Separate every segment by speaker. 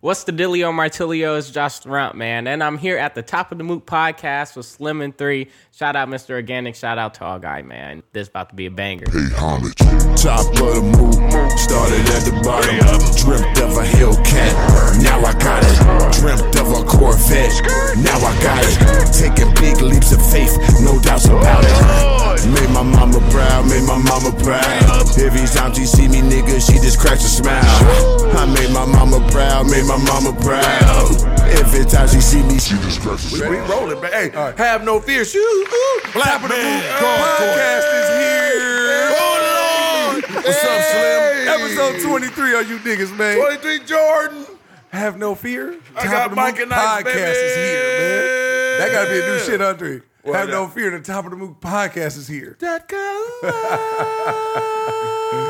Speaker 1: What's the dealio, Martilio? It's Josh Rump, man. And I'm here at the Top of the Moot podcast with Slim and Three. Shout out, Mr. Organic. Shout out, Tall Guy, man. This about to be a banger.
Speaker 2: pay homage. Top of the move, started at the bottom. Dreamt of a Hellcat, now I got it. Dreamt of a Corvette, now I got it. Taking big leaps of faith, no doubts about it. Made my mama proud, made my mama proud. Every time she see me, nigga, she just cracks a smile. I made my mama proud, made my mama proud. Every time she see me, she just cracks a smile.
Speaker 3: We rolling, but hey, have no fear. Shoo, ooh, Black man, podcast is here. Oh Lord,
Speaker 2: What's up, Slim?
Speaker 3: Episode twenty-three. Are you niggas, man? Twenty-three, Jordan. Have no fear. I
Speaker 4: Top
Speaker 3: got
Speaker 4: of the
Speaker 3: Mike
Speaker 4: Moon
Speaker 3: and
Speaker 4: podcast
Speaker 3: Ike, baby.
Speaker 4: is here, man. That gotta be a new shit, Andre.
Speaker 3: Well,
Speaker 4: Have no
Speaker 3: that-
Speaker 4: fear. The top of the mook podcast is here.
Speaker 3: That guy.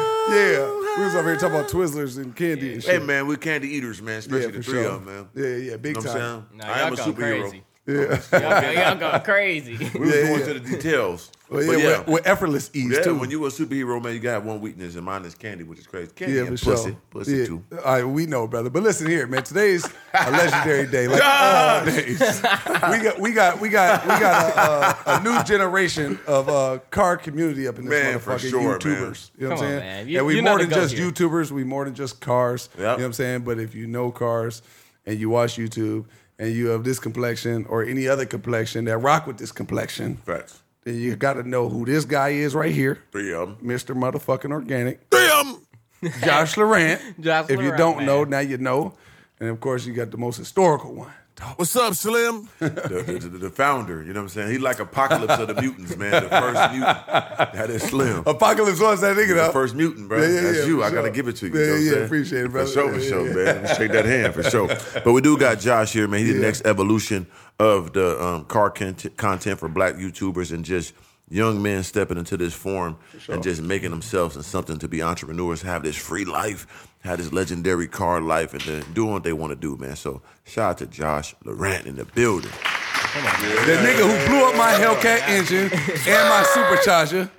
Speaker 4: Yeah, we was over here talking about Twizzlers and candy and
Speaker 3: Hey
Speaker 4: shit.
Speaker 3: man, we candy eaters, man. Especially
Speaker 4: Yeah,
Speaker 3: the
Speaker 4: for
Speaker 3: three
Speaker 4: sure.
Speaker 3: of them, man.
Speaker 4: Yeah, yeah, big
Speaker 3: You know what I'm
Speaker 4: time.
Speaker 3: saying?
Speaker 1: Nah,
Speaker 3: I
Speaker 1: y'all
Speaker 3: am a
Speaker 1: going
Speaker 3: superhero.
Speaker 1: crazy.
Speaker 4: Yeah,
Speaker 1: Y'all, y'all going crazy.
Speaker 3: We was
Speaker 4: Yeah,
Speaker 3: going
Speaker 4: yeah.
Speaker 3: to the details.
Speaker 4: well,
Speaker 3: But
Speaker 4: yeah, With, with effortless ease
Speaker 3: Yeah,
Speaker 4: too.
Speaker 3: when you a superhero, man, you got one weakness, and mine is candy, which is crazy. Candy
Speaker 4: yeah,
Speaker 3: and
Speaker 4: for
Speaker 3: pussy,
Speaker 4: sure.
Speaker 3: pussy
Speaker 4: yeah.
Speaker 3: too.
Speaker 4: All right, we know, brother. But listen here, man. Today's a legendary day. Like all
Speaker 3: God!
Speaker 4: days, we got, we got, we got, we got a, a, a new generation of uh, car community up in this
Speaker 3: Man,
Speaker 4: motherfucking
Speaker 3: for sure, man.
Speaker 4: YouTubers.
Speaker 1: Come
Speaker 4: You know what I'm
Speaker 1: on,
Speaker 4: saying?
Speaker 1: man. You-
Speaker 4: and we
Speaker 1: you know
Speaker 4: more
Speaker 1: the
Speaker 4: than
Speaker 1: goat
Speaker 4: just
Speaker 1: here.
Speaker 4: YouTubers. We more than just cars. You know
Speaker 3: Yep.
Speaker 4: what I'm saying? But if you know cars and you watch YouTube and you have this complexion or any other complexion that rock with this complexion,
Speaker 3: Facts.
Speaker 4: then you got to know who this guy is right here,
Speaker 3: Three of them.
Speaker 4: Mister Motherfucking Organic.
Speaker 3: Three of them.
Speaker 4: Josh Laurent.
Speaker 1: Josh
Speaker 4: if you
Speaker 1: Laurent,
Speaker 4: don't
Speaker 1: man.
Speaker 4: know, now you know. And of course, you got the most historical one.
Speaker 3: What's up, Slim? the, the, the- the founder, you know what I'm saying? He like Apocalypse of the Mutants, man. The first mutant. That is Slim.
Speaker 4: Apocalypse was that nigga
Speaker 3: The
Speaker 4: though.
Speaker 3: first mutant, bro.
Speaker 4: Yeah, yeah,
Speaker 3: That's
Speaker 4: yeah,
Speaker 3: you.
Speaker 4: for
Speaker 3: I gotta
Speaker 4: sure.
Speaker 3: give it to you.
Speaker 4: Yeah,
Speaker 3: you know what I'm
Speaker 4: yeah,
Speaker 3: saying?
Speaker 4: appreciate it, brother.
Speaker 3: For sure, for
Speaker 4: Yeah,
Speaker 3: sure,
Speaker 4: yeah.
Speaker 3: man. Let me shake that hand for sure. But we do got Josh here, man. He's the
Speaker 4: Yeah.
Speaker 3: next evolution of the um, car cont- content for black YouTubers and just young men stepping into this form and just making themselves and something to be entrepreneurs, have this free life, have this legendary car life, and then doing what they want to do, man. So shout out to Josh Laurent in the building.
Speaker 4: The nigga who blew up my Hellcat engine and my supercharger.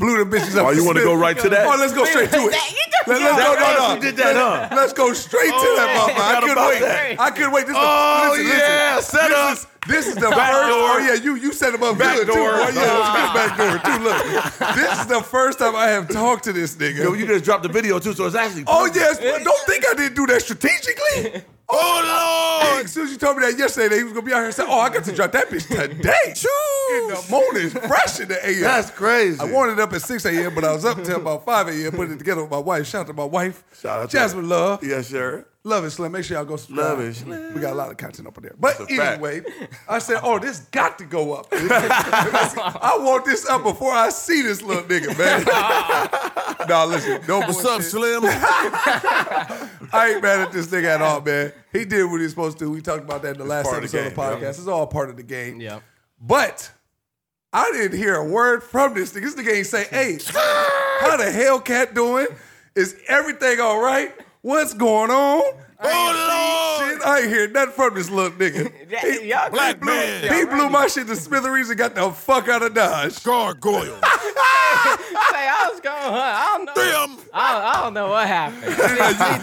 Speaker 4: Blew the bitches up.
Speaker 3: Oh, you wanna
Speaker 4: Smith.
Speaker 3: go right to that?
Speaker 4: Oh, let's go straight to it. Let, us go, no, no.
Speaker 3: You did that, huh?
Speaker 4: Let's go straight to that
Speaker 1: man,
Speaker 4: motherfucker. I
Speaker 3: Oh, forgot
Speaker 4: couldn't
Speaker 3: about
Speaker 4: wait.
Speaker 1: that.
Speaker 4: I couldn't wait. This
Speaker 3: Oh,
Speaker 4: listen,
Speaker 3: yeah,
Speaker 4: listen.
Speaker 3: set
Speaker 4: this
Speaker 3: up.
Speaker 4: Is, this is the
Speaker 3: Back
Speaker 4: first.
Speaker 3: door.
Speaker 4: Oh yeah, you you set him up
Speaker 3: Back
Speaker 4: good too.
Speaker 3: door. Ah.
Speaker 4: Oh, yeah, let's get back door too. Look, this is the first time I have talked to this nigga.
Speaker 3: Yo, you just dropped the video too, so it's actually.
Speaker 4: Oh yes, but don't think I didn't do that strategically.
Speaker 3: Oh Lord!
Speaker 4: As soon as you told me that yesterday, that he was gonna be out here saying, "Oh, I got to drop that bitch today." in the morning, fresh in the AM.
Speaker 3: That's crazy.
Speaker 4: I wanted up at six a.m., but I was up till about five a.m. Putting it together with my wife. Shout out to my wife,
Speaker 3: Shout out to
Speaker 4: Jasmine
Speaker 3: her.
Speaker 4: Love.
Speaker 3: Yes, sir.
Speaker 4: Love it, Slim. Make sure y'all go subscribe.
Speaker 3: Love it, Slim.
Speaker 4: We got a lot of content up in there. But
Speaker 3: That's a fact.
Speaker 4: anyway, I said, oh, this got to go up. I want this up before I see this little nigga, man. nah, listen. No
Speaker 3: What's
Speaker 4: bullshit.
Speaker 3: up, Slim?
Speaker 4: I ain't mad at this nigga at all, man. He did what he was supposed to. We talked about that in the last
Speaker 3: part
Speaker 4: episode
Speaker 3: of
Speaker 4: of
Speaker 3: the
Speaker 4: the,
Speaker 3: game,
Speaker 4: podcast.
Speaker 3: yeah.
Speaker 4: It's all part of the game.
Speaker 1: Yep.
Speaker 4: But I didn't hear a word from this nigga. This nigga ain't say, hey, how the hell cat doing? Is everything all right? What's going on?
Speaker 3: oh Lord!
Speaker 4: Shit, I ain't hear nothing from this little nigga. He,
Speaker 1: Y'all
Speaker 3: Black
Speaker 1: blew-
Speaker 3: man.
Speaker 4: he blew my shit to smithereens and got the fuck out of Dodge.
Speaker 3: Gargoyle.
Speaker 1: Say, I was going, huh? I don't know.
Speaker 3: Damn.
Speaker 1: I don't, I don't know what happened. See,
Speaker 4: You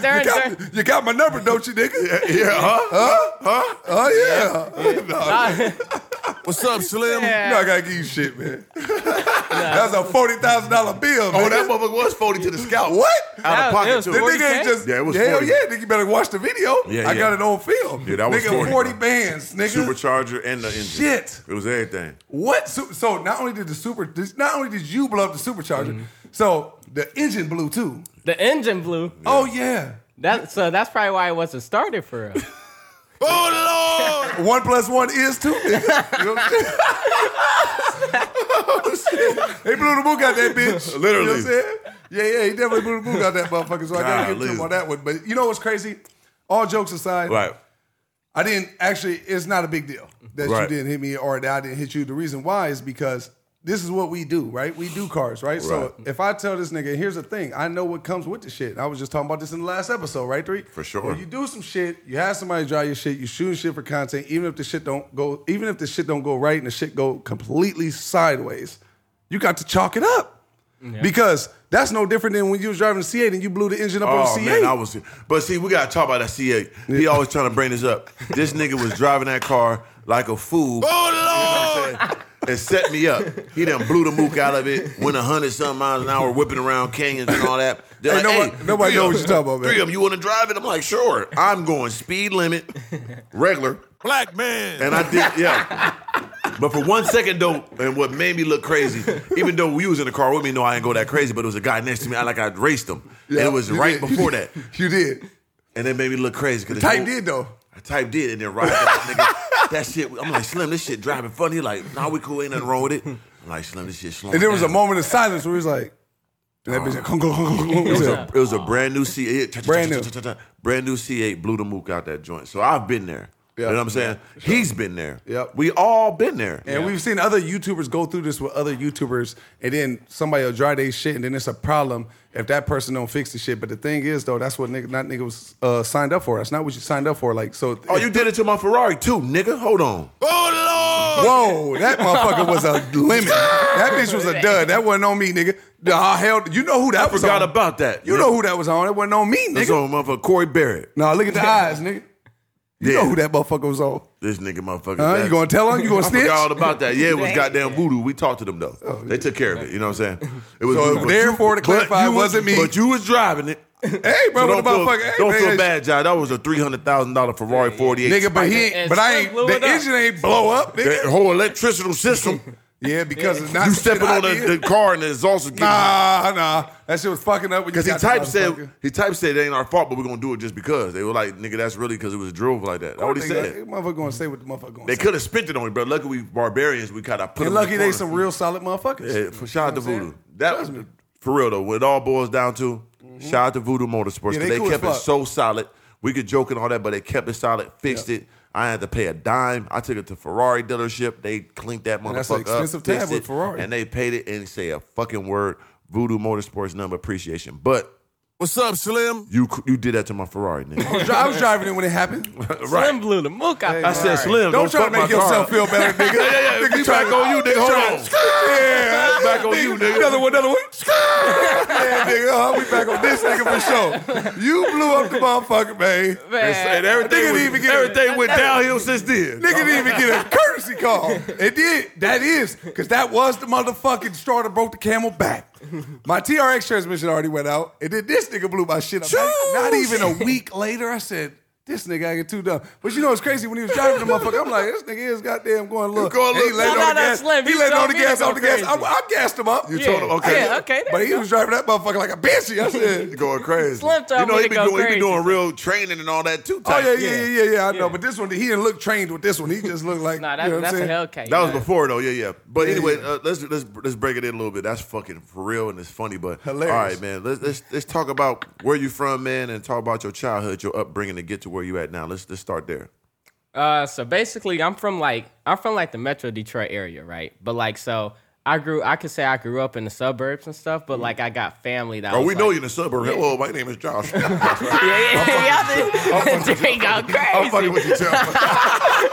Speaker 1: during- during-
Speaker 4: got, you got my number, don't you, nigga? Yeah, huh? Huh? Huh? Oh, yeah.
Speaker 3: What's up, Slim?
Speaker 1: Yeah.
Speaker 4: You know I gotta give you shit, man. That's a forty thousand dollar bill, man.
Speaker 3: Oh, that motherfucker was forty to the scalp.
Speaker 4: what?
Speaker 3: Out
Speaker 1: That-
Speaker 3: of
Speaker 1: it
Speaker 3: pocket
Speaker 1: was
Speaker 3: too.
Speaker 4: The
Speaker 1: forty-
Speaker 4: nigga
Speaker 1: 40K?
Speaker 4: ain't just
Speaker 3: Yeah, it was
Speaker 4: hell
Speaker 3: 40.
Speaker 4: yeah, nigga. You better watch the video.
Speaker 3: Yeah,
Speaker 4: I
Speaker 3: yeah.
Speaker 4: got it on film.
Speaker 3: Yeah, that was
Speaker 4: nigga
Speaker 3: 40,
Speaker 4: forty
Speaker 3: bro.
Speaker 4: bands, nigga.
Speaker 3: Supercharger and the engine.
Speaker 4: Shit.
Speaker 3: It was everything.
Speaker 4: What? So, so not only did the super, this, not only did you blow up the supercharger,
Speaker 3: Mm-hmm.
Speaker 4: so the engine blew too.
Speaker 1: the engine blew.
Speaker 4: Oh yeah,
Speaker 1: That, so that's probably why it wasn't started for us.
Speaker 3: Oh Lord!
Speaker 4: one plus one is two. nigga. You know what I'm saying? They blew the book out that bitch.
Speaker 3: Literally.
Speaker 4: You know what I'm saying? Yeah, yeah, he definitely blew the book out that motherfucker. So I gotta give it to him
Speaker 3: Golly.
Speaker 4: on that one. But you know what's crazy? All jokes aside,
Speaker 3: right.
Speaker 4: I didn't actually. It's not a big deal that you
Speaker 3: Right.
Speaker 4: didn't hit me or that I didn't hit you. The reason why is because this is what we do, right? We do cars, right?
Speaker 3: Right.
Speaker 4: So if I tell this nigga, here's the thing, I know what comes with the shit. I was just talking about this in the last episode, right? Three
Speaker 3: For sure.
Speaker 4: When you do some shit, you have somebody drive your shit, you shooting shit for content, even if the shit don't go, even if the shit don't go right and the shit go completely sideways, you got to chalk it up. Because that's no different than when you was driving a C8 and you blew the engine up on
Speaker 3: Oh
Speaker 4: the C8.
Speaker 3: man, I was. But see, we gotta talk about that C8. He always trying to bring this up. This nigga was driving that car like a fool. Oh lord! And set me up. He done blew the mook out of it. Went a hundred something miles an hour, whipping around canyons and all that. They're
Speaker 4: Ain't nobody- nobody
Speaker 3: three
Speaker 4: know
Speaker 3: of-
Speaker 4: what you're talking about, man.
Speaker 3: Three of them, you want to drive it? I'm like, sure. I'm going speed limit, regular.
Speaker 2: Black man.
Speaker 3: And I did, yeah. But for one second though, and what made me look crazy, even though we was in the car with me, no, I didn't go that crazy. But it was a guy next to me. I like I raced him. and
Speaker 4: Yeah,
Speaker 3: it was
Speaker 4: you
Speaker 3: right
Speaker 4: did.
Speaker 3: before that,
Speaker 4: You did.
Speaker 3: and it made me look crazy. 'cause
Speaker 4: Type
Speaker 3: it's-
Speaker 4: did though.
Speaker 3: I typed did, and then right after that nigga, that shit. I'm like Slim, this shit driving funny. Like, nah, we cool, ain't nothing wrong with it. I'm like Slim, this shit slowing.
Speaker 4: And there was a
Speaker 3: down.
Speaker 4: moment of silence where he was like, and that bitch, like, "Kung, kung, kung, kung, kung."
Speaker 3: It was,
Speaker 4: Yeah.
Speaker 3: a, it was a brand new C8,
Speaker 4: Brand new.
Speaker 3: brand new C8 blew the mook out that joint. So I've been there. You
Speaker 4: Yeah.
Speaker 3: know what I'm saying? He's been there.
Speaker 4: Yep.
Speaker 3: We all been there.
Speaker 4: And we've seen other YouTubers go through this with other YouTubers, and then somebody will drive their shit, and then it's a problem if that person don't fix the shit. But the thing is, though, that's what nigga, not nigga was uh, signed up for. That's not what you signed up for. Like, so
Speaker 3: Oh, you did it to my Ferrari too, nigga. Hold on. Oh Lord.
Speaker 4: Whoa, that motherfucker was a lemon. That bitch was a dud. That wasn't on me, nigga. Nah, hell, you know who that was
Speaker 3: Forgot
Speaker 4: on.
Speaker 3: about that.
Speaker 4: You know who that was on. That wasn't on me,
Speaker 3: This
Speaker 4: nigga.
Speaker 3: old motherfucker Corey Barrett.
Speaker 4: Nah, look at the eyes, nigga. You
Speaker 3: Yeah.
Speaker 4: know who that motherfucker was on.
Speaker 3: This nigga motherfucker.
Speaker 4: Huh?
Speaker 3: bad.
Speaker 4: You gonna tell him? You gonna
Speaker 3: I forgot all
Speaker 4: snitch? Oh,
Speaker 3: about that. Yeah, it was
Speaker 1: Damn.
Speaker 3: goddamn voodoo. We talked to them though. they took care of it. You know what I'm saying? It was
Speaker 4: So
Speaker 3: voodoo, but
Speaker 4: therefore,
Speaker 3: you-
Speaker 4: to clarify,
Speaker 3: but
Speaker 4: it
Speaker 3: you was-
Speaker 4: wasn't me.
Speaker 3: But you was driving it.
Speaker 4: Hey, bro, what the
Speaker 3: So don't
Speaker 4: motherfucker?
Speaker 3: feel,
Speaker 4: hey,
Speaker 3: don't
Speaker 4: man,
Speaker 3: feel bad, John. That was a three hundred thousand dollar Ferrari forty eight.
Speaker 4: Nigga, but he
Speaker 1: And
Speaker 4: ain't, but I
Speaker 1: Slim
Speaker 4: ain't,
Speaker 1: blew it
Speaker 4: the
Speaker 1: up.
Speaker 4: engine ain't blow up,
Speaker 3: that
Speaker 4: nigga.
Speaker 3: whole electrical system.
Speaker 4: Yeah, because it's not
Speaker 3: you
Speaker 4: some shit
Speaker 3: stepping
Speaker 4: I
Speaker 3: on
Speaker 4: did.
Speaker 3: the, the car and the exhaust is getting
Speaker 4: Nah, nah. That shit was fucking up.
Speaker 3: Because he type said he type said it ain't our fault, but we're gonna do it just because. They were like, nigga, that's really because it was drove like that. That's what he said.
Speaker 4: Motherfucker gonna say what the motherfucker gonna
Speaker 3: They
Speaker 4: say.
Speaker 3: could have spent it on me, but luckily we barbarians, we kind of put.
Speaker 4: And
Speaker 3: them in
Speaker 4: lucky
Speaker 3: the
Speaker 4: they
Speaker 3: corner.
Speaker 4: some real solid motherfuckers.
Speaker 3: Yeah, Eh, for shout out to
Speaker 4: You know what I'm
Speaker 3: Voodoo. That was for real though. What it all boils down to, shout out to Voodoo
Speaker 4: Mm-hmm.
Speaker 3: Motorsports.
Speaker 4: Yeah,
Speaker 3: 'cause
Speaker 4: they
Speaker 3: they
Speaker 4: cool as
Speaker 3: kept it
Speaker 4: fuck.
Speaker 3: so solid. We could joke and all that, but they kept it solid, fixed it. I had to pay a dime. I took it to Ferrari dealership. They cleaned that motherfucker
Speaker 4: that's an expensive
Speaker 3: up,
Speaker 4: tab
Speaker 3: fixed
Speaker 4: with
Speaker 3: it,
Speaker 4: Ferrari.
Speaker 3: and they paid it and say a fucking word. Voodoo Motorsports number appreciation, but
Speaker 2: What's up, Slim?
Speaker 3: you you did that to my Ferrari, nigga.
Speaker 4: Dri- I was driving it when it happened.
Speaker 1: Slim blew the mook out the
Speaker 3: I said,
Speaker 1: Ferrari.
Speaker 3: Slim,
Speaker 4: Don't try to
Speaker 3: fuck
Speaker 4: make
Speaker 3: my car
Speaker 4: yourself
Speaker 3: up.
Speaker 4: feel better, nigga.
Speaker 3: Yeah, yeah, yeah.
Speaker 4: Nigga,
Speaker 3: We back on you, nigga. Hold on.
Speaker 4: Yeah,
Speaker 3: Back on you, nigga.
Speaker 4: Another one, another one. yeah, nigga. Uh, we back on this nigga for sure. You blew up the motherfucker, man.
Speaker 3: And,
Speaker 1: Man.
Speaker 3: and everything,
Speaker 4: Nigga
Speaker 3: was,
Speaker 4: didn't even get-
Speaker 3: everything went downhill since then.
Speaker 4: Nigga didn't even get a courtesy call. It did. That is because that was the motherfucking straw that broke the camel back. My TRX transmission already went out, and then this nigga blew my shit up. Like, not even a week later, I said. This nigga I get too dumb. But you know it's crazy when he was driving the motherfucker. I'm like, this nigga is goddamn going low.
Speaker 3: going
Speaker 4: And he
Speaker 3: low.
Speaker 4: letting
Speaker 1: No,
Speaker 4: on the
Speaker 1: no, no,
Speaker 4: gas.
Speaker 1: Slim,
Speaker 4: he
Speaker 1: you
Speaker 4: letting
Speaker 1: told
Speaker 4: on the
Speaker 1: me to
Speaker 4: gas
Speaker 1: go
Speaker 4: off the gas.
Speaker 1: crazy.
Speaker 4: I, I gassed him up. You
Speaker 1: told him, okay. Yeah, okay, there
Speaker 4: But
Speaker 1: you
Speaker 4: he
Speaker 1: go.
Speaker 4: was driving that motherfucker like a bitch. I said,
Speaker 3: going crazy.
Speaker 1: Slim told
Speaker 3: you know,
Speaker 1: me to
Speaker 3: he be,
Speaker 1: go
Speaker 3: doing, he be
Speaker 1: crazy.
Speaker 3: doing real training and all that too.
Speaker 4: Oh
Speaker 3: Type.
Speaker 4: yeah, yeah, yeah, yeah, yeah. I know, but this one, he didn't look trained with this one. He just looked like
Speaker 1: Nah,
Speaker 4: you
Speaker 1: that,
Speaker 4: know what I'm
Speaker 1: that's a
Speaker 4: saying?
Speaker 1: Hellcat.
Speaker 3: That was
Speaker 1: man.
Speaker 3: before though. Yeah, yeah. But
Speaker 4: Yeah,
Speaker 3: anyway,
Speaker 4: yeah.
Speaker 3: uh, let's let's let's break it in a little bit. That's fucking for real and it's funny, but
Speaker 4: Hilarious.
Speaker 3: all right, man. Let's let's let's talk about where you from, man, and talk about your childhood, your upbringing to get to where you at now. Let's let's start there.
Speaker 1: Uh, so basically, I'm from like I'm from like the Metro Detroit area, right? But like, so I grew. I could say I grew up in the suburbs and stuff, but like I got family that.
Speaker 3: Oh,
Speaker 1: was
Speaker 3: we know
Speaker 1: like-
Speaker 3: you in the suburb. Hello, my name is Josh.
Speaker 1: Yeah, yeah, yeah. y'all did- They go
Speaker 3: I'm fucking
Speaker 1: crazy.
Speaker 3: with you, Jeff.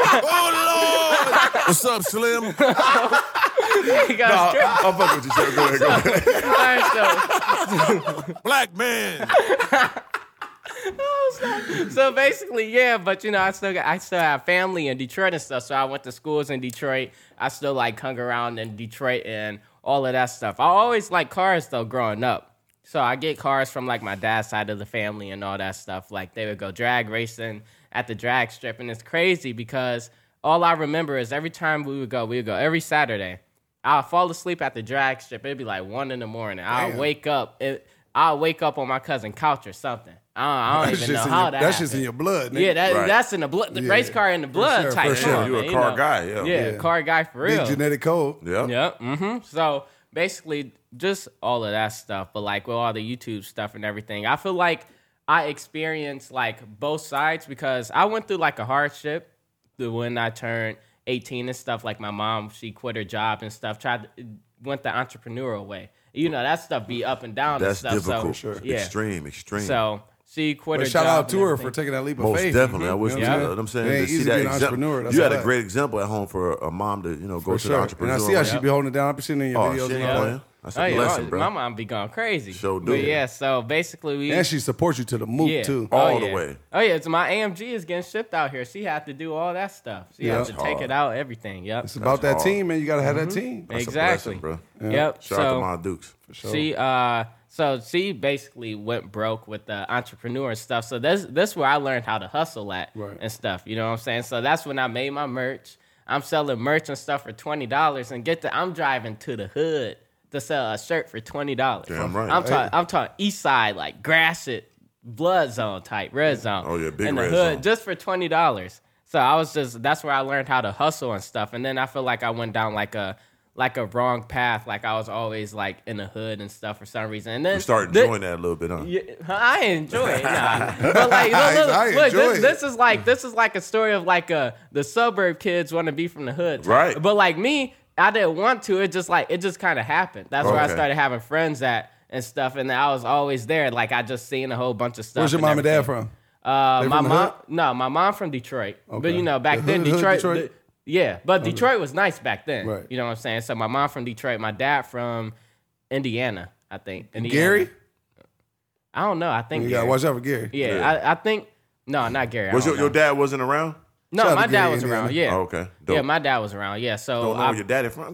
Speaker 2: Oh, Lord. What's up, Slim?
Speaker 1: They go crazy.
Speaker 3: I'm fucking with you, Jeff. Go ahead, go ahead.
Speaker 1: All right, so-
Speaker 2: Black man.
Speaker 1: so basically, yeah, but you know, I still got, I still have family in Detroit and stuff. So I went to schools in Detroit. I still like hung around in Detroit and all of that stuff. I always like cars though growing up. So I get cars from like my dad's side of the family and all that stuff. Like they would go drag racing at the drag strip, and it's crazy because all I remember is every time we would go, we would go every Saturday. I'll fall asleep at the drag strip. It'd be like one in the morning. I'll wake up. It, I'll wake up on my cousin couch or something. Uh, I don't, I don't
Speaker 4: That's
Speaker 1: even know
Speaker 4: just in
Speaker 1: how
Speaker 4: your,
Speaker 1: that.
Speaker 4: that's just
Speaker 1: happened.
Speaker 4: in your blood, nigga.
Speaker 1: Yeah, that,
Speaker 3: Right.
Speaker 1: that's in the blood. The race car in the blood
Speaker 4: sure,
Speaker 1: type.
Speaker 4: for sure.
Speaker 1: thing,
Speaker 3: You a
Speaker 1: man,
Speaker 3: car
Speaker 1: know.
Speaker 3: guy, yeah.
Speaker 1: yeah.
Speaker 4: Yeah.
Speaker 1: car guy for
Speaker 4: Big
Speaker 1: real.
Speaker 4: genetic code.
Speaker 3: Yeah.
Speaker 1: Yep. hmm So basically, just all of that stuff, but like with all the YouTube stuff and everything, I feel like I experienced like both sides because I went through like a hardship through when I turned 18 and stuff. Like my mom, she quit her job and stuff, tried went the entrepreneurial way. You know, that stuff be up and down
Speaker 3: That's
Speaker 1: and stuff.
Speaker 3: difficult.
Speaker 1: So, Yeah.
Speaker 3: Extreme, extreme.
Speaker 1: So She quit
Speaker 4: But
Speaker 1: her
Speaker 4: shout
Speaker 1: job
Speaker 4: out to
Speaker 1: and
Speaker 4: her
Speaker 1: everything.
Speaker 4: for taking that leap of
Speaker 3: Most
Speaker 4: faith.
Speaker 3: definitely. I wish
Speaker 4: You
Speaker 3: you
Speaker 4: know
Speaker 1: Yeah.
Speaker 3: know
Speaker 4: I'm
Speaker 3: what I'm
Speaker 4: saying?
Speaker 3: saying.
Speaker 4: It ain't
Speaker 3: to see
Speaker 4: easy to
Speaker 3: that
Speaker 4: be an entrepreneur,
Speaker 3: example.
Speaker 4: that's
Speaker 3: You had
Speaker 4: all.
Speaker 3: a great example at home for a, a mom to, you know, go
Speaker 4: For
Speaker 3: to the
Speaker 4: sure. And
Speaker 3: entrepreneur.
Speaker 4: I see how
Speaker 3: route.
Speaker 4: she be holding it down. I be seeing her in your
Speaker 3: Oh,
Speaker 4: videos
Speaker 3: she
Speaker 4: and
Speaker 3: ain't
Speaker 4: all
Speaker 3: playing.
Speaker 4: that.
Speaker 3: That's
Speaker 1: Oh,
Speaker 3: a
Speaker 1: yeah,
Speaker 3: blessing,
Speaker 1: oh,
Speaker 3: bro.
Speaker 1: my mom be going crazy.
Speaker 3: Sure do.
Speaker 1: But yeah, so basically we
Speaker 4: And she supports you to the move
Speaker 1: yeah.
Speaker 4: too.
Speaker 3: All the
Speaker 1: yeah.
Speaker 3: way.
Speaker 1: Oh yeah, it's my AMG is getting shipped out here. She had to do all that stuff. She
Speaker 4: Yeah.
Speaker 1: had to
Speaker 4: That's
Speaker 1: take
Speaker 3: hard.
Speaker 1: it out, everything. Yep.
Speaker 4: It's about that
Speaker 3: hard.
Speaker 4: team, man. You gotta have that team.
Speaker 3: That's a
Speaker 1: exactly.
Speaker 3: blessing, bro.
Speaker 1: Yep.
Speaker 3: Shout
Speaker 1: so
Speaker 3: out to my Dukes.
Speaker 1: She uh so she basically went broke with the entrepreneur and stuff. So that's that's where I learned how to hustle at
Speaker 4: Right.
Speaker 1: and stuff. You know what I'm saying? So that's when I made my merch. I'm selling merch and stuff for twenty dollars and get the I'm driving to the hood to sell a shirt for twenty dollars.
Speaker 3: Damn right.
Speaker 1: I'm talking I'm talking east side like grass it blood zone type, red zone.
Speaker 3: Oh, yeah, big
Speaker 1: in the
Speaker 3: red
Speaker 1: hood
Speaker 3: zone.
Speaker 1: just for twenty dollars. So I was just that's where I learned how to hustle and stuff. And then I feel like I went down like a like a wrong path. Like I was always like in the hood and stuff for some reason. And then
Speaker 3: You start
Speaker 1: thi-
Speaker 3: enjoying that a little bit, huh?
Speaker 1: yeah, I enjoy it. Nah. But like, look, look,
Speaker 4: I
Speaker 1: look,
Speaker 4: enjoy
Speaker 1: this,
Speaker 4: it.
Speaker 1: this is like this is like a story of like uh the suburb kids want to be from the hood,
Speaker 3: Right.
Speaker 1: But like me, I didn't want to. It just like it just kind of happened. That's where I
Speaker 3: Okay.
Speaker 1: started having friends at and stuff, and I was always there. Like I just seen a whole bunch of stuff.
Speaker 4: Where's your mom and dad from?
Speaker 1: Uh,
Speaker 4: They
Speaker 1: my
Speaker 4: from the
Speaker 1: mom,
Speaker 4: hood?
Speaker 1: no, my mom from Detroit. But
Speaker 4: Okay.
Speaker 1: you know, back
Speaker 4: The
Speaker 1: then
Speaker 4: hood- hood
Speaker 1: Detroit,
Speaker 4: Detroit?
Speaker 1: the- yeah, but Detroit was nice back then.
Speaker 4: Right.
Speaker 1: You know what I'm saying? So my mom from Detroit, my dad from Indiana, I think. Indiana.
Speaker 4: Gary?
Speaker 1: I don't know. I think
Speaker 4: You
Speaker 1: Gary.
Speaker 4: gotta watch out for Gary.
Speaker 1: Yeah,
Speaker 3: Yeah.
Speaker 1: I, I think no, not Gary. I
Speaker 3: Was
Speaker 1: don't
Speaker 3: your, your
Speaker 1: know.
Speaker 3: dad wasn't around?
Speaker 1: No,
Speaker 4: Shout out
Speaker 1: my
Speaker 4: to
Speaker 1: dad
Speaker 4: Gary,
Speaker 1: was around.
Speaker 4: Indiana.
Speaker 1: Yeah.
Speaker 3: Oh, okay. Dope.
Speaker 1: Yeah, my dad was around. Yeah, so
Speaker 3: Don't know
Speaker 1: I,
Speaker 3: where your daddy from?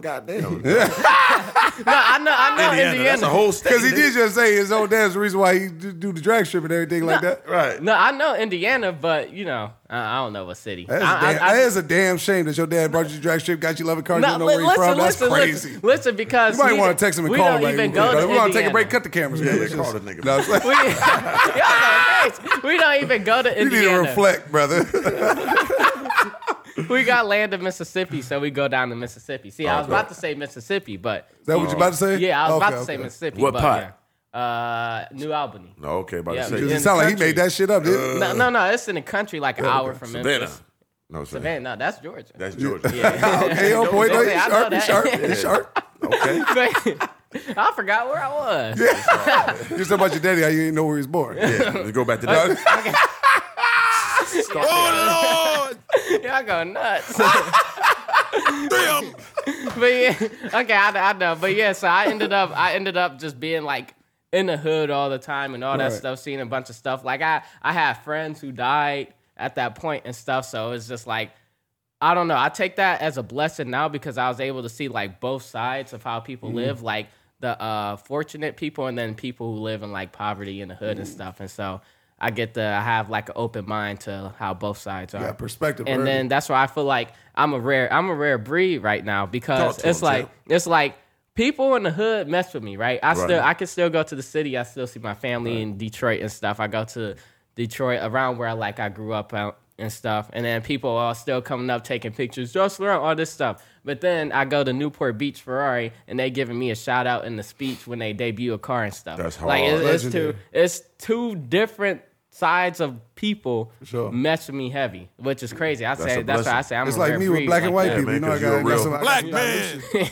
Speaker 3: Goddamn.
Speaker 1: no, I know, I know Indiana.
Speaker 3: Indiana. That's a whole state.
Speaker 4: Because he
Speaker 3: nigga.
Speaker 4: did just say his own dad's the reason why he d- do the drag strip and everything like that.
Speaker 3: Right.
Speaker 1: no, I know Indiana, but you know, I, I don't know what city.
Speaker 4: That's
Speaker 1: I, I-
Speaker 4: damn,
Speaker 1: I-
Speaker 4: that is a damn shame that your dad brought you to drag strip, got you loving cars, you don't know
Speaker 1: li-
Speaker 4: where you're from. That's crazy.
Speaker 1: Listen, listen, because
Speaker 4: You might
Speaker 1: we-
Speaker 4: want to text him and
Speaker 1: we
Speaker 4: call
Speaker 1: don't
Speaker 4: him.
Speaker 1: even
Speaker 4: like,
Speaker 1: go to
Speaker 4: we're gonna take a
Speaker 1: Indiana.
Speaker 4: break. Cut the cameras. man.
Speaker 3: yeah,
Speaker 4: Let's
Speaker 3: call
Speaker 4: just-
Speaker 3: this nigga.
Speaker 4: No, it's like-
Speaker 1: We, Y'all go crazy. we don't even go to
Speaker 4: you need to
Speaker 1: Indiana.
Speaker 4: reflect, brother.
Speaker 1: we got land in Mississippi, so we go down to Mississippi. See, I was
Speaker 3: Okay.
Speaker 1: about to say Mississippi, but
Speaker 4: Is
Speaker 3: Oh.
Speaker 4: that what you about to say?
Speaker 1: yeah, I was about
Speaker 4: Okay,
Speaker 1: to say
Speaker 4: okay.
Speaker 1: Mississippi.
Speaker 3: What
Speaker 1: but,
Speaker 3: part?
Speaker 1: yeah. Uh, New Albany.
Speaker 3: No, okay, about
Speaker 1: Yeah,
Speaker 3: to say.
Speaker 1: in
Speaker 4: It
Speaker 1: the
Speaker 4: sounded like he
Speaker 1: country. Uh.
Speaker 4: made that shit up, dude.
Speaker 1: No, no, no. It's in the country, like an hour from
Speaker 3: Savannah.
Speaker 1: Memphis.
Speaker 3: No, Savannah.
Speaker 1: Savannah. No, that's Georgia.
Speaker 3: That's Georgia.
Speaker 4: okay, oh boy, no,
Speaker 1: Don't
Speaker 4: you
Speaker 1: say I know
Speaker 4: sharp, you
Speaker 1: that.
Speaker 4: sharp, you sharp.
Speaker 3: Okay.
Speaker 1: But- I forgot where I was.
Speaker 4: You said about your daddy, how you didn't know where he was born.
Speaker 3: Yeah, let's go back to that. oh, Lord.
Speaker 1: Y'all go nuts. but yeah, okay, I, I know. But yeah, so I ended up, I ended up just being like in the hood all the time and all that
Speaker 4: Right.
Speaker 1: stuff, seeing a bunch of stuff. Like I, I had friends who died at that point and stuff. So it's just like, I don't know. I take that as a blessing now because I was able to see like both sides of how people
Speaker 4: Mm-hmm.
Speaker 1: live, like the uh, fortunate people and then people who live in like poverty in the hood
Speaker 4: Mm-hmm.
Speaker 1: and stuff. And so I get to I have like an open mind to how both sides are.
Speaker 4: Yeah, perspective.
Speaker 1: And
Speaker 4: early.
Speaker 1: then that's why I feel like I'm a rare I'm a rare breed right now because
Speaker 3: Talk to
Speaker 1: it's
Speaker 3: him,
Speaker 1: like it's like people in the hood mess with me, right? I still
Speaker 3: Right.
Speaker 1: I can still go to the city. I still see my family in Detroit and stuff. I go to Detroit around where I like I grew up out and stuff. And then people are still coming up taking pictures, just learn all this stuff. But then I go to Newport Beach Ferrari and they giving me a shout out in the speech when they debut a car and stuff.
Speaker 3: That's
Speaker 1: Like
Speaker 3: hard.
Speaker 1: it's, it's
Speaker 4: Legendary.
Speaker 1: two it's two different sides of people
Speaker 4: Sure.
Speaker 1: mess with me heavy, which is crazy. I
Speaker 3: That's
Speaker 1: say
Speaker 3: a
Speaker 1: that's why I
Speaker 3: blessing.
Speaker 1: say I'm
Speaker 4: It's
Speaker 1: a
Speaker 4: like
Speaker 1: rare
Speaker 4: me with
Speaker 1: breed
Speaker 4: black
Speaker 1: like
Speaker 4: and white
Speaker 1: that.
Speaker 3: that.
Speaker 4: people. You know,
Speaker 3: Yeah,
Speaker 4: I
Speaker 3: man, 'cause
Speaker 4: got
Speaker 3: you're a
Speaker 4: got some
Speaker 3: real
Speaker 4: black
Speaker 5: man.
Speaker 3: Yeah,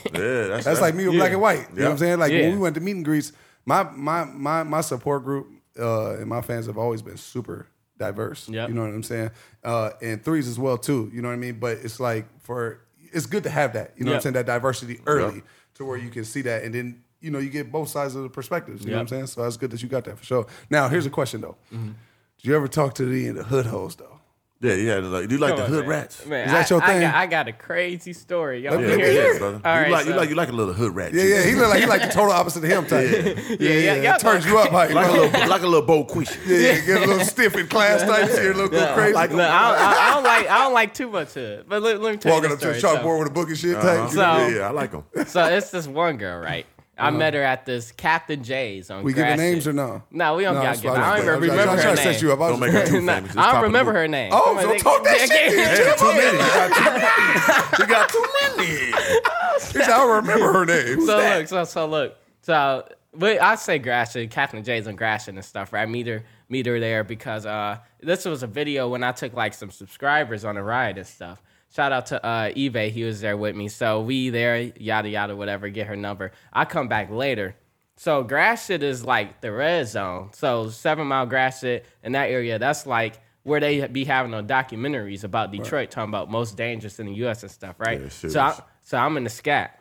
Speaker 3: that's,
Speaker 4: That's like me with black and white. You know what I'm saying? Like
Speaker 1: Yeah.
Speaker 4: when we went to meet and greets, my my my my support group uh, and my fans have always been super diverse.
Speaker 1: Yep.
Speaker 4: You know what I'm saying? Uh, and threes as well too. You know what I mean? But it's like for it's good to have that. You know what I'm
Speaker 1: Yep.
Speaker 4: saying? That diversity early to where you can see that and then you know you get both sides of the perspectives. You know what I'm
Speaker 1: Yep.
Speaker 4: saying? So that's good that you got that for sure. Now here's a question though. Did you ever talk to the, the hood hoes though?
Speaker 3: Yeah, yeah. Like, do you like the hood rats?
Speaker 1: Man,
Speaker 4: Is that
Speaker 1: I,
Speaker 4: your
Speaker 1: I
Speaker 4: thing?
Speaker 1: got, I got a crazy story. Y'all
Speaker 4: me
Speaker 1: wanna
Speaker 3: Yeah,
Speaker 1: hear
Speaker 4: hear
Speaker 1: this?
Speaker 4: it.
Speaker 3: brother.
Speaker 1: All
Speaker 3: you
Speaker 1: right,
Speaker 3: like you
Speaker 1: so-
Speaker 3: like you like a little hood rat.
Speaker 4: Yeah,
Speaker 3: you.
Speaker 4: yeah. He look like he like the total opposite of him type. Yeah, yeah,
Speaker 1: yeah, y'all
Speaker 4: Turns you up, Mike.
Speaker 3: Like a little like a little Bo Quisha.
Speaker 4: Yeah, yeah, get a little stiff in class type shit, a little go crazy.
Speaker 1: Like, look, I, don't, I, I don't like I don't like too much hood, but let, let me tell
Speaker 4: Walking
Speaker 1: you
Speaker 4: up
Speaker 1: this
Speaker 4: to the
Speaker 1: story.
Speaker 4: chalkboard with a book and shit type.
Speaker 1: So-
Speaker 3: yeah, yeah, I like them.
Speaker 1: So, so it's this one girl, right? I met her at this Captain J's on.
Speaker 4: Uh-huh. We giving
Speaker 1: Gratiot.
Speaker 4: names or no?
Speaker 1: No, we don't
Speaker 4: No,
Speaker 1: gotta
Speaker 4: that's
Speaker 1: give.
Speaker 4: fine.
Speaker 1: I don't even
Speaker 4: I'm trying-
Speaker 1: remember
Speaker 4: I'm
Speaker 1: her
Speaker 4: trying
Speaker 1: name.
Speaker 4: to set you up. I was
Speaker 3: Don't make her too
Speaker 1: Nah,
Speaker 3: famous. Just
Speaker 1: I
Speaker 3: pop
Speaker 1: don't
Speaker 3: it
Speaker 1: remember
Speaker 3: open.
Speaker 1: her name.
Speaker 4: Oh,
Speaker 1: Somebody-
Speaker 4: don't talk that shit.
Speaker 3: Yeah, too many. You got too many. You got
Speaker 4: He said, I don't remember her name.
Speaker 1: so look, so so look, so but I say Gratiot, Catherine J's on Gratiot and stuff, right? Meet her, meet her there because uh, this was a video when I took like some subscribers on a ride and stuff. Shout out to uh, Eve, he was there with me. So we there, yada yada, whatever. Get her number. I come back later. So grass shit is like the red zone. So seven mile grass shit in that area, that's like where they be having on documentaries about Detroit, talking about most dangerous in the U.S. and stuff, right?
Speaker 3: Yeah, serious.
Speaker 1: so I, so I'm in the scat.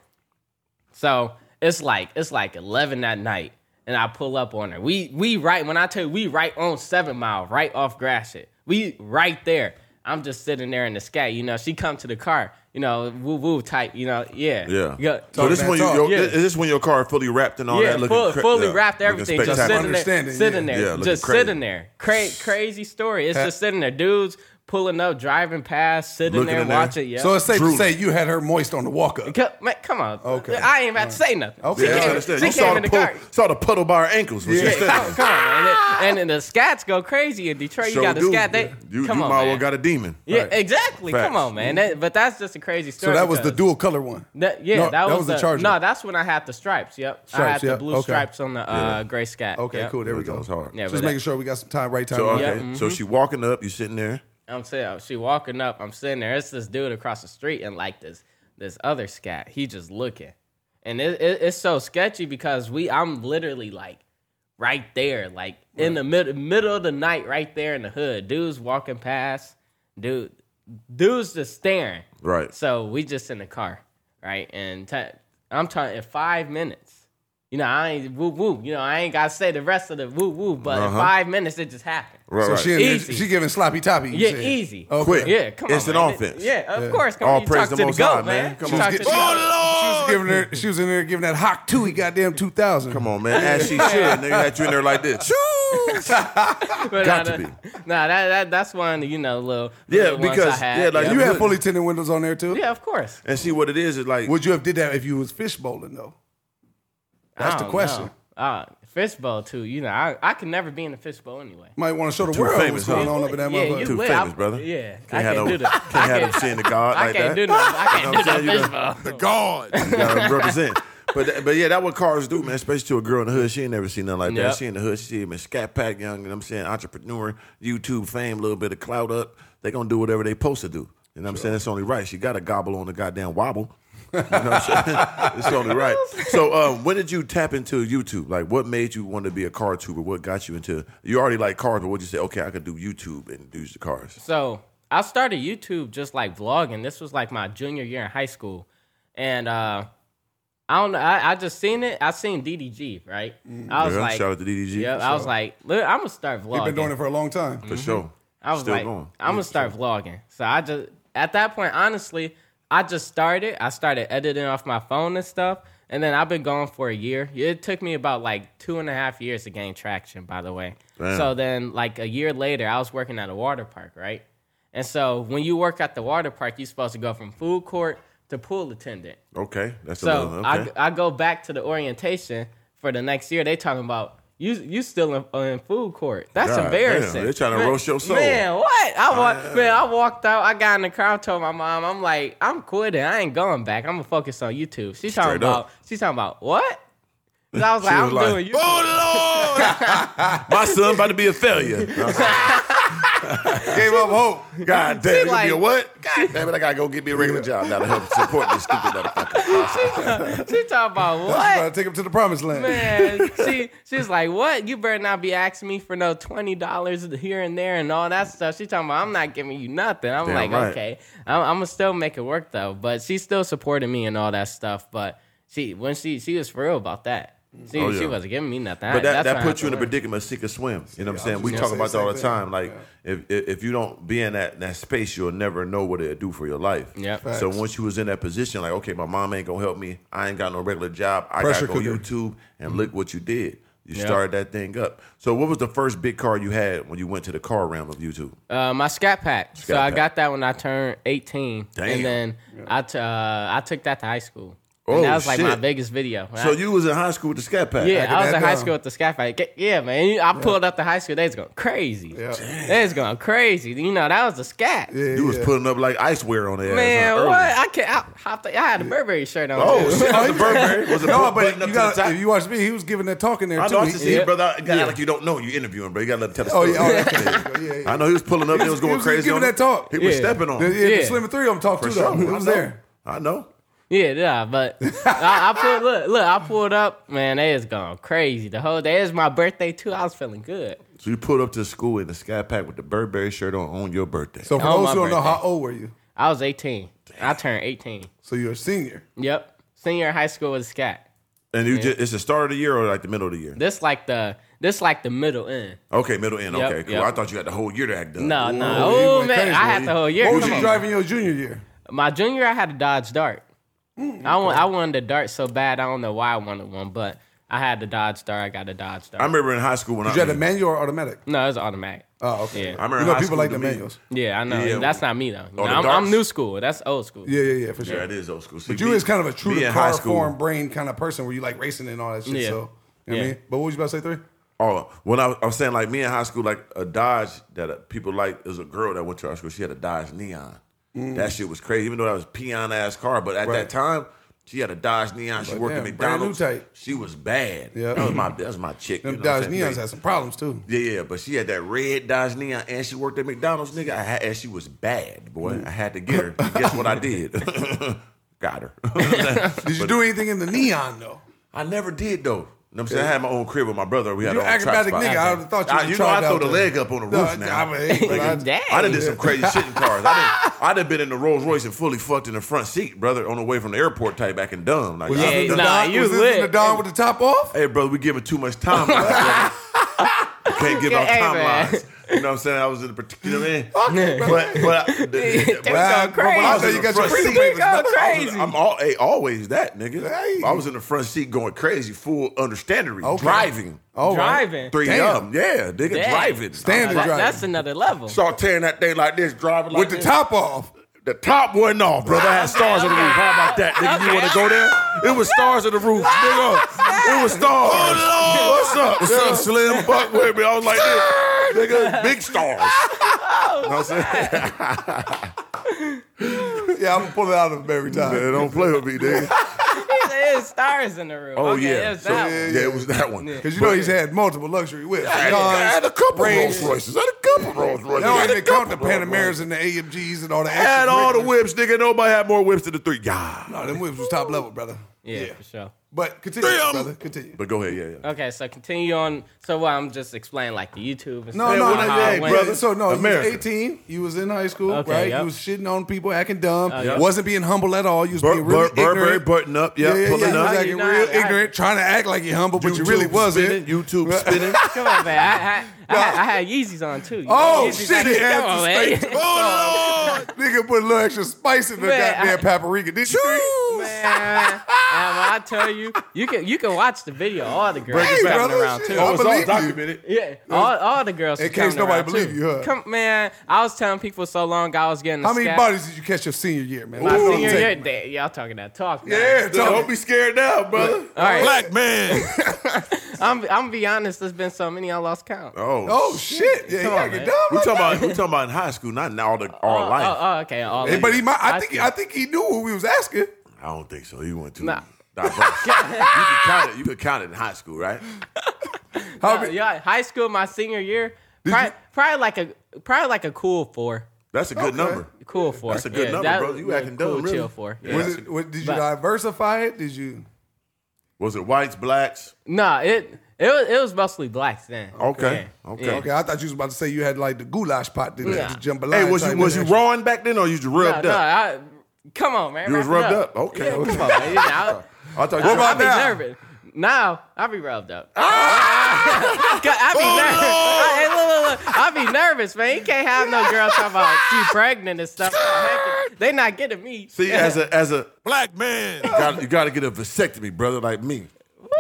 Speaker 1: So it's like it's like eleven that night, and I pull up on her. We we right when I tell you we right on seven mile, right off grass shit. We right there. I'm just sitting there in the scat. You know, she come to the car. You know, woo woo type. You know, yeah,
Speaker 3: Yeah.
Speaker 1: Go-
Speaker 3: So this
Speaker 4: Talk
Speaker 3: when you,
Speaker 4: that
Speaker 3: your,
Speaker 4: talk.
Speaker 1: Yeah.
Speaker 3: is this when your car fully wrapped and all
Speaker 1: yeah,
Speaker 3: that, looking
Speaker 1: full-
Speaker 3: cra-
Speaker 1: fully
Speaker 3: yeah,
Speaker 1: wrapped
Speaker 3: looking
Speaker 1: everything, just
Speaker 3: spectacular.
Speaker 1: sitting there,
Speaker 4: Understanding,
Speaker 1: sitting
Speaker 4: yeah.
Speaker 1: there,
Speaker 3: Yeah, looking
Speaker 1: just
Speaker 3: crazy.
Speaker 1: sitting there. Cra- crazy story. It's just sitting there, dudes pulling up, driving past, sitting
Speaker 3: Looking
Speaker 1: there,
Speaker 3: in there.
Speaker 1: watching. Yeah.
Speaker 4: So it's safe
Speaker 3: Drooling.
Speaker 4: to say you had her moist on the walk up.
Speaker 1: Co- man, come on.
Speaker 4: Okay.
Speaker 1: I ain't about to say nothing.
Speaker 4: Okay.
Speaker 1: She
Speaker 3: Yeah, I
Speaker 1: came,
Speaker 3: understand.
Speaker 1: she
Speaker 3: You
Speaker 1: came
Speaker 3: saw
Speaker 1: in
Speaker 3: the,
Speaker 1: the
Speaker 3: pull,
Speaker 1: car.
Speaker 3: saw the puddle by her ankles. was
Speaker 4: Yeah.
Speaker 3: just
Speaker 1: Yeah,
Speaker 3: that.
Speaker 1: come, come on, man. And, then the scats go crazy in Detroit.
Speaker 3: So
Speaker 1: you got the
Speaker 3: do-
Speaker 1: scat. They,
Speaker 3: you, you
Speaker 1: come on,
Speaker 3: might
Speaker 1: man.
Speaker 3: well got a demon.
Speaker 1: yeah,
Speaker 4: Right.
Speaker 1: exactly. Come
Speaker 3: Facts.
Speaker 1: on, man. That, but that's just a crazy
Speaker 4: So
Speaker 1: story.
Speaker 4: that was the
Speaker 1: because-
Speaker 4: dual color one.
Speaker 1: That, yeah,
Speaker 4: No,
Speaker 1: that, was the,
Speaker 4: Charger.
Speaker 1: No, that's when I had the stripes. Yep, I had
Speaker 4: Stripes,
Speaker 1: the
Speaker 4: yep,
Speaker 1: blue
Speaker 4: okay.
Speaker 1: stripes on the uh, gray scat.
Speaker 4: Okay,
Speaker 1: yep.
Speaker 4: cool. There we
Speaker 3: That
Speaker 4: go.
Speaker 3: was hard.
Speaker 1: Yeah,
Speaker 4: Just
Speaker 1: but that-
Speaker 4: making sure we got some time, right time.
Speaker 3: So, Uh, okay.
Speaker 4: right.
Speaker 3: so
Speaker 1: mm-hmm.
Speaker 3: she walking up, you sitting there.
Speaker 1: I'm saying oh, she walking up. I'm sitting there. It's this dude across the street and like this this other scat. He just looking, and it, it, it's so sketchy because we I'm literally like right there, like in the mid, middle of the night, right there in the hood. Dudes walking past, dude, dudes just staring.
Speaker 3: Right.
Speaker 1: So we just in the car, right? And i I'm talking in five minutes. You know, I ain't woo woo. You know, I ain't gotta say the rest of the woo woo, but in
Speaker 3: Uh-huh.
Speaker 1: five minutes it just happened.
Speaker 3: Right,
Speaker 4: So
Speaker 3: right.
Speaker 4: she in there,
Speaker 1: Easy.
Speaker 4: she giving sloppy toppy. you
Speaker 1: Yeah,
Speaker 4: said.
Speaker 1: easy.
Speaker 4: Okay.
Speaker 3: Quick.
Speaker 1: Yeah, come on.
Speaker 3: Instant
Speaker 1: man.
Speaker 3: offense.
Speaker 1: Yeah, of course. Come
Speaker 3: All
Speaker 1: on, you talk
Speaker 3: praise the
Speaker 1: to the
Speaker 3: Most High,
Speaker 1: goat, man.
Speaker 3: man. Come
Speaker 1: You
Speaker 3: on.
Speaker 1: talk to
Speaker 4: Get-
Speaker 1: the goat.
Speaker 4: oh, Lord! She was giving her. She was in there giving that hot two. He goddamn two thousand.
Speaker 3: Come on, man. As she should. Nigga had you in there like this.
Speaker 1: But
Speaker 3: Got
Speaker 1: nah, nah,
Speaker 3: to be.
Speaker 1: Nah, that, that that's one you know little.
Speaker 3: Yeah,
Speaker 1: little ones
Speaker 3: because-
Speaker 1: I had.
Speaker 3: yeah, like-
Speaker 1: yeah.
Speaker 4: You had
Speaker 3: Would-
Speaker 4: fully tinted windows on there too.
Speaker 1: Yeah, of course.
Speaker 3: And see what it is. Is like
Speaker 4: Would you have did that if you was fish bowling though? That's
Speaker 1: I
Speaker 4: the
Speaker 1: don't
Speaker 4: question.
Speaker 1: know. Uh, fishbowl too. You know, I I could never be in a fishbowl anyway.
Speaker 4: Might want to show the world
Speaker 3: famous,
Speaker 4: what's going
Speaker 3: huh?
Speaker 4: on up in that
Speaker 1: yeah,
Speaker 4: motherfucker.
Speaker 1: you
Speaker 3: Too
Speaker 1: would.
Speaker 3: famous,
Speaker 1: I-
Speaker 3: brother.
Speaker 1: Yeah, I
Speaker 3: have
Speaker 1: can't
Speaker 3: no-
Speaker 1: do that.
Speaker 3: Can't
Speaker 1: I
Speaker 3: have
Speaker 1: can't-
Speaker 3: them seeing the God
Speaker 1: I
Speaker 3: like
Speaker 1: can't
Speaker 3: that.
Speaker 1: do no. I
Speaker 3: You know
Speaker 1: can't
Speaker 3: what
Speaker 1: do
Speaker 3: I'm
Speaker 1: no
Speaker 3: saying? You
Speaker 1: fishbowl.
Speaker 3: the God. You gotta represent. But that- but yeah, that what cars do, man. Especially to a girl in the hood, she ain't never seen nothing like
Speaker 1: Yep.
Speaker 3: that. She in the hood, she even scat pack young. You know what I'm saying? Entrepreneur, YouTube fame, little bit of clout up. They gonna do whatever they supposed to do. You know what I'm saying? That's only right. She gotta gobble on the goddamn wobble. You know what I'm saying? it's only right. So um, when did you tap into YouTube? Like, what made you want to be a car tuber? What got you into? You already like cars, but what you say? Okay, I could do YouTube and do the cars.
Speaker 1: So I started YouTube just like vlogging. This was like my junior year in high school, and uh, I don't know. I, I just seen it. I seen DDG right. I was
Speaker 3: Mm, Yeah,
Speaker 1: like,
Speaker 3: shout out to DDG.
Speaker 1: Yeah, I was like, look, I'm gonna start vlogging.
Speaker 4: Been doing it for a long time.
Speaker 3: for sure.
Speaker 1: I was
Speaker 3: Still
Speaker 1: like,
Speaker 3: going.
Speaker 1: I'm gonna start vlogging. So I just at that point, honestly, I just started. I started editing off my phone and stuff, and then I've been gone for a year. It took me about like two and a half years to gain traction, by the way.
Speaker 3: Damn.
Speaker 1: So then, like a year later, I was working at a water park, right? And so when you work at the water park, you're supposed to go from food court to pool attendant.
Speaker 3: Okay, that's a
Speaker 1: So
Speaker 3: little, okay.
Speaker 1: I, I go back to the orientation for the next year. They talking about you you still in, uh, in food court. That's
Speaker 3: God
Speaker 1: embarrassing.
Speaker 3: damn, they tryna
Speaker 1: Man-
Speaker 3: roast your soul.
Speaker 1: Man, what? I wa- man, I walked out. I got in the car. I told my mom, I'm like, I'm quitting. I ain't going back. I'm gonna focus on YouTube. She's talking
Speaker 3: Straight
Speaker 1: about.
Speaker 3: up.
Speaker 1: She's talking about what? So I was like, I'm doing YouTube.
Speaker 3: Oh Lord, my son about to be a failure.
Speaker 4: Gave up hope.
Speaker 3: God damn,
Speaker 1: She
Speaker 3: you gonna
Speaker 1: like-
Speaker 3: be a what? God damn it, I gotta go get me a regular job now to help support this stupid motherfucker.
Speaker 1: She talking about what?
Speaker 4: Trying to take him to the promised land.
Speaker 1: Man, she she's like, "What? You better not be asking me for no twenty dollars here and there and all that stuff." She talking about, "I'm not giving you nothing." I'm
Speaker 3: Damn
Speaker 1: like,
Speaker 3: right.
Speaker 1: "Okay, I'm, I'm gonna still make it work though." But she still supported me and all that stuff. But she when she she was for real about that. She
Speaker 3: Oh, yeah.
Speaker 1: she wasn't giving me nothing. I-
Speaker 3: But that,
Speaker 1: that's
Speaker 3: that
Speaker 1: what I
Speaker 3: puts
Speaker 1: had
Speaker 3: you in
Speaker 1: to
Speaker 3: a
Speaker 1: learn.
Speaker 3: predicament, sink or swim. You know what I'm
Speaker 4: Yeah, I
Speaker 3: saying? We
Speaker 4: was
Speaker 3: talk
Speaker 4: gonna
Speaker 3: about
Speaker 4: say
Speaker 3: that all
Speaker 4: the
Speaker 3: the
Speaker 4: same
Speaker 3: time. Like if, if if you don't be in that that space, you'll never know what it'll do for your life.
Speaker 1: Yep.
Speaker 3: So once you was in that position, like okay, my mom ain't gonna help me. I ain't got no regular job. I
Speaker 4: Pressure
Speaker 3: gotta go
Speaker 4: cooker.
Speaker 3: YouTube and look what you did. You
Speaker 1: Mm-hmm. Yep.
Speaker 3: started that thing up. So what was the first big car you had when you went to the car realm of YouTube?
Speaker 1: Uh, my Scat Pack. so I
Speaker 3: Pack.
Speaker 1: got that when I turned 18.
Speaker 3: Damn.
Speaker 1: And then I, t- uh, I took that to high school.
Speaker 3: Oh,
Speaker 1: and that was like my
Speaker 3: shit.
Speaker 1: biggest video.
Speaker 3: So you was in high school with the Scat Pack.
Speaker 1: Yeah, I was
Speaker 4: that
Speaker 1: in high
Speaker 4: down.
Speaker 1: school at the Sky Fight. Get- Yeah, man. you- I pulled up to high school. They was going crazy. They was going crazy. You know, that was the scat.
Speaker 3: You was putting up like iceware on the ass.
Speaker 1: Man,
Speaker 3: huh, early.
Speaker 1: what? I can't. I, hopped, I had a Burberry shirt on.
Speaker 3: Oh,
Speaker 1: too.
Speaker 3: shit, out the Burberry. Was it
Speaker 4: No, Oh,
Speaker 3: button
Speaker 4: but
Speaker 3: up to
Speaker 4: you
Speaker 3: the
Speaker 4: got.
Speaker 3: top?
Speaker 4: If you watch me, he was giving that talk in there
Speaker 3: I
Speaker 4: too.
Speaker 3: know, I
Speaker 4: He-
Speaker 3: should see you,
Speaker 1: Yeah.
Speaker 3: brother. I gotta act like you don't know. You interviewing, bro. You gotta let him tell the
Speaker 4: Oh
Speaker 3: story.
Speaker 4: yeah, oh, okay. yeah, yeah, yeah.
Speaker 3: I know he was pulling up. He was going
Speaker 4: he was
Speaker 3: crazy.
Speaker 4: giving
Speaker 3: on
Speaker 4: that
Speaker 3: it.
Speaker 4: talk.
Speaker 3: He was
Speaker 1: Yeah.
Speaker 3: stepping on.
Speaker 4: Yeah,
Speaker 3: it.
Speaker 4: yeah,
Speaker 1: Yeah.
Speaker 4: Slim and Three of them talked
Speaker 3: For
Speaker 4: too.
Speaker 3: sure.
Speaker 4: Though.
Speaker 3: I
Speaker 4: Who was
Speaker 3: know.
Speaker 4: there?
Speaker 3: I know.
Speaker 1: Yeah, nah, but I, I pulled look, look, I pulled up, man, they is going crazy. The whole day is my birthday too. I was feeling good.
Speaker 3: So you pulled up to school in the sky pack with the Burberry shirt on on your birthday.
Speaker 4: So for
Speaker 1: On
Speaker 4: those
Speaker 1: my
Speaker 4: who don't know,
Speaker 1: birthday.
Speaker 4: how old were you?
Speaker 1: I was 18. I turned 18.
Speaker 4: So you're a senior.
Speaker 1: Yep. Senior in high school with Scott.
Speaker 3: and you just it's the start of the year or like the middle of the year?
Speaker 1: This like the this like the middle end.
Speaker 3: Okay, middle end.
Speaker 1: Yep,
Speaker 3: Okay, cool.
Speaker 1: yep.
Speaker 3: I thought you had the whole year to act done.
Speaker 1: No, no.
Speaker 4: Ooh, you
Speaker 1: Oh
Speaker 4: went
Speaker 1: man,
Speaker 4: crazy,
Speaker 1: I
Speaker 4: boy.
Speaker 1: had the whole year.
Speaker 4: What was
Speaker 1: Come
Speaker 4: you
Speaker 1: on.
Speaker 4: driving your junior year?
Speaker 1: My junior, I had a Dodge Dart.
Speaker 3: Mm,
Speaker 1: I want, I wanted a Dart so bad. I don't know why I wanted one, but I had the Dodge Dart. I got a Dodge Dart.
Speaker 3: I remember in high school when
Speaker 4: Did
Speaker 3: I
Speaker 4: you had a manual or automatic?
Speaker 1: no, it's automatic.
Speaker 4: Oh, okay.
Speaker 1: Yeah.
Speaker 3: I remember
Speaker 4: You know,
Speaker 3: high
Speaker 4: people
Speaker 3: school
Speaker 4: like
Speaker 3: to
Speaker 4: the
Speaker 3: me-
Speaker 4: manuals.
Speaker 1: Yeah, I know.
Speaker 3: Yeah.
Speaker 1: that's not me though.
Speaker 3: Oh, the
Speaker 1: I'm, I'm
Speaker 3: darts.
Speaker 1: new school. That's old school.
Speaker 4: Yeah, yeah, yeah, for sure.
Speaker 3: Yeah, it is old school. See,
Speaker 4: But you
Speaker 3: me-
Speaker 4: is kind of a true
Speaker 3: me
Speaker 4: to
Speaker 3: in high
Speaker 4: car
Speaker 3: school-
Speaker 4: form brain kind of person where you like racing and all that shit.
Speaker 1: Yeah.
Speaker 4: So you know what I
Speaker 1: Yeah.
Speaker 4: mean? But what was you about to say, three?
Speaker 3: Oh, when I, I was saying like me in high school, like a Dodge that uh, people like is a girl that went to our school. She had a Dodge Neon. That shit was crazy. Even though that was peon ass car, but at
Speaker 4: Mm. Right.
Speaker 3: that time she had a Dodge Neon. She
Speaker 4: But
Speaker 3: worked
Speaker 4: damn,
Speaker 3: at
Speaker 4: brand new
Speaker 3: McDonald's.
Speaker 4: type.
Speaker 3: She was bad.
Speaker 4: Yeah.
Speaker 3: that was my that was my chick. you
Speaker 4: Them
Speaker 3: know what I'm
Speaker 4: Dodge
Speaker 3: saying?
Speaker 4: Neons
Speaker 3: They-
Speaker 4: had some problems too.
Speaker 3: Yeah, yeah, but she had that red Dodge Neon, and she worked at McDonald's, nigga. I had, and she was bad, boy.
Speaker 4: Mm.
Speaker 3: I had to get her. Guess what I did? Got her.
Speaker 4: Did you do anything in the neon though?
Speaker 3: I never did though. You know what I'm saying I had my own crib with my brother. We had
Speaker 4: You're
Speaker 3: our own trap
Speaker 4: acrobatic
Speaker 3: spot.
Speaker 4: nigga. I would've thought you
Speaker 3: I-
Speaker 4: was
Speaker 3: You know, I
Speaker 4: tried out
Speaker 3: throw the
Speaker 4: there.
Speaker 3: leg up on the roof
Speaker 4: No,
Speaker 3: now.
Speaker 4: I- I mean,
Speaker 3: Like,
Speaker 4: but I-
Speaker 3: I done did some crazy shit in cars. I done, I done been in the Rolls Royce and fully fucked in the front seat, brother, on the way from the airport type back and dumb. Like,
Speaker 4: Was
Speaker 3: I-
Speaker 4: this in the
Speaker 1: nah,
Speaker 4: Don-
Speaker 1: you
Speaker 4: was this in the
Speaker 1: lit.
Speaker 4: Don with the top off?
Speaker 3: hey, brother, we giving too much time. lines, brother. You can't give out
Speaker 1: Hey, man.
Speaker 3: timelines. You know what I'm saying? I was in the particular man.
Speaker 4: Okay, brother.
Speaker 3: But but I- the- the-
Speaker 1: They
Speaker 3: but I-
Speaker 1: go
Speaker 4: but when I
Speaker 3: I was
Speaker 4: said
Speaker 1: crazy.
Speaker 3: in
Speaker 4: you
Speaker 3: the
Speaker 4: got your
Speaker 3: front
Speaker 4: freedom
Speaker 3: seat.
Speaker 4: papers,
Speaker 1: They go
Speaker 4: brother.
Speaker 3: I was
Speaker 1: crazy.
Speaker 3: in- I'm all, hey, always that nigga.
Speaker 4: Hey.
Speaker 3: I was in the front seat going crazy, full understandery,
Speaker 4: Okay.
Speaker 3: driving.
Speaker 4: All Oh, right.
Speaker 1: Driving.
Speaker 3: Three
Speaker 4: Damn.
Speaker 3: of them, yeah, nigga,
Speaker 1: Damn.
Speaker 3: driving.
Speaker 4: Standard
Speaker 1: That-
Speaker 4: driving.
Speaker 1: that's another level.
Speaker 3: Saw tearing that thing like this, driving like
Speaker 4: With the
Speaker 3: this.
Speaker 4: top off.
Speaker 3: The top wasn't off, brother. I had stars on the roof. How about that, nigga? You want to go there? It was stars on the roof, nigga. It was stars. What's up? Oh, What's up, Slim? Fuck with me. I was like this, nigga. Big stars. You know what I'm saying?
Speaker 4: Yeah, I'm gonna pull it out of him every time.
Speaker 3: Man, don't play with me, nigga.
Speaker 1: There's stars in the room.
Speaker 3: Oh
Speaker 1: okay,
Speaker 3: yeah.
Speaker 1: It's
Speaker 3: So,
Speaker 1: that
Speaker 3: yeah,
Speaker 1: one.
Speaker 3: it was that one.
Speaker 4: Because you know he's had multiple luxury whips.
Speaker 3: I had, I
Speaker 4: Dons.
Speaker 3: had a couple
Speaker 4: Ranges.
Speaker 3: Rolls Royces. I had a couple Rolls Royces.
Speaker 4: Now
Speaker 3: I
Speaker 4: I
Speaker 3: had a
Speaker 4: even count the
Speaker 3: couple Rolls Royces.
Speaker 4: Panameras and the AMGs and all the
Speaker 3: I had
Speaker 4: extra
Speaker 3: all the
Speaker 4: curriculum.
Speaker 3: whips, nigga. Nobody had more whips than the three. Yeah.
Speaker 4: No, them whips was top level, brother.
Speaker 1: Yeah, for sure.
Speaker 4: But continue,
Speaker 3: Damn.
Speaker 4: brother. Continue.
Speaker 3: But go ahead, yeah, yeah.
Speaker 1: Okay, so continue on. So what I'm just explaining like the YouTube and
Speaker 4: No,
Speaker 1: stuff.
Speaker 4: no,
Speaker 3: when
Speaker 4: no,
Speaker 3: I-
Speaker 1: how it
Speaker 3: yeah,
Speaker 1: went.
Speaker 3: brother.
Speaker 4: So no, you was
Speaker 3: America.
Speaker 4: 18. You was in high school,
Speaker 1: Okay,
Speaker 4: right?
Speaker 1: yep. Uh,
Speaker 4: You was shitting on people, acting dumb.
Speaker 1: yep.
Speaker 4: Wasn't being humble at all. You was
Speaker 3: Bur-
Speaker 4: being really
Speaker 3: Bur- Burberry
Speaker 4: ignorant.
Speaker 3: button up, yeah, pulling up.
Speaker 4: Exactly.
Speaker 1: Nah,
Speaker 4: real
Speaker 1: I-
Speaker 4: ignorant, trying to act like you're humble, but you
Speaker 3: YouTube
Speaker 4: really wasn't.
Speaker 3: spinning, YouTube spinning.
Speaker 1: Come on, man. I, I, I, had, I had Yeezys on too. You
Speaker 4: Oh
Speaker 1: know, Yeezys
Speaker 4: shit!
Speaker 1: like-
Speaker 4: He had
Speaker 1: come
Speaker 4: some
Speaker 1: on, man.
Speaker 4: space. Oh lord! Nigga put a little extra spice in the
Speaker 1: Man,
Speaker 4: goddamn
Speaker 1: I-
Speaker 4: paprika. Did you? think?
Speaker 1: Man, and when I tell you, you can you can watch the video. All the girls
Speaker 4: Hey,
Speaker 1: coming
Speaker 4: brother,
Speaker 1: around
Speaker 4: shit.
Speaker 1: too.
Speaker 4: I
Speaker 3: Oh, it's all
Speaker 4: believe you.
Speaker 3: documented.
Speaker 1: Yeah, all, all the girls.
Speaker 4: In
Speaker 1: was
Speaker 4: case
Speaker 1: coming
Speaker 4: nobody
Speaker 1: around,
Speaker 4: believe
Speaker 1: too.
Speaker 4: you, huh?
Speaker 1: Come, man, I was telling people so long I was getting. A
Speaker 4: How many
Speaker 1: scat-
Speaker 4: bodies did you catch your senior year, man?
Speaker 1: My
Speaker 4: Let's go
Speaker 1: senior
Speaker 4: take-
Speaker 1: year, Damn, y'all talking that talk. now.
Speaker 4: Yeah, tell
Speaker 3: Don't
Speaker 4: me.
Speaker 3: be scared now, brother.
Speaker 1: All right.
Speaker 3: Black man.
Speaker 1: I'm, I'm gonna be honest. There's been so many I lost count.
Speaker 3: Oh,
Speaker 4: Oh shit! Yeah, you
Speaker 1: Come
Speaker 4: gotta
Speaker 1: on,
Speaker 4: get
Speaker 1: man.
Speaker 4: dumb.
Speaker 3: we
Speaker 4: like
Speaker 3: talking
Speaker 4: that.
Speaker 3: about we talking about in high school, not in all the all
Speaker 1: Oh,
Speaker 3: life.
Speaker 1: oh, oh, okay. All
Speaker 4: Hey, but he might. I
Speaker 1: I
Speaker 4: think.
Speaker 1: see.
Speaker 4: I think he knew what we was asking.
Speaker 3: I don't think so. He went to
Speaker 1: Nah.
Speaker 3: diverse. you could count it. You could count it in high school, right?
Speaker 4: How
Speaker 1: Uh,
Speaker 4: many-
Speaker 1: yeah, high school, my senior year, probably, probably like a probably like a cool four,
Speaker 3: That's a good
Speaker 4: Okay.
Speaker 3: number.
Speaker 1: cool four.
Speaker 3: That's a good
Speaker 1: Yeah,
Speaker 3: number,
Speaker 1: that-
Speaker 3: bro. You
Speaker 1: yeah,
Speaker 3: acting dumb,
Speaker 1: cool,
Speaker 3: really.
Speaker 1: chill four.
Speaker 3: Yeah.
Speaker 4: Was it? What, did you
Speaker 1: But-
Speaker 4: diversify it? Did you?
Speaker 3: Was it whites, blacks?
Speaker 1: Nah, it it was it was mostly blacks then.
Speaker 3: Okay,
Speaker 1: Yeah.
Speaker 3: okay.
Speaker 1: Yeah.
Speaker 4: Okay, I thought you was about to say you had like the goulash pot, did
Speaker 1: Yeah.
Speaker 4: the jambalaya.
Speaker 3: Hey, was
Speaker 4: type
Speaker 3: you was you
Speaker 4: interaction.
Speaker 3: rawing back then or you just
Speaker 1: No,
Speaker 3: rubbed
Speaker 1: no,
Speaker 3: up?
Speaker 1: I, come on, man.
Speaker 3: You was
Speaker 1: wrap it
Speaker 3: rubbed up. Okay.
Speaker 1: Yeah, come on, man. You know, I,
Speaker 3: I thought you
Speaker 4: What
Speaker 3: were-
Speaker 4: about
Speaker 1: be
Speaker 4: now?
Speaker 1: nervous. Now I be rubbed up.
Speaker 3: Ah!
Speaker 1: I be
Speaker 3: Oh,
Speaker 1: nervous. I, hey, look, look, look. I be nervous, man. You can't have no girl talking about she pregnant and stuff. they not getting me.
Speaker 3: See, as a as a black man, you gotta, you gotta get a vasectomy, brother, like me.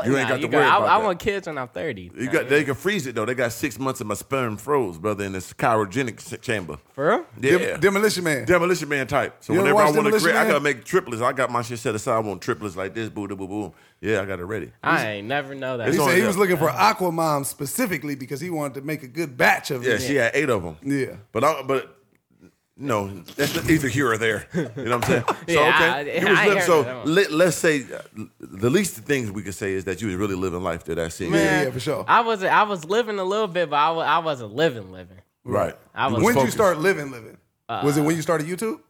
Speaker 3: You ain't
Speaker 1: Nah,
Speaker 3: got to
Speaker 1: you
Speaker 3: worry
Speaker 1: I,
Speaker 3: about
Speaker 1: I
Speaker 3: that.
Speaker 1: want kids when I'm 30.
Speaker 3: you got, they can freeze it though. They got six months of my sperm froze, brother, in this cryogenic s- chamber.
Speaker 1: For real?
Speaker 3: Yeah,
Speaker 4: Dem- Demolition man.
Speaker 3: demolition man type. So
Speaker 4: You ever
Speaker 3: whenever I
Speaker 4: watch
Speaker 3: want to,
Speaker 4: Demolition
Speaker 3: create, I
Speaker 4: Man?
Speaker 3: gotta make triplets. I got my shit set aside. I want triplets like this. Boo, boo, boo, boom. Yeah, I got it ready.
Speaker 1: I ain't never know that.
Speaker 3: It's
Speaker 4: he
Speaker 3: on
Speaker 4: said he
Speaker 3: there.
Speaker 4: was looking for Aquamom specifically because he wanted to make a good batch of
Speaker 3: Yeah,
Speaker 4: it.
Speaker 3: she had eight of them.
Speaker 4: Yeah.
Speaker 3: but I, but no, that's not either here or there. You know what I'm saying? So
Speaker 1: Yeah,
Speaker 3: okay,
Speaker 1: I-
Speaker 3: you was
Speaker 1: I ain't
Speaker 3: living,
Speaker 1: heard that
Speaker 3: so
Speaker 1: one.
Speaker 3: let, let's say uh, the least things we could say is that you was really living life through that scene.
Speaker 4: Man. yeah, for sure.
Speaker 1: I was I was living a little bit, but I was, I wasn't living living.
Speaker 3: Right.
Speaker 1: I was- Uh,
Speaker 3: was
Speaker 4: When did you
Speaker 3: focused.
Speaker 4: start living living? was it when you started YouTube?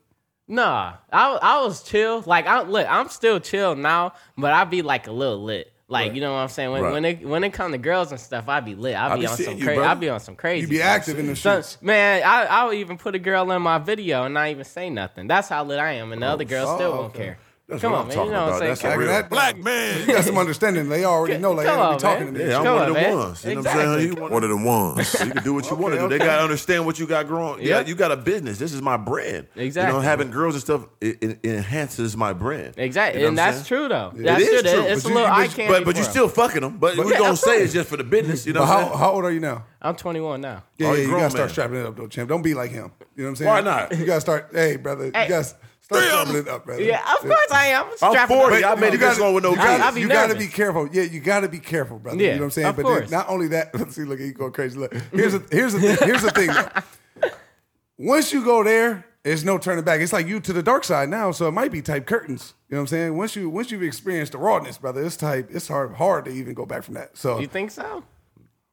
Speaker 1: Nah, I I was chill. Like I look, I'm still chill now, but I be like a little lit. Like you know what I'm saying. When
Speaker 3: Right.
Speaker 1: when it when it come to girls and stuff, I be lit. I
Speaker 3: I
Speaker 1: be,
Speaker 3: be
Speaker 1: on
Speaker 3: seeing
Speaker 1: some
Speaker 3: you,
Speaker 1: crazy.
Speaker 3: brother.
Speaker 1: I be on some crazy.
Speaker 4: You be
Speaker 1: shit.
Speaker 4: active in the
Speaker 1: So-
Speaker 4: streets.
Speaker 1: man, I I would even put a girl in my video and not even say nothing. That's how lit I am, and the other girls
Speaker 4: oh,
Speaker 1: still won't
Speaker 4: okay.
Speaker 1: care.
Speaker 3: That's
Speaker 1: come
Speaker 3: what
Speaker 1: on,
Speaker 3: I'm
Speaker 1: man.
Speaker 3: talking
Speaker 1: you know
Speaker 3: about.
Speaker 1: what I'm
Speaker 3: That's
Speaker 1: saying?
Speaker 3: a
Speaker 4: Like
Speaker 3: real
Speaker 4: that-
Speaker 3: black man.
Speaker 4: You got some understanding. They already know. Like,
Speaker 1: Come
Speaker 4: they don't
Speaker 1: on,
Speaker 4: be talking
Speaker 1: man.
Speaker 4: to me.
Speaker 3: Yeah, I'm
Speaker 1: Come
Speaker 3: one
Speaker 1: on,
Speaker 3: of the
Speaker 1: man.
Speaker 3: ones. You know what I'm saying?
Speaker 1: Exactly.
Speaker 3: You one of the ones. So you can do what you want to do. They
Speaker 4: okay.
Speaker 3: gotta understand what you got growing. Yeah,
Speaker 1: Yeah.
Speaker 3: you got a business. This is my brand. You
Speaker 1: Exactly.
Speaker 3: know, having girls and stuff it, it enhances my brand.
Speaker 1: Exactly,
Speaker 3: You know
Speaker 1: and
Speaker 3: what I'm
Speaker 1: that's
Speaker 3: saying?
Speaker 1: true though. That's
Speaker 3: is
Speaker 1: true.
Speaker 3: true,
Speaker 1: It's a
Speaker 4: but you-
Speaker 1: little
Speaker 4: but
Speaker 1: eye
Speaker 4: you-
Speaker 1: candy.
Speaker 3: But but
Speaker 1: for
Speaker 3: you
Speaker 1: 'em.
Speaker 3: still fucking them. But we're
Speaker 1: Yeah,
Speaker 3: gonna
Speaker 1: that's
Speaker 3: say
Speaker 1: right.
Speaker 3: it's just for the business. You know
Speaker 4: But
Speaker 3: what I'm
Speaker 4: how,
Speaker 3: saying?
Speaker 4: how old are you now?
Speaker 1: I'm 21 now.
Speaker 4: Yeah,
Speaker 3: Oh,
Speaker 4: yeah,
Speaker 3: you
Speaker 4: you
Speaker 3: grown
Speaker 4: gotta start
Speaker 3: man.
Speaker 4: strapping it up though, champ. Don't be like him. You know what I'm saying?
Speaker 3: Why not?
Speaker 4: You gotta start. Hey, brother,
Speaker 1: Hey.
Speaker 4: you gotta start strapping it up, brother.
Speaker 1: Yeah, of course I am. I'm, strapping up.
Speaker 3: 40. I made
Speaker 4: you
Speaker 3: it this long with no
Speaker 4: you gotta-
Speaker 1: kids. I be
Speaker 4: you gotta
Speaker 1: nervous.
Speaker 4: be careful. Yeah, you gotta be careful, brother.
Speaker 1: Yeah,
Speaker 4: you know what I'm saying?
Speaker 1: of
Speaker 4: but
Speaker 1: course.
Speaker 4: Then, not only that, see, look, you going crazy. Look, here's a, here's the thing, here's the thing. though. Once you go there, there's no turning back. It's like you to the dark side now, so it might be type curtains. You know what I'm saying? Once you once you've experienced the rawness, brother, it's type it's hard hard to even go back from that. So
Speaker 1: You think so?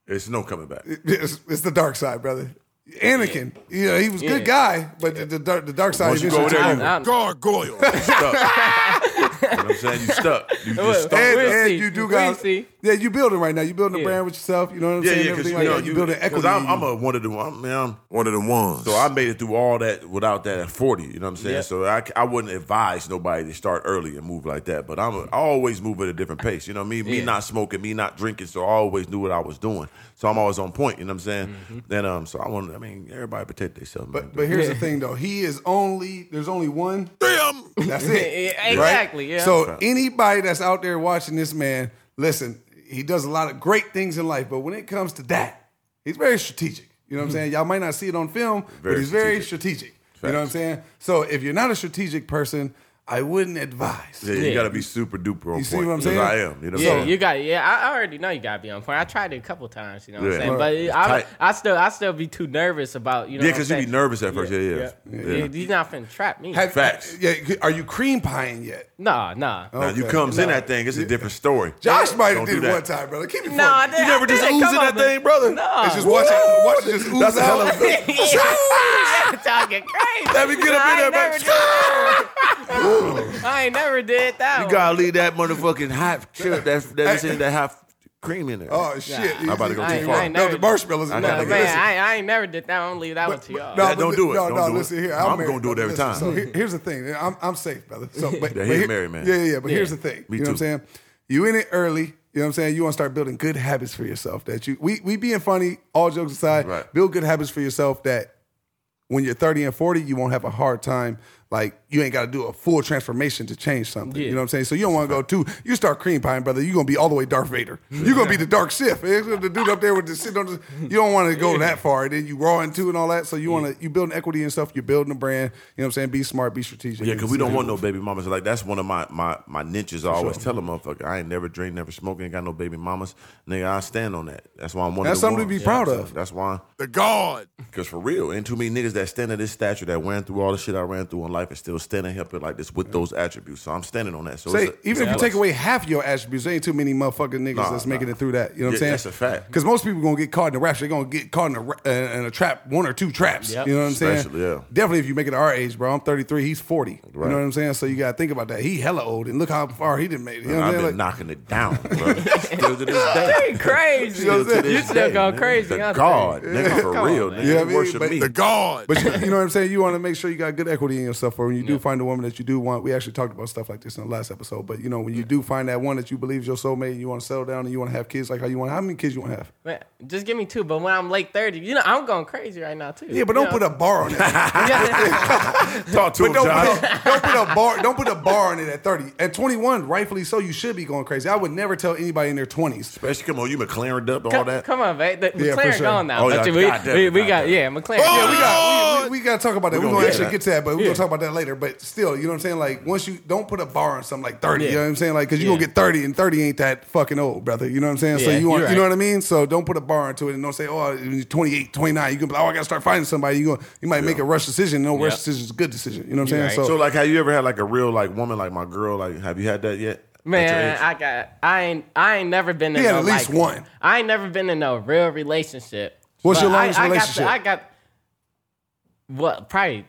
Speaker 3: It's no coming back.
Speaker 4: it's, it's the dark side, brother. Anakin, you know, he was a good guy, but the, the, dark, the dark side.
Speaker 3: Once you go
Speaker 4: eventually
Speaker 3: there,
Speaker 4: took
Speaker 3: you
Speaker 1: I'm- I'm-
Speaker 3: gargoyle. You stuck. you know what I'm saying? You stuck. You just stuck.
Speaker 4: And,
Speaker 1: We'll
Speaker 4: and
Speaker 1: see.
Speaker 4: you do
Speaker 1: We'll
Speaker 4: got
Speaker 1: see.
Speaker 4: yeah, you building right now. You building a
Speaker 1: Yeah.
Speaker 4: brand with yourself. You know what I'm
Speaker 3: Yeah,
Speaker 4: saying?
Speaker 3: yeah, because
Speaker 4: Everything
Speaker 3: you
Speaker 4: like
Speaker 3: know
Speaker 4: that. You building equity.
Speaker 3: I'm, I'm a one of the I'm, man, I'm
Speaker 5: One of the ones.
Speaker 3: So I made it through all that without that at 40. You know what I'm saying?
Speaker 1: Yeah.
Speaker 3: So I, I wouldn't advise nobody to start early and move like that. But I'm a, I always move at a different pace. You know what I mean? Me
Speaker 1: Yeah.
Speaker 3: not smoking, me not drinking. So I always knew what I was doing. So I'm always on point. You know what I'm saying?
Speaker 1: Mm-hmm.
Speaker 3: Then um, so I wanted. I mean, everybody protect themselves.
Speaker 4: but but here's the thing though. He is only there's only one.
Speaker 3: damn,
Speaker 4: That's it.
Speaker 1: Yeah, exactly, yeah.
Speaker 4: So anybody that's out there watching this man, listen, he does a lot of great things in life, but when it comes to that, he's very strategic. You know what I'm saying? Y'all might not see it on film,
Speaker 3: Hmm. Very
Speaker 4: but he's very strategic. You know what I'm
Speaker 3: Facts.
Speaker 4: saying? So if you're not a strategic person, I wouldn't advise.
Speaker 3: yeah, you
Speaker 1: Yeah.
Speaker 3: got to be super duper on
Speaker 4: You
Speaker 3: point.
Speaker 4: see what I'm
Speaker 3: 'cause
Speaker 4: saying?
Speaker 3: I am. You know what I'm
Speaker 1: Yeah,
Speaker 3: saying?
Speaker 1: you got. Yeah, I I already know you got to be on point. I tried it a couple times, you know what
Speaker 3: Yeah.
Speaker 1: I'm saying,
Speaker 3: It's
Speaker 1: but
Speaker 3: tight.
Speaker 1: I, I still, I still be too nervous about you know.
Speaker 3: yeah,
Speaker 1: because
Speaker 3: because you be nervous at first. Yeah, yeah. yeah.
Speaker 1: You, you're not finna trap me.
Speaker 4: Have-
Speaker 3: Facts.
Speaker 4: Yeah, are you cream pieing yet?
Speaker 1: nah, nah.
Speaker 3: Now you
Speaker 4: Okay.
Speaker 3: comes in that thing, it's a different story.
Speaker 4: Josh might have
Speaker 3: Don't do
Speaker 4: did it
Speaker 3: that.
Speaker 4: one time, brother. Keep it
Speaker 1: No, I
Speaker 4: funny.
Speaker 1: did,
Speaker 3: You never
Speaker 1: I did
Speaker 3: just
Speaker 1: it.
Speaker 3: oozing
Speaker 1: Come on,
Speaker 3: that
Speaker 1: man.
Speaker 3: thing, brother.
Speaker 1: No.
Speaker 4: It's just watch it, watch it just ooze
Speaker 3: That's a hell
Speaker 4: out.
Speaker 3: of a.
Speaker 1: You're talking crazy.
Speaker 3: Let me get up in
Speaker 1: I
Speaker 3: there,
Speaker 1: ain't never
Speaker 3: baby.
Speaker 1: did that. I ain't never did that.
Speaker 3: You
Speaker 1: one.
Speaker 3: gotta leave that motherfucking hot chip that's that's in that hot cream in there.
Speaker 4: oh shit!
Speaker 3: I'm about to go
Speaker 1: I
Speaker 3: too
Speaker 1: ain't-
Speaker 3: far.
Speaker 1: I ain't
Speaker 4: No,
Speaker 1: never-
Speaker 4: the marshmallows.
Speaker 3: I
Speaker 4: I
Speaker 3: gotta
Speaker 1: Nah,
Speaker 3: Like,
Speaker 1: man,
Speaker 3: listen.
Speaker 1: I, I ain't never did that. I don't leave that one to y'all.
Speaker 4: No,
Speaker 3: Yeah, don't
Speaker 4: but
Speaker 3: do it.
Speaker 4: No,
Speaker 3: Don't
Speaker 4: no,
Speaker 3: do it.
Speaker 4: listen here.
Speaker 3: I'm
Speaker 4: I'm,
Speaker 3: gonna
Speaker 4: married,
Speaker 3: do it every
Speaker 4: brother.
Speaker 3: time.
Speaker 4: Listen, So here- here's the thing. I'm, I'm safe, brother. So, but,
Speaker 3: Yeah,
Speaker 4: but
Speaker 3: he's
Speaker 4: here-
Speaker 3: married, man.
Speaker 4: Yeah, yeah. But here's the
Speaker 1: Yeah.
Speaker 4: thing.
Speaker 3: Me
Speaker 4: you know what I'm
Speaker 3: too.
Speaker 4: saying? You in it early. You know what I'm saying? You want to start building good habits for yourself. That you we we being funny. All jokes aside,
Speaker 3: Right.
Speaker 4: build good habits for yourself. That when you're 30 and 40, you won't have a hard time. Like you ain't got to do a full transformation to change something. You
Speaker 1: Yeah.
Speaker 4: know what I'm saying? So you don't want to go too. You start cream pieing, brother. You're gonna be all the way Darth Vader. You're gonna be the Dark Sith. It's the dude up there with the sitting on the. You don't want to go that far. Then you raw into it and all that. So you want to you building equity and stuff. You're building a brand. You know what I'm saying? Be smart. Be strategic.
Speaker 3: Yeah, because we don't want no baby mamas. Like that's one of my my my niches. I always tell a motherfucker, I ain't never drink, never smoke, ain't got no baby mamas. Nigga, I stand on that. That's why I'm one.
Speaker 4: That's
Speaker 3: of the
Speaker 4: something to
Speaker 3: ones.
Speaker 4: be proud
Speaker 3: So
Speaker 4: of.
Speaker 3: That's why.
Speaker 5: the God.
Speaker 3: Because for real, ain't too many niggas that stand at this stature that ran through all the shit I ran through in life and still standing up here like this with those attributes. So I'm standing on that. So
Speaker 4: Say,
Speaker 3: it's
Speaker 4: even if
Speaker 3: a, it's
Speaker 4: you
Speaker 3: a
Speaker 4: take
Speaker 3: plus.
Speaker 4: away half your attributes, there ain't too many motherfucking niggas
Speaker 3: Nah,
Speaker 4: that's making
Speaker 3: nah.
Speaker 4: it through that. You know what
Speaker 3: Yeah,
Speaker 4: I'm saying?
Speaker 3: that's a fact.
Speaker 4: Because most people gonna get caught in the raps. They're gonna get caught in a, ra- uh, in a trap, one or two traps.
Speaker 1: Yep.
Speaker 4: You know what I'm saying?
Speaker 3: Especially, yeah.
Speaker 4: Definitely if you make it our age, bro. I'm 33. He's 40. You
Speaker 3: Right.
Speaker 4: know what I'm saying? So you gotta think about that. He hella old, and look how far he didn't make it. You know
Speaker 3: Man,
Speaker 4: what
Speaker 3: I've
Speaker 4: I'm saying?
Speaker 3: been
Speaker 4: Like,
Speaker 3: knocking it down, bro. still to this day.
Speaker 1: They crazy.
Speaker 3: Still to
Speaker 1: You
Speaker 3: this
Speaker 1: still
Speaker 3: day,
Speaker 1: going
Speaker 3: nigga.
Speaker 1: crazy.
Speaker 3: The
Speaker 1: aren't
Speaker 3: God,
Speaker 1: you?
Speaker 3: nigga, for
Speaker 1: Come on,
Speaker 3: real,
Speaker 1: man.
Speaker 3: nigga.
Speaker 4: You know what I mean?
Speaker 3: worship
Speaker 4: But
Speaker 3: me.
Speaker 4: the
Speaker 5: God.
Speaker 4: but you, you know what I'm saying? You want to make sure you got good equity in yourself for when you do find a woman that you do want. We actually talked about stuff like this in the last episode, but you know when you do find that one that you believe is your soulmate, and you want to settle down and you want to have kids, like how you want. How many kids you want to have?
Speaker 1: Man, just give me two. But when I'm late thirty, you know I'm going crazy right now too.
Speaker 4: Yeah, but don't put a bar on that.
Speaker 3: Talk to him,
Speaker 4: But don't
Speaker 3: Josh.
Speaker 4: put, a, don't put a bar don't put a bar on it at 30. At 21, rightfully so, you should be going crazy. I would never tell anybody in their 20s.
Speaker 3: Especially, come on, you McLaren up all
Speaker 1: Come,
Speaker 3: that.
Speaker 1: come on, babe. The,
Speaker 4: Yeah, for
Speaker 1: McLaren
Speaker 4: sure.
Speaker 1: gone now.
Speaker 3: Oh,
Speaker 1: but
Speaker 3: yeah,
Speaker 1: you- we,
Speaker 3: God damn
Speaker 1: we,
Speaker 3: it,
Speaker 1: we
Speaker 3: God
Speaker 1: got
Speaker 3: damn it. Oh,
Speaker 1: yeah, McLaren.
Speaker 4: Yeah, we got we, we, we got to talk about that. We're,
Speaker 3: gonna
Speaker 4: gonna,
Speaker 3: get
Speaker 4: actually
Speaker 3: that.
Speaker 4: get to that, but we're gonna talk about that later. But still, you know what I'm saying? Like once you don't put a bar on something like 30, you
Speaker 1: Yeah.
Speaker 4: know what I'm saying? Like because you
Speaker 1: Yeah.
Speaker 4: gonna get 30 and 30 ain't that fucking old, brother. You know what I'm saying? so
Speaker 1: Yeah,
Speaker 4: you want
Speaker 1: you're
Speaker 4: you know
Speaker 1: right.
Speaker 4: what I mean? So don't put a bar into it and don't say, oh, when you're 28, 29, you can be like, oh, I gotta start finding somebody. You gonna you might make a rush decision. No rush
Speaker 1: Yeah.
Speaker 4: decision is a good decision. You know what I'm
Speaker 1: You're
Speaker 4: saying?
Speaker 1: right.
Speaker 3: So, like, have you ever had like a real like woman, like my girl? Like, have you had that yet? At your
Speaker 1: Man,
Speaker 3: age?
Speaker 1: I got I ain't I ain't never been in
Speaker 4: He had
Speaker 1: no,
Speaker 4: at least
Speaker 1: like-
Speaker 4: one.
Speaker 1: I ain't never been in no real relationship.
Speaker 4: What's
Speaker 1: But
Speaker 4: your
Speaker 1: I-
Speaker 4: longest
Speaker 1: I,
Speaker 4: relationship?
Speaker 1: Got the- I got what probably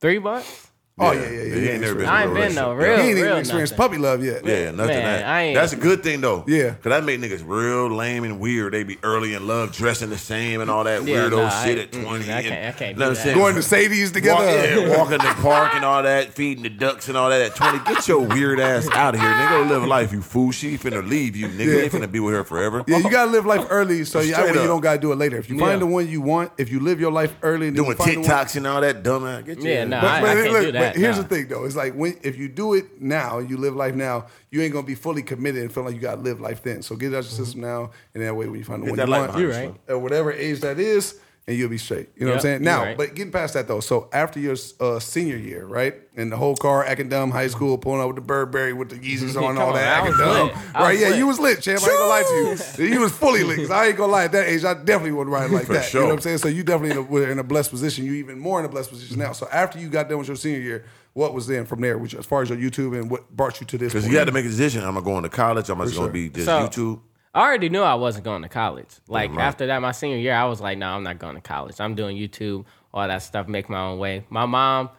Speaker 1: Three months?
Speaker 4: Oh yeah, yeah, yeah.
Speaker 3: He
Speaker 4: yeah.
Speaker 3: ain't never been in a
Speaker 1: I ain't been no
Speaker 3: relationship.
Speaker 1: real.
Speaker 4: He ain't
Speaker 1: real
Speaker 4: even experienced
Speaker 1: nothing.
Speaker 4: puppy love yet.
Speaker 3: Yeah, nothing.
Speaker 1: Man,
Speaker 3: that.
Speaker 1: I ain't-
Speaker 3: That's a good thing though.
Speaker 4: Yeah.
Speaker 3: cause that made niggas real lame and weird. They be early in love, dressing the same and all that
Speaker 1: Yeah,
Speaker 3: weirdo
Speaker 1: nah, I-
Speaker 3: shit at
Speaker 1: mm,
Speaker 3: twenty.
Speaker 1: I
Speaker 3: and-
Speaker 1: can't- I can't
Speaker 3: you
Speaker 1: do
Speaker 3: know what I'm
Speaker 1: that.
Speaker 3: saying?
Speaker 4: Going to Sadie's
Speaker 3: Walk,
Speaker 4: together.
Speaker 3: yeah, walking in the park and all that, feeding the ducks and all that at 20. Get your weird ass out of here. Nigga, go live life, you fool. She finna leave you, nigga. They finna be with her forever.
Speaker 4: Yeah, you gotta live life early, so yeah,
Speaker 3: Straight
Speaker 4: you
Speaker 3: up.
Speaker 4: don't gotta do it later. If you find
Speaker 1: Yeah.
Speaker 4: the one you want, if you live your life early, and then
Speaker 3: Doing
Speaker 4: you find the one-
Speaker 3: TikToks and all that dumb ass. Get your
Speaker 1: Yeah, nah,
Speaker 4: But,
Speaker 1: I, I
Speaker 4: but
Speaker 1: can't
Speaker 4: look,
Speaker 1: do
Speaker 4: but
Speaker 1: that.
Speaker 4: here's
Speaker 1: nah.
Speaker 4: the thing, though. It's like when if you do it now, you live life now, you ain't gonna be fully committed and feel like you gotta live life then. So get it out your system now, and that way when you find the
Speaker 3: Get
Speaker 4: one
Speaker 3: that
Speaker 4: you
Speaker 3: light
Speaker 4: want,
Speaker 3: behind You you, right.
Speaker 4: at whatever age that is, and you'll be straight. You know what I'm
Speaker 1: Yep,
Speaker 4: saying?
Speaker 1: you
Speaker 4: Now,
Speaker 1: right.
Speaker 4: but getting past that though, so after your uh, senior year, right, and the whole car acting dumb, high school pulling out with the Burberry with the Yeezys on,
Speaker 1: Mm-hmm. Come
Speaker 4: all
Speaker 1: on,
Speaker 4: that
Speaker 1: I
Speaker 4: acting
Speaker 1: was
Speaker 4: dumb,
Speaker 1: lit. I
Speaker 4: right?
Speaker 1: was
Speaker 4: Yeah,
Speaker 1: lit.
Speaker 4: you was lit, champ. I ain't gonna lie to you. You was fully lit. 'cause I ain't gonna lie. At that age, I definitely would ride like
Speaker 3: For
Speaker 4: that. You know
Speaker 3: sure.
Speaker 4: what I'm saying? So you definitely in a, were in a blessed position. You even more in a blessed position now. So after you got done with your senior year, what was then from there? Which as far as your YouTube and what brought you to this?
Speaker 3: Because
Speaker 4: point?
Speaker 3: you had to make a decision. I'm going to college. I'm just going to be just
Speaker 1: So-
Speaker 3: YouTube.
Speaker 1: I already knew I wasn't going to college. Like
Speaker 3: right.
Speaker 1: after that, my senior year, I was like, no, I'm not going to college. I'm doing YouTube, all that stuff, make my own way. My mom,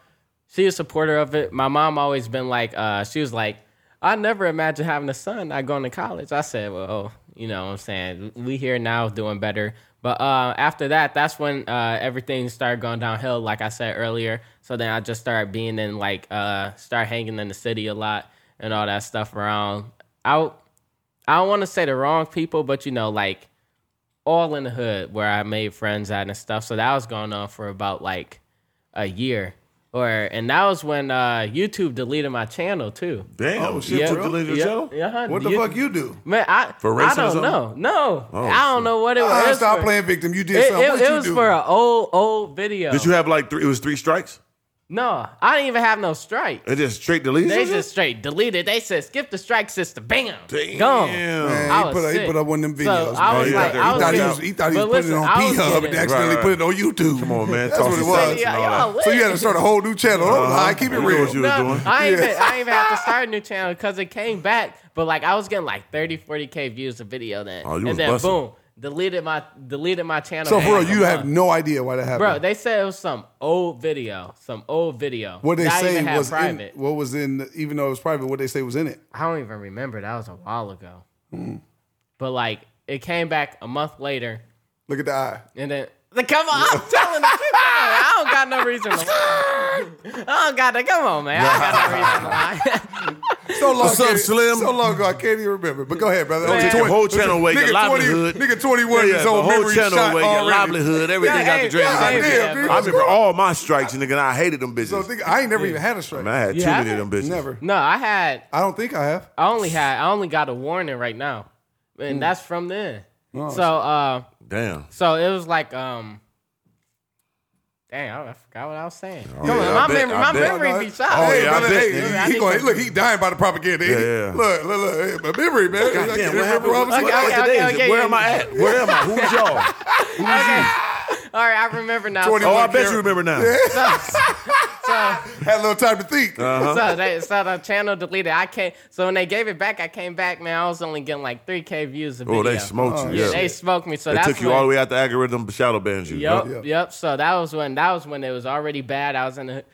Speaker 1: she a supporter of it. My mom always been like, uh, she was like, I never imagined having a son not going to college. I said, well, oh, you know what I'm saying? We here now doing better. But uh, after that, that's when uh, everything started going downhill, like I said earlier. So then I just started being in, like, uh, start hanging in the city a lot and all that stuff around. Out. I don't want to say the wrong people, but you know, like all in the hood where I made friends at and stuff. So that was going on for about like a year. Or and that was when uh, YouTube deleted my channel too.
Speaker 3: Damn.
Speaker 4: Oh, shit,
Speaker 3: you
Speaker 4: for
Speaker 3: took the
Speaker 4: real?
Speaker 3: leader
Speaker 1: Yeah,
Speaker 3: show?
Speaker 1: yeah, huh?
Speaker 4: What the
Speaker 1: You-
Speaker 4: fuck you do?
Speaker 1: Man, I
Speaker 3: For racism
Speaker 1: I
Speaker 3: or
Speaker 1: don't
Speaker 3: something?
Speaker 1: know. No,
Speaker 3: Oh,
Speaker 1: I don't
Speaker 3: shit.
Speaker 1: know what it was.
Speaker 4: Ah,
Speaker 1: It was
Speaker 4: stop
Speaker 1: for-
Speaker 4: playing victim. You did
Speaker 1: It,
Speaker 4: something.
Speaker 1: it-
Speaker 4: What
Speaker 1: it
Speaker 4: you
Speaker 1: was
Speaker 4: do?
Speaker 1: for an old old video.
Speaker 3: Did you have like three? It was three strikes?
Speaker 1: no, I didn't even have no strike.
Speaker 3: It just straight deletion?
Speaker 1: They just straight deleted. They said skip the strike system. Bam,
Speaker 3: Damn.
Speaker 1: gone.
Speaker 4: Man,
Speaker 1: I
Speaker 4: he,
Speaker 1: was
Speaker 4: put up, he
Speaker 1: sick.
Speaker 4: put up one of them
Speaker 1: So,
Speaker 4: videos.
Speaker 1: I
Speaker 4: man.
Speaker 3: was
Speaker 4: he,
Speaker 3: like- I
Speaker 4: thought
Speaker 3: was
Speaker 4: he was,
Speaker 1: getting-
Speaker 4: he thought he was
Speaker 1: but
Speaker 4: putting
Speaker 1: listen,
Speaker 4: it on
Speaker 1: I
Speaker 4: B
Speaker 1: was
Speaker 4: Hub and
Speaker 1: getting-
Speaker 4: accidentally
Speaker 3: Right,
Speaker 4: put it on YouTube.
Speaker 3: Come on, man.
Speaker 4: That's
Speaker 3: Talk
Speaker 4: what it
Speaker 3: your
Speaker 4: was.
Speaker 3: sense and
Speaker 1: Yeah,
Speaker 3: all
Speaker 1: y'all
Speaker 3: that.
Speaker 1: lit.
Speaker 4: So you had to start a whole new channel. I keep it
Speaker 3: I knew
Speaker 4: real.
Speaker 3: what you was doing.
Speaker 1: I ain't even, I ain't even have to start a new channel because it came back. But like I was getting like 30, 40 k views a video then,
Speaker 3: Oh, you was
Speaker 1: and then
Speaker 3: busting.
Speaker 1: boom, deleted my deleted my channel.
Speaker 4: So
Speaker 1: back
Speaker 4: for real,
Speaker 1: like a
Speaker 4: you have
Speaker 1: month.
Speaker 4: no idea why that happened.
Speaker 1: bro. They said it was some old video, some old video.
Speaker 4: what they
Speaker 1: that I
Speaker 4: say
Speaker 1: even had
Speaker 4: was in,
Speaker 1: private.
Speaker 4: what was in, the- even though it was private, what they say was in it.
Speaker 1: I don't even remember. That was a while ago.
Speaker 4: Hmm.
Speaker 1: But like it came back a month later,
Speaker 4: Look at the eye.
Speaker 1: and then. Like, come on, I'm telling the truth. I don't got no reason to lie. I don't got to. Come on, man. I don't got no reason to lie.
Speaker 4: So long,
Speaker 3: What's up,
Speaker 4: ago-
Speaker 3: Slim?
Speaker 4: So long ago, I can't even remember. But go ahead, brother.
Speaker 1: Man.
Speaker 4: Oh,
Speaker 1: Take your
Speaker 3: whole channel away, your
Speaker 4: nigga, 20
Speaker 3: livelihood.
Speaker 4: Nigga, 21
Speaker 3: Yeah,
Speaker 4: years
Speaker 3: the
Speaker 4: old,
Speaker 3: whole
Speaker 4: memory
Speaker 3: channel
Speaker 4: shot
Speaker 3: away, your
Speaker 4: already.
Speaker 3: livelihood, everything
Speaker 1: Yeah,
Speaker 3: out
Speaker 1: hey,
Speaker 3: the drain.
Speaker 1: yeah,
Speaker 3: I remember-
Speaker 1: yeah,
Speaker 4: bro.
Speaker 3: I remember all my strikes, nigga, and I hated them bitches.
Speaker 4: So think, I ain't never even had a strike.
Speaker 3: Man, I had
Speaker 1: You
Speaker 3: too many of
Speaker 1: haven't?
Speaker 3: them bitches.
Speaker 4: Never.
Speaker 1: No, I had
Speaker 4: I don't think I have.
Speaker 1: I only had I only got a warning right now,
Speaker 3: Hmm.
Speaker 1: and that's from then.
Speaker 3: Oh,
Speaker 1: so uh,
Speaker 3: Damn.
Speaker 1: so it was like um, dang, I forgot what I was saying. Come
Speaker 3: Oh, yeah,
Speaker 1: on, my
Speaker 3: I bet-
Speaker 1: memory,
Speaker 3: I
Speaker 1: my
Speaker 3: bet.
Speaker 1: memory
Speaker 4: No,
Speaker 1: be
Speaker 4: I-
Speaker 1: shot.
Speaker 3: Oh,
Speaker 4: hey,
Speaker 3: yeah, I
Speaker 4: brother,
Speaker 3: bet,
Speaker 4: hey,
Speaker 3: nigga.
Speaker 4: he, he going, look, he dying by the propaganda. ain't he?
Speaker 3: Yeah, yeah.
Speaker 4: Look, look, look, hey, my memory, man. I
Speaker 3: Goddamn,
Speaker 4: can't remember
Speaker 3: what happened?
Speaker 4: all this
Speaker 3: What-
Speaker 4: shit.
Speaker 1: Okay,
Speaker 3: what the
Speaker 1: okay,
Speaker 3: days?
Speaker 1: okay,
Speaker 3: Where
Speaker 1: yeah.
Speaker 3: am I at? Where am I? Who's y'all? Who was you?
Speaker 1: All right, I remember now.
Speaker 4: 21
Speaker 3: Oh, I bet you remember now.
Speaker 1: So,
Speaker 3: Uh-huh.
Speaker 4: Had a little time to think.
Speaker 1: so, they, so the channel deleted. I can't. So when they gave it back, I came back. Man, I was only getting like three k views a video.
Speaker 3: Oh, they smoked you.
Speaker 1: Yeah,
Speaker 3: Yeah.
Speaker 1: they smoked me. So
Speaker 3: They
Speaker 1: that's
Speaker 3: took you
Speaker 1: when-
Speaker 3: all the way out the algorithm, shadow banned you.
Speaker 1: Yep,
Speaker 4: Yep.
Speaker 1: yep, So that was when that was when it was already bad. I was in the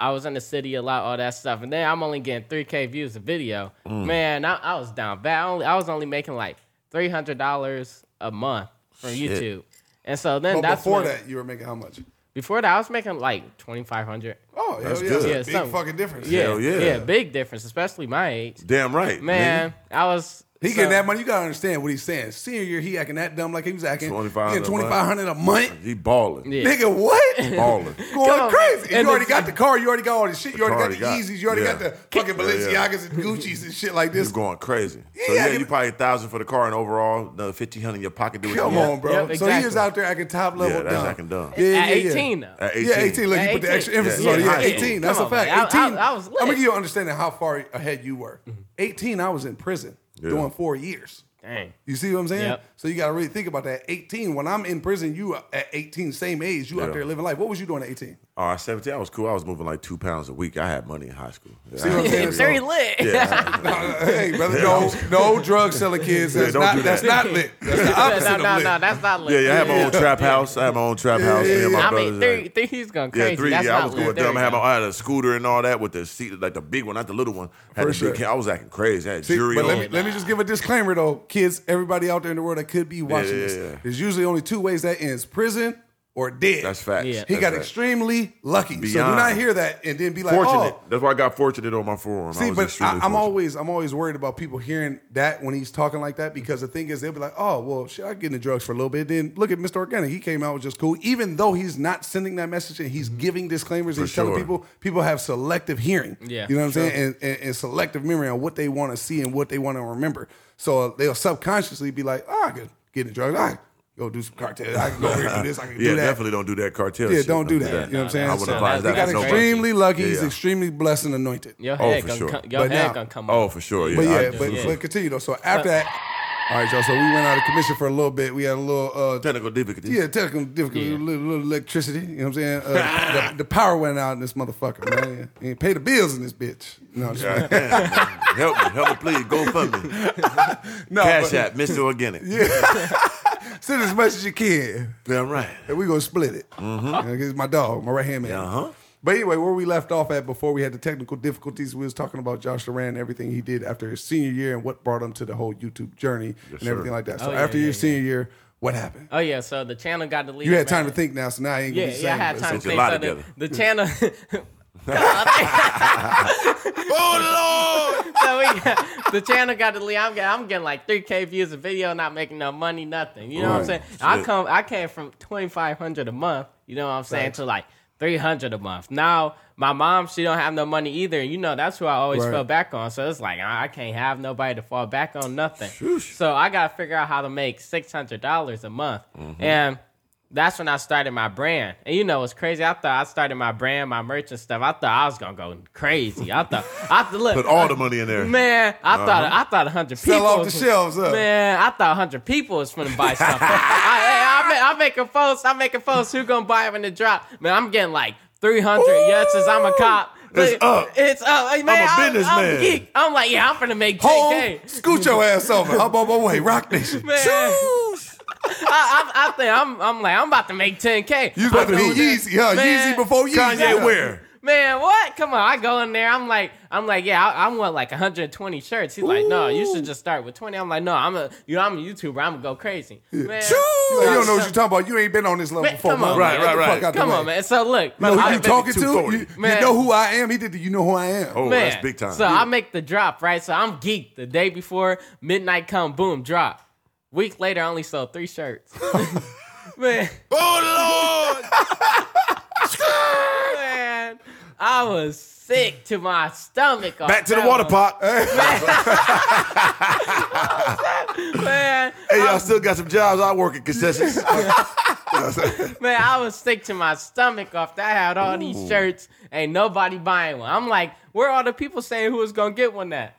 Speaker 1: I was in the city a lot, all that stuff, and then I'm only getting 3k views a video.
Speaker 4: Mm.
Speaker 1: Man, I, I was down bad. I, only, I was only making like 300 dollars a month from
Speaker 3: Shit.
Speaker 1: YouTube, and so then
Speaker 4: But
Speaker 1: that's
Speaker 4: before
Speaker 1: when-
Speaker 4: that, you were making how much?
Speaker 1: Before that, I was making like 2,500.
Speaker 4: Oh, yeah,
Speaker 3: That's
Speaker 4: yeah,
Speaker 3: good.
Speaker 1: Yeah,
Speaker 4: That's a big
Speaker 1: something.
Speaker 4: fucking difference.
Speaker 1: Yeah,
Speaker 3: Hell yeah.
Speaker 1: yeah, big difference, especially my age.
Speaker 3: Damn right.
Speaker 1: Man, I was
Speaker 4: He
Speaker 1: so-
Speaker 4: getting that money. You gotta understand what he's saying. Senior year, he acting that dumb like he was acting. Twenty five
Speaker 3: 2500
Speaker 4: hundred
Speaker 3: a month.
Speaker 4: a month.
Speaker 3: nigga. He balling.
Speaker 1: Yeah.
Speaker 4: Nigga, what?
Speaker 3: Balling.
Speaker 4: Going
Speaker 1: on,
Speaker 4: crazy.
Speaker 1: man.
Speaker 4: And
Speaker 1: And
Speaker 4: you already
Speaker 1: the-
Speaker 4: got the car. You already got all this shit. You
Speaker 3: The
Speaker 4: already
Speaker 3: car
Speaker 4: got
Speaker 3: he
Speaker 4: the
Speaker 3: got.
Speaker 4: Yeezys. You already
Speaker 3: Yeah.
Speaker 4: got the fucking
Speaker 3: Yeah,
Speaker 4: Balenciagas
Speaker 3: yeah.
Speaker 4: and Gucci's and shit like
Speaker 3: He's
Speaker 4: this.
Speaker 3: going crazy. So
Speaker 4: Yeah,
Speaker 3: yeah,
Speaker 4: you-
Speaker 3: you probably a thousand for the car and overall, another fifteen hundred in your pocket. Do what
Speaker 4: Come
Speaker 3: you want.
Speaker 4: on, bro.
Speaker 1: Yep,
Speaker 4: So he
Speaker 1: exactly.
Speaker 4: was out there acting top level
Speaker 3: Yeah, that's
Speaker 4: dumb.
Speaker 3: acting dumb.
Speaker 4: Yeah, yeah,
Speaker 1: at
Speaker 4: yeah.
Speaker 1: 18 though.
Speaker 3: At 18.
Speaker 4: Yeah, 18. Look, he put
Speaker 1: 18.
Speaker 4: the extra emphasis
Speaker 3: Yeah,
Speaker 4: on it. Yeah,
Speaker 3: yeah.
Speaker 4: 18. That's
Speaker 1: Come
Speaker 4: a
Speaker 1: on,
Speaker 4: fact.
Speaker 1: man. I-
Speaker 4: 18.
Speaker 1: I- I was lit. Mm-hmm.
Speaker 4: I'm going to give you an understanding how far ahead you were. 18, I was in prison
Speaker 3: Yeah.
Speaker 4: doing four years.
Speaker 1: Dang.
Speaker 4: You see what I'm saying?
Speaker 1: Yep.
Speaker 4: So you got to really think about that. 18. When I'm in prison, you are at 18, same age. You
Speaker 3: Yeah.
Speaker 4: out there living life. What was you doing at 18?
Speaker 3: All right, 17, I was cool. I was moving like two pounds a week. I had money in high school. Yeah,
Speaker 4: See what I'm
Speaker 3: I-
Speaker 4: saying?
Speaker 1: Very lit.
Speaker 3: yeah, I-
Speaker 4: hey, brother, no, no drug selling kids. That's
Speaker 3: don't
Speaker 4: not.
Speaker 3: do
Speaker 4: That's
Speaker 3: that.
Speaker 4: not lit. That's the opposite
Speaker 1: no,
Speaker 4: of
Speaker 1: no,
Speaker 4: lit.
Speaker 1: no, that's not lit.
Speaker 3: yeah, yeah, I had my own trap house. I had my own trap house. Me and my
Speaker 1: I
Speaker 3: brothers.
Speaker 1: mean,
Speaker 3: like-
Speaker 1: three, three, he's going
Speaker 3: Yeah,
Speaker 1: crazy.
Speaker 3: three.
Speaker 1: That's
Speaker 3: yeah, I
Speaker 1: not
Speaker 3: was going
Speaker 1: lit. There
Speaker 3: dumb. I
Speaker 1: we
Speaker 3: had, my,
Speaker 1: go.
Speaker 3: I had a scooter and all that with the seat, like the big one, not the little one.
Speaker 4: For
Speaker 3: Had the big
Speaker 4: sure.
Speaker 3: can- I was acting crazy. I had
Speaker 4: See,
Speaker 3: jury
Speaker 4: but
Speaker 3: on.
Speaker 4: let me, let me just give a disclaimer though, kids, everybody out there in the world that could be watching
Speaker 3: yeah,
Speaker 4: this,
Speaker 3: yeah.
Speaker 4: there's usually only two ways that ends: prison or dead.
Speaker 3: That's facts.
Speaker 1: Yeah.
Speaker 4: He
Speaker 3: That's
Speaker 4: got
Speaker 3: facts.
Speaker 4: extremely lucky. So do
Speaker 3: Beyond.
Speaker 4: not hear that and then be like,
Speaker 3: fortunate.
Speaker 4: oh.
Speaker 3: That's why I got fortunate on my forearm. I
Speaker 4: See,
Speaker 3: was
Speaker 4: but
Speaker 3: extremely
Speaker 4: I, I'm
Speaker 3: fortunate.
Speaker 4: always I'm always worried about people hearing that when he's talking like that because the thing is they'll be like, oh well, shit, I get into drugs for a little bit. Then look at Mr. Organic, he came out was just cool, even though he's not sending that message and he's giving disclaimers. and he's telling
Speaker 3: Mm-hmm. sure.
Speaker 4: people people have selective hearing.
Speaker 1: Yeah,
Speaker 4: you know what I'm saying, and, and, and selective memory on what they want to see and what they want to remember. So uh, they'll subconsciously be like, oh, I could get into drugs. I could go do some cartels. I can go here and do this. I can
Speaker 3: Yeah,
Speaker 4: do that.
Speaker 3: definitely don't do that cartel.
Speaker 4: Yeah,
Speaker 3: shit.
Speaker 4: don't do that. You know what I'm saying?
Speaker 3: I would
Speaker 4: So
Speaker 3: advise
Speaker 1: he
Speaker 3: that.
Speaker 4: He got
Speaker 1: That's
Speaker 3: to nobody.
Speaker 4: extremely lucky.
Speaker 3: Yeah,
Speaker 4: He's
Speaker 3: yeah.
Speaker 4: extremely blessed and anointed.
Speaker 1: Your
Speaker 3: Oh,
Speaker 1: head
Speaker 3: for
Speaker 1: gonna
Speaker 3: sure.
Speaker 1: come- your
Speaker 4: But
Speaker 1: head
Speaker 4: now-
Speaker 1: gonna come
Speaker 3: Oh,
Speaker 1: off.
Speaker 3: for sure. Yeah,
Speaker 4: But
Speaker 3: I
Speaker 4: yeah, but,
Speaker 3: absolutely-
Speaker 4: but continue though. So after that, all right, y'all. So we went out of commission for a little bit. We had a little, uh,
Speaker 3: technical difficulties.
Speaker 4: yeah, technical difficulty, a little, little electricity. You know what I'm saying? Uh, the, the power went out in this motherfucker, man. You ain't pay the bills in this bitch. No, I'm just playing.
Speaker 3: help me, help me, please. Go fund me.
Speaker 4: no. Oh,
Speaker 3: Cash
Speaker 4: but
Speaker 3: App, Mr. Organic. Yeah,
Speaker 4: Send as much as you can,
Speaker 3: damn right.
Speaker 4: and we gonna split it. Mm-hmm. It's my dog, my right hand man.
Speaker 3: Uh-huh.
Speaker 4: But anyway, where we left off at before we had the technical difficulties, we was talking about Josh Duran and everything he did after his senior year and what brought him to the whole YouTube journey and
Speaker 3: sir. Oh,
Speaker 4: everything like that. So
Speaker 1: yeah,
Speaker 4: after
Speaker 1: yeah,
Speaker 4: your
Speaker 1: yeah.
Speaker 4: senior year, what happened?
Speaker 1: Oh yeah, so the channel got deleted.
Speaker 4: You had time
Speaker 1: man.
Speaker 4: to think now, so now I ain't
Speaker 1: Yeah,
Speaker 4: gonna be
Speaker 1: yeah, I had time
Speaker 4: saying
Speaker 1: to
Speaker 3: Put your
Speaker 1: think.
Speaker 3: lie
Speaker 1: So the, the
Speaker 3: together.
Speaker 1: channel.
Speaker 3: Oh Lord.
Speaker 1: so we got, the channel got deleted. I'm getting, I'm getting like 3k views a video, not making no money, nothing. You know what I'm saying?
Speaker 3: Right.
Speaker 1: I
Speaker 3: Shit.
Speaker 1: come, I came from 2,500 a month. You know what I'm saying? To like 300 a month. Now my mom, she don't have no money either. You know that's who I always
Speaker 4: Right.
Speaker 1: fell back on. So it's like I I can't have nobody to fall back on, nothing.
Speaker 3: Sheesh.
Speaker 1: So I gotta figure out how to make $600 a month,
Speaker 3: Mm-hmm.
Speaker 1: and. That's when I started my brand. And you know, it's crazy. I thought I started my brand, my merch and stuff. I thought I was gonna go crazy. I thought I thought look
Speaker 3: Put all the money in there.
Speaker 1: Man, I thought I thought hundred people
Speaker 4: Uh-huh. Sell off the
Speaker 1: was-
Speaker 4: shelves, huh?
Speaker 1: Man, I thought hundred people was finna buy something. I, I, I, am making posts. I'm making posts. Who gonna buy it when it drop? Man, I'm getting like three hundred. Yes, since I'm a cop.
Speaker 3: It's up.
Speaker 1: It's up. Like, man,
Speaker 3: I'm a
Speaker 1: I'm- I'm,
Speaker 3: businessman.
Speaker 1: geek. I'm like, yeah, I'm finna make
Speaker 4: Home,
Speaker 1: 10K.
Speaker 4: scoot your ass over. I'm on my way. Rock Nation.
Speaker 1: Man, I, I, I think I'm, I'm like, I'm about to make 10K.
Speaker 4: You was about to be
Speaker 1: I'm doing
Speaker 4: Yeezy, huh?
Speaker 1: Man.
Speaker 4: Yeezy before Yeezy.
Speaker 3: Kanye
Speaker 4: Yeah.
Speaker 3: where?
Speaker 1: Man, what? Come on, I go in there. I'm like, I'm like, yeah, I, I want like 120 shirts. He's like, no, you should just start with 20. I'm like, no, I'm a, you know, I'm a YouTuber. I'm gonna go crazy. Man,
Speaker 4: You don't know what you're talking about. You ain't been on this level
Speaker 1: Man,
Speaker 4: before.
Speaker 1: come on,
Speaker 4: man.
Speaker 1: man.
Speaker 4: Get the
Speaker 3: Right, right,
Speaker 4: fuck
Speaker 3: right.
Speaker 4: out the
Speaker 1: Come
Speaker 4: way.
Speaker 1: on, man. So look,
Speaker 4: You know who
Speaker 1: I-
Speaker 4: you talking to? You,
Speaker 3: 240.
Speaker 4: you
Speaker 1: Man.
Speaker 4: know who I am. He did the You Know Who I Am.
Speaker 3: Oh,
Speaker 1: man.
Speaker 3: that's big time.
Speaker 1: So I make the drop, right? So I'm geeked. The day before midnight come, boom, drop. Week later, I only sold three shirts. man,
Speaker 3: oh Lord.
Speaker 1: man, I was sick to my stomach. off
Speaker 3: Back to the
Speaker 1: that
Speaker 3: water
Speaker 1: one.
Speaker 3: pop.
Speaker 1: man.
Speaker 3: Hey,
Speaker 4: Um,
Speaker 3: y'all still got some jobs. I work at concessions.
Speaker 1: Man, I was sick to my stomach off that. I had all these shirts. Ain't nobody buying one. I'm like, where are the people saying who was gonna get one at?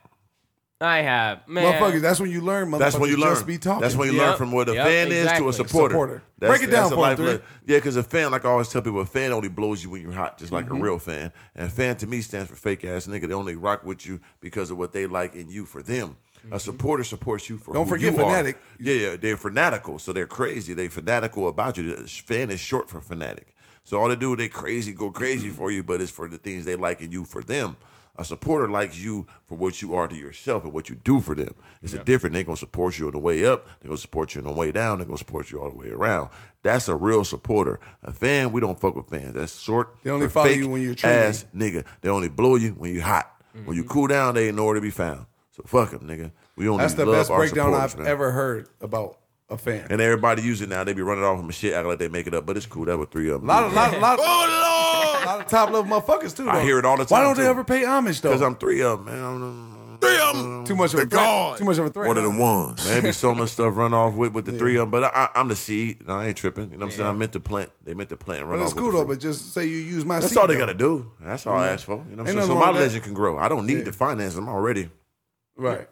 Speaker 1: I have man.
Speaker 4: Motherfuckers, that's when you learn, motherfuckers.
Speaker 3: That's when you learn.
Speaker 4: Just be talking.
Speaker 3: That's when you
Speaker 1: Yep,
Speaker 3: learn from what a
Speaker 1: yep,
Speaker 3: fan
Speaker 1: exactly.
Speaker 3: is to a supporter.
Speaker 4: Supporter.
Speaker 3: That's-
Speaker 4: Break it
Speaker 3: that's
Speaker 4: down
Speaker 3: a
Speaker 4: for 'em,
Speaker 3: life
Speaker 4: Three.
Speaker 3: lesson. Yeah, because a fan, like I always tell people, a fan only blows you when you're hot, just like
Speaker 4: Mm-hmm.
Speaker 3: a real fan. And fan to me stands for fake ass nigga. They only rock with you because of what they like in you for them. A supporter supports you for
Speaker 4: Mm-hmm. Don't
Speaker 3: who
Speaker 4: forget
Speaker 3: you
Speaker 4: fanatic.
Speaker 3: Are. Yeah, yeah, they're fanatical, so they're crazy. They fanatical about you. The Fan is short for fanatic. So all they do, they crazy go crazy for you, but it's for the things they like in you for them. A supporter likes you for what you are to yourself and what you do for them. It's a different. They're gonna support you on the way up. They're gonna support you on the way down. They're gonna support you all the way around. That's a real supporter. A fan, we don't fuck with fans. That's short.
Speaker 4: They only
Speaker 3: for
Speaker 4: follow
Speaker 3: fake
Speaker 4: you when you're trending. Mm-hmm.
Speaker 3: ass nigga. They only blow you when you hot. When you cool down, they ain't nowhere to be found. So fuck them, nigga. We only
Speaker 4: That's the
Speaker 3: love
Speaker 4: best
Speaker 3: our
Speaker 4: breakdown
Speaker 3: supporters,
Speaker 4: I've
Speaker 3: man.
Speaker 4: ever heard about a fan.
Speaker 3: And everybody use it now. They be running off from shit, acting like they make it up. But it's cool. That was three of them.
Speaker 4: A lot of, lot, of- lot, of-
Speaker 3: oh
Speaker 4: a
Speaker 3: lord,
Speaker 4: lot of top level motherfuckers, too. Though.
Speaker 3: I hear it all the
Speaker 4: Why
Speaker 3: time,
Speaker 4: don't they
Speaker 3: too.
Speaker 4: ever pay homage, though?
Speaker 3: because I'm three of them, man. I'm-
Speaker 4: three of them. Too much of a threat. Too much of a threat.
Speaker 2: One of the ones.
Speaker 3: Man, be so much stuff run off with with the three of them. But I, I, I'm the seed. No, I ain't tripping. You know what I'm saying? I meant to plant. They meant to plant. and Run
Speaker 4: But it's
Speaker 3: off with
Speaker 4: cool
Speaker 3: the
Speaker 4: though.
Speaker 3: fruit.
Speaker 4: But just say you use my.
Speaker 3: that's
Speaker 4: seed,
Speaker 3: all they
Speaker 4: though.
Speaker 3: gotta do. That's all I ask for. You know what I'm
Speaker 4: Ain't
Speaker 3: saying? So
Speaker 4: nothing
Speaker 3: my
Speaker 4: wrong with that.
Speaker 3: legend can grow. I don't need to finance them already.
Speaker 4: Right.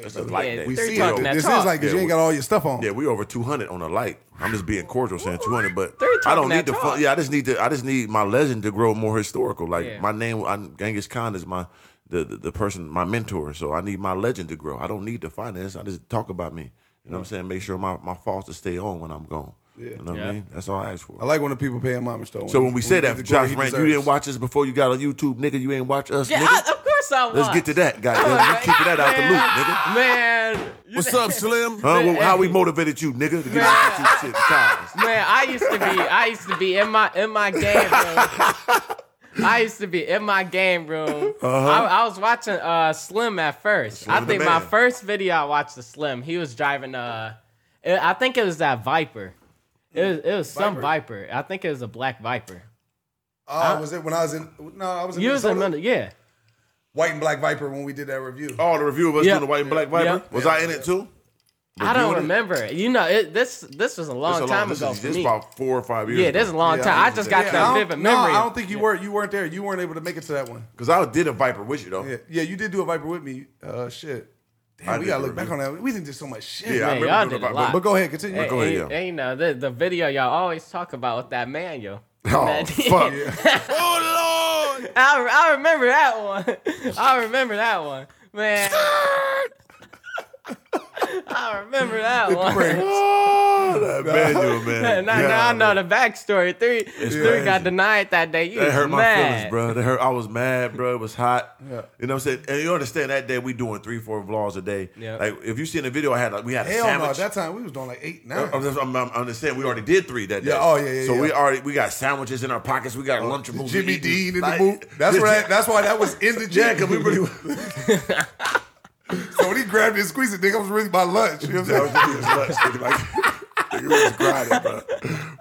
Speaker 3: That's a light
Speaker 1: Yeah,
Speaker 3: day.
Speaker 4: We
Speaker 1: They're
Speaker 4: see it.
Speaker 1: talking
Speaker 4: but
Speaker 1: that
Speaker 4: This is
Speaker 1: talk.
Speaker 4: like because you ain't got all your stuff on.
Speaker 3: Yeah, we over two hundred on a light. I'm just being cordial saying two hundred, but
Speaker 1: They're
Speaker 3: I don't
Speaker 1: talking
Speaker 3: need
Speaker 1: that
Speaker 3: the
Speaker 1: talk.
Speaker 3: fun. Yeah, I just need to. I just need my legend to grow more historical. Like
Speaker 1: Yeah.
Speaker 3: my name, i Genghis Khan is my the, the the person, my mentor. So I need my legend to grow. I don't need the finance. I just talk about me. You know what I'm saying? Make sure my my fosters stay on when I'm gone. You know what
Speaker 1: Yeah.
Speaker 3: I mean? That's all I ask for.
Speaker 4: I like when the people pay him homage though.
Speaker 3: so when we say
Speaker 4: get
Speaker 3: that,
Speaker 4: the glory
Speaker 3: Josh
Speaker 4: he
Speaker 3: Rant, you
Speaker 4: deserves.
Speaker 3: didn't watch us before you got on YouTube, nigga. You ain't watch us,
Speaker 1: Yeah,
Speaker 3: nigga.
Speaker 1: I, of course I was.
Speaker 3: Let's get to that, goddamn. You keeping that out the loop, nigga.
Speaker 1: Man,
Speaker 5: What's up, Slim?
Speaker 3: Huh? Well, how we motivated you, nigga, to get on YouTube shit? Collins.
Speaker 1: man, I used to be, I used to be in my in my game room. I used to be in my game room. I, I was watching uh, Slim at first. I
Speaker 3: Uh-huh. the
Speaker 1: think my
Speaker 3: man.
Speaker 1: first video I watched was Slim. He was driving uh, it- I think it was that Viper. It was it was some Viper. I think it was a black Viper.
Speaker 4: Oh, was it when I was in? No, I was in.
Speaker 1: You was in
Speaker 4: Minnesota.
Speaker 1: Mendel- yeah.
Speaker 4: White and Black Viper when we did that review.
Speaker 3: Oh, the review of us
Speaker 1: Yeah.
Speaker 3: doing the white and black viper.
Speaker 1: Yeah.
Speaker 3: Was I in it too?
Speaker 1: I don't
Speaker 3: Reviewing it?
Speaker 1: remember. it. You know, it, this this was a long
Speaker 3: It's a
Speaker 1: time
Speaker 3: this
Speaker 1: ago
Speaker 3: is-
Speaker 1: for
Speaker 3: this
Speaker 1: me.
Speaker 3: about four or five years.
Speaker 1: yeah, this is a long
Speaker 3: Yeah,
Speaker 1: time. I
Speaker 3: I was
Speaker 1: just
Speaker 3: gonna
Speaker 1: got
Speaker 3: say-
Speaker 4: I
Speaker 1: that
Speaker 4: don't-
Speaker 1: vivid
Speaker 4: no,
Speaker 1: memory.
Speaker 4: I don't think you were. You weren't there. You weren't able to make it to that one.
Speaker 3: because I did a viper with you though.
Speaker 4: Yeah, yeah, you did do a Viper with me. Uh, shit. Damn,
Speaker 3: I
Speaker 4: we
Speaker 3: did
Speaker 4: gotta
Speaker 3: the
Speaker 4: look back on
Speaker 3: review.
Speaker 4: that. We didn't do so much shit.
Speaker 3: Yeah, I
Speaker 1: Man,
Speaker 3: remember
Speaker 1: y'all
Speaker 3: doing
Speaker 1: did
Speaker 3: the
Speaker 1: a
Speaker 3: vibe.
Speaker 1: lot.
Speaker 4: But go ahead, continue.
Speaker 1: And,
Speaker 3: Go ahead,
Speaker 1: and-
Speaker 3: yeah.
Speaker 1: and, you know the, the video y'all always talk about with that manual.
Speaker 3: Oh
Speaker 1: Man,
Speaker 3: fuck!
Speaker 5: Oh, Lord.
Speaker 1: I, I remember that one. I remember that one, man. I remember that one.
Speaker 3: Oh, that manual,
Speaker 1: now,
Speaker 3: man.
Speaker 1: now I
Speaker 3: God,
Speaker 1: know the backstory. Three, three
Speaker 3: crazy.
Speaker 1: got denied that day. You
Speaker 3: That hurt my
Speaker 1: mad.
Speaker 3: feelings, bro. That hurt. I was mad, bro. It was hot. You know what I'm saying? And you understand that day we doing three, four vlogs a day.
Speaker 1: Yeah.
Speaker 3: Like if you seen the video, I had like we had a
Speaker 4: Hell no,
Speaker 3: sandwich.
Speaker 4: at that time we was doing like eight, nine.
Speaker 3: Uh, I'm, just- I'm, I'm understanding. We already did three that day.
Speaker 4: Yeah, oh, yeah, yeah,
Speaker 3: So we
Speaker 4: yeah.
Speaker 3: already we got sandwiches in our pockets. We got lunchables. we
Speaker 4: Jimmy
Speaker 3: eating.
Speaker 4: Dean in
Speaker 3: Like,
Speaker 4: the boot. That's
Speaker 3: this-
Speaker 4: why. That's why that was in the
Speaker 3: Yeah,
Speaker 4: jacket.
Speaker 3: because we really.
Speaker 4: So when he grabbed it and squeezed it, nigga, I was really my lunch. You know what
Speaker 3: That
Speaker 4: I'm
Speaker 3: was
Speaker 4: saying?
Speaker 3: just his lunch, nigga. Like, nigga, we was grinding, bro.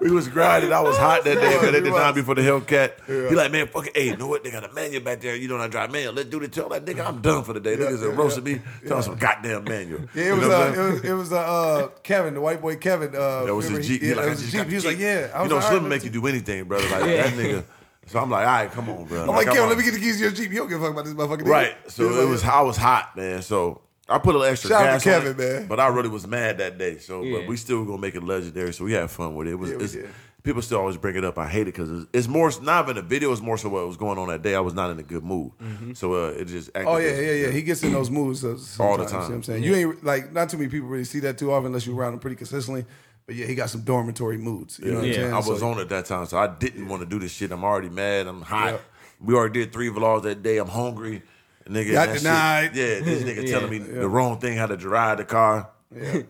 Speaker 3: We was grinding. I was hot that day, man. At the time before the Hellcat, he like, man, fuck it. Hey, you know what? They got a manual back there. You know what I drive manual. Let's do the tell that nigga I'm done for the day. Niggas are roasting me. Tell some goddamn manual.
Speaker 4: Yeah,
Speaker 3: You
Speaker 4: it
Speaker 3: know
Speaker 4: was,
Speaker 3: what I'm
Speaker 4: uh,
Speaker 3: saying?
Speaker 4: it was it was uh, uh, Kevin, the white boy Kevin. Uh,
Speaker 3: That was his
Speaker 4: remember
Speaker 3: Jeep.
Speaker 4: He,
Speaker 3: He
Speaker 4: yeah,
Speaker 3: like,
Speaker 4: that
Speaker 3: I
Speaker 4: was his
Speaker 3: just
Speaker 4: Jeep.
Speaker 3: got
Speaker 4: He was
Speaker 3: Jeep.
Speaker 4: like, yeah. I
Speaker 3: you
Speaker 4: was
Speaker 3: know,
Speaker 4: like, all right,
Speaker 3: Slim make
Speaker 4: let's
Speaker 3: you do anything, brother. Like that nigga. So I'm like, all right, come on, bro.
Speaker 4: I'm like, Kevin,
Speaker 3: on.
Speaker 4: let me get the keys to your Jeep. You don't give a fuck about this motherfucker. nigga.
Speaker 3: Right.
Speaker 4: He
Speaker 3: So it
Speaker 4: like,
Speaker 3: was I was hot, man. So I put a little extra
Speaker 4: Shout out to
Speaker 3: gas on
Speaker 4: Kevin,
Speaker 3: it,
Speaker 4: man.
Speaker 3: But I really was mad that day. So
Speaker 1: Yeah.
Speaker 3: but we still gonna make it legendary. So we had fun with it. It was
Speaker 4: Yeah, we
Speaker 3: it's-
Speaker 4: did.
Speaker 3: people still always bring it up. I hate it because it's, it's more not even the video. It's more so what was going on that day. I was not in a good mood.
Speaker 1: Mm-hmm.
Speaker 3: So uh, it just
Speaker 4: Oh yeah, yeah, yeah. He gets in those moods uh, sometimes,
Speaker 3: All
Speaker 4: You
Speaker 3: the
Speaker 4: know
Speaker 3: time.
Speaker 4: what I'm saying you ain't like not too many people really see that too often unless you around him pretty consistently. But yeah, he got some dormitory moods. You know what
Speaker 1: Yeah.
Speaker 4: I'm saying?
Speaker 3: I was
Speaker 4: So-
Speaker 3: on at that time, so I didn't want to do this shit. I'm already mad. I'm hot. We already did three vlogs that day. I'm hungry. Nigga,
Speaker 4: Y'all
Speaker 3: that shit-
Speaker 4: denied.
Speaker 3: Yeah, this nigga
Speaker 1: Yeah.
Speaker 3: telling me the wrong thing how to drive the car.
Speaker 4: And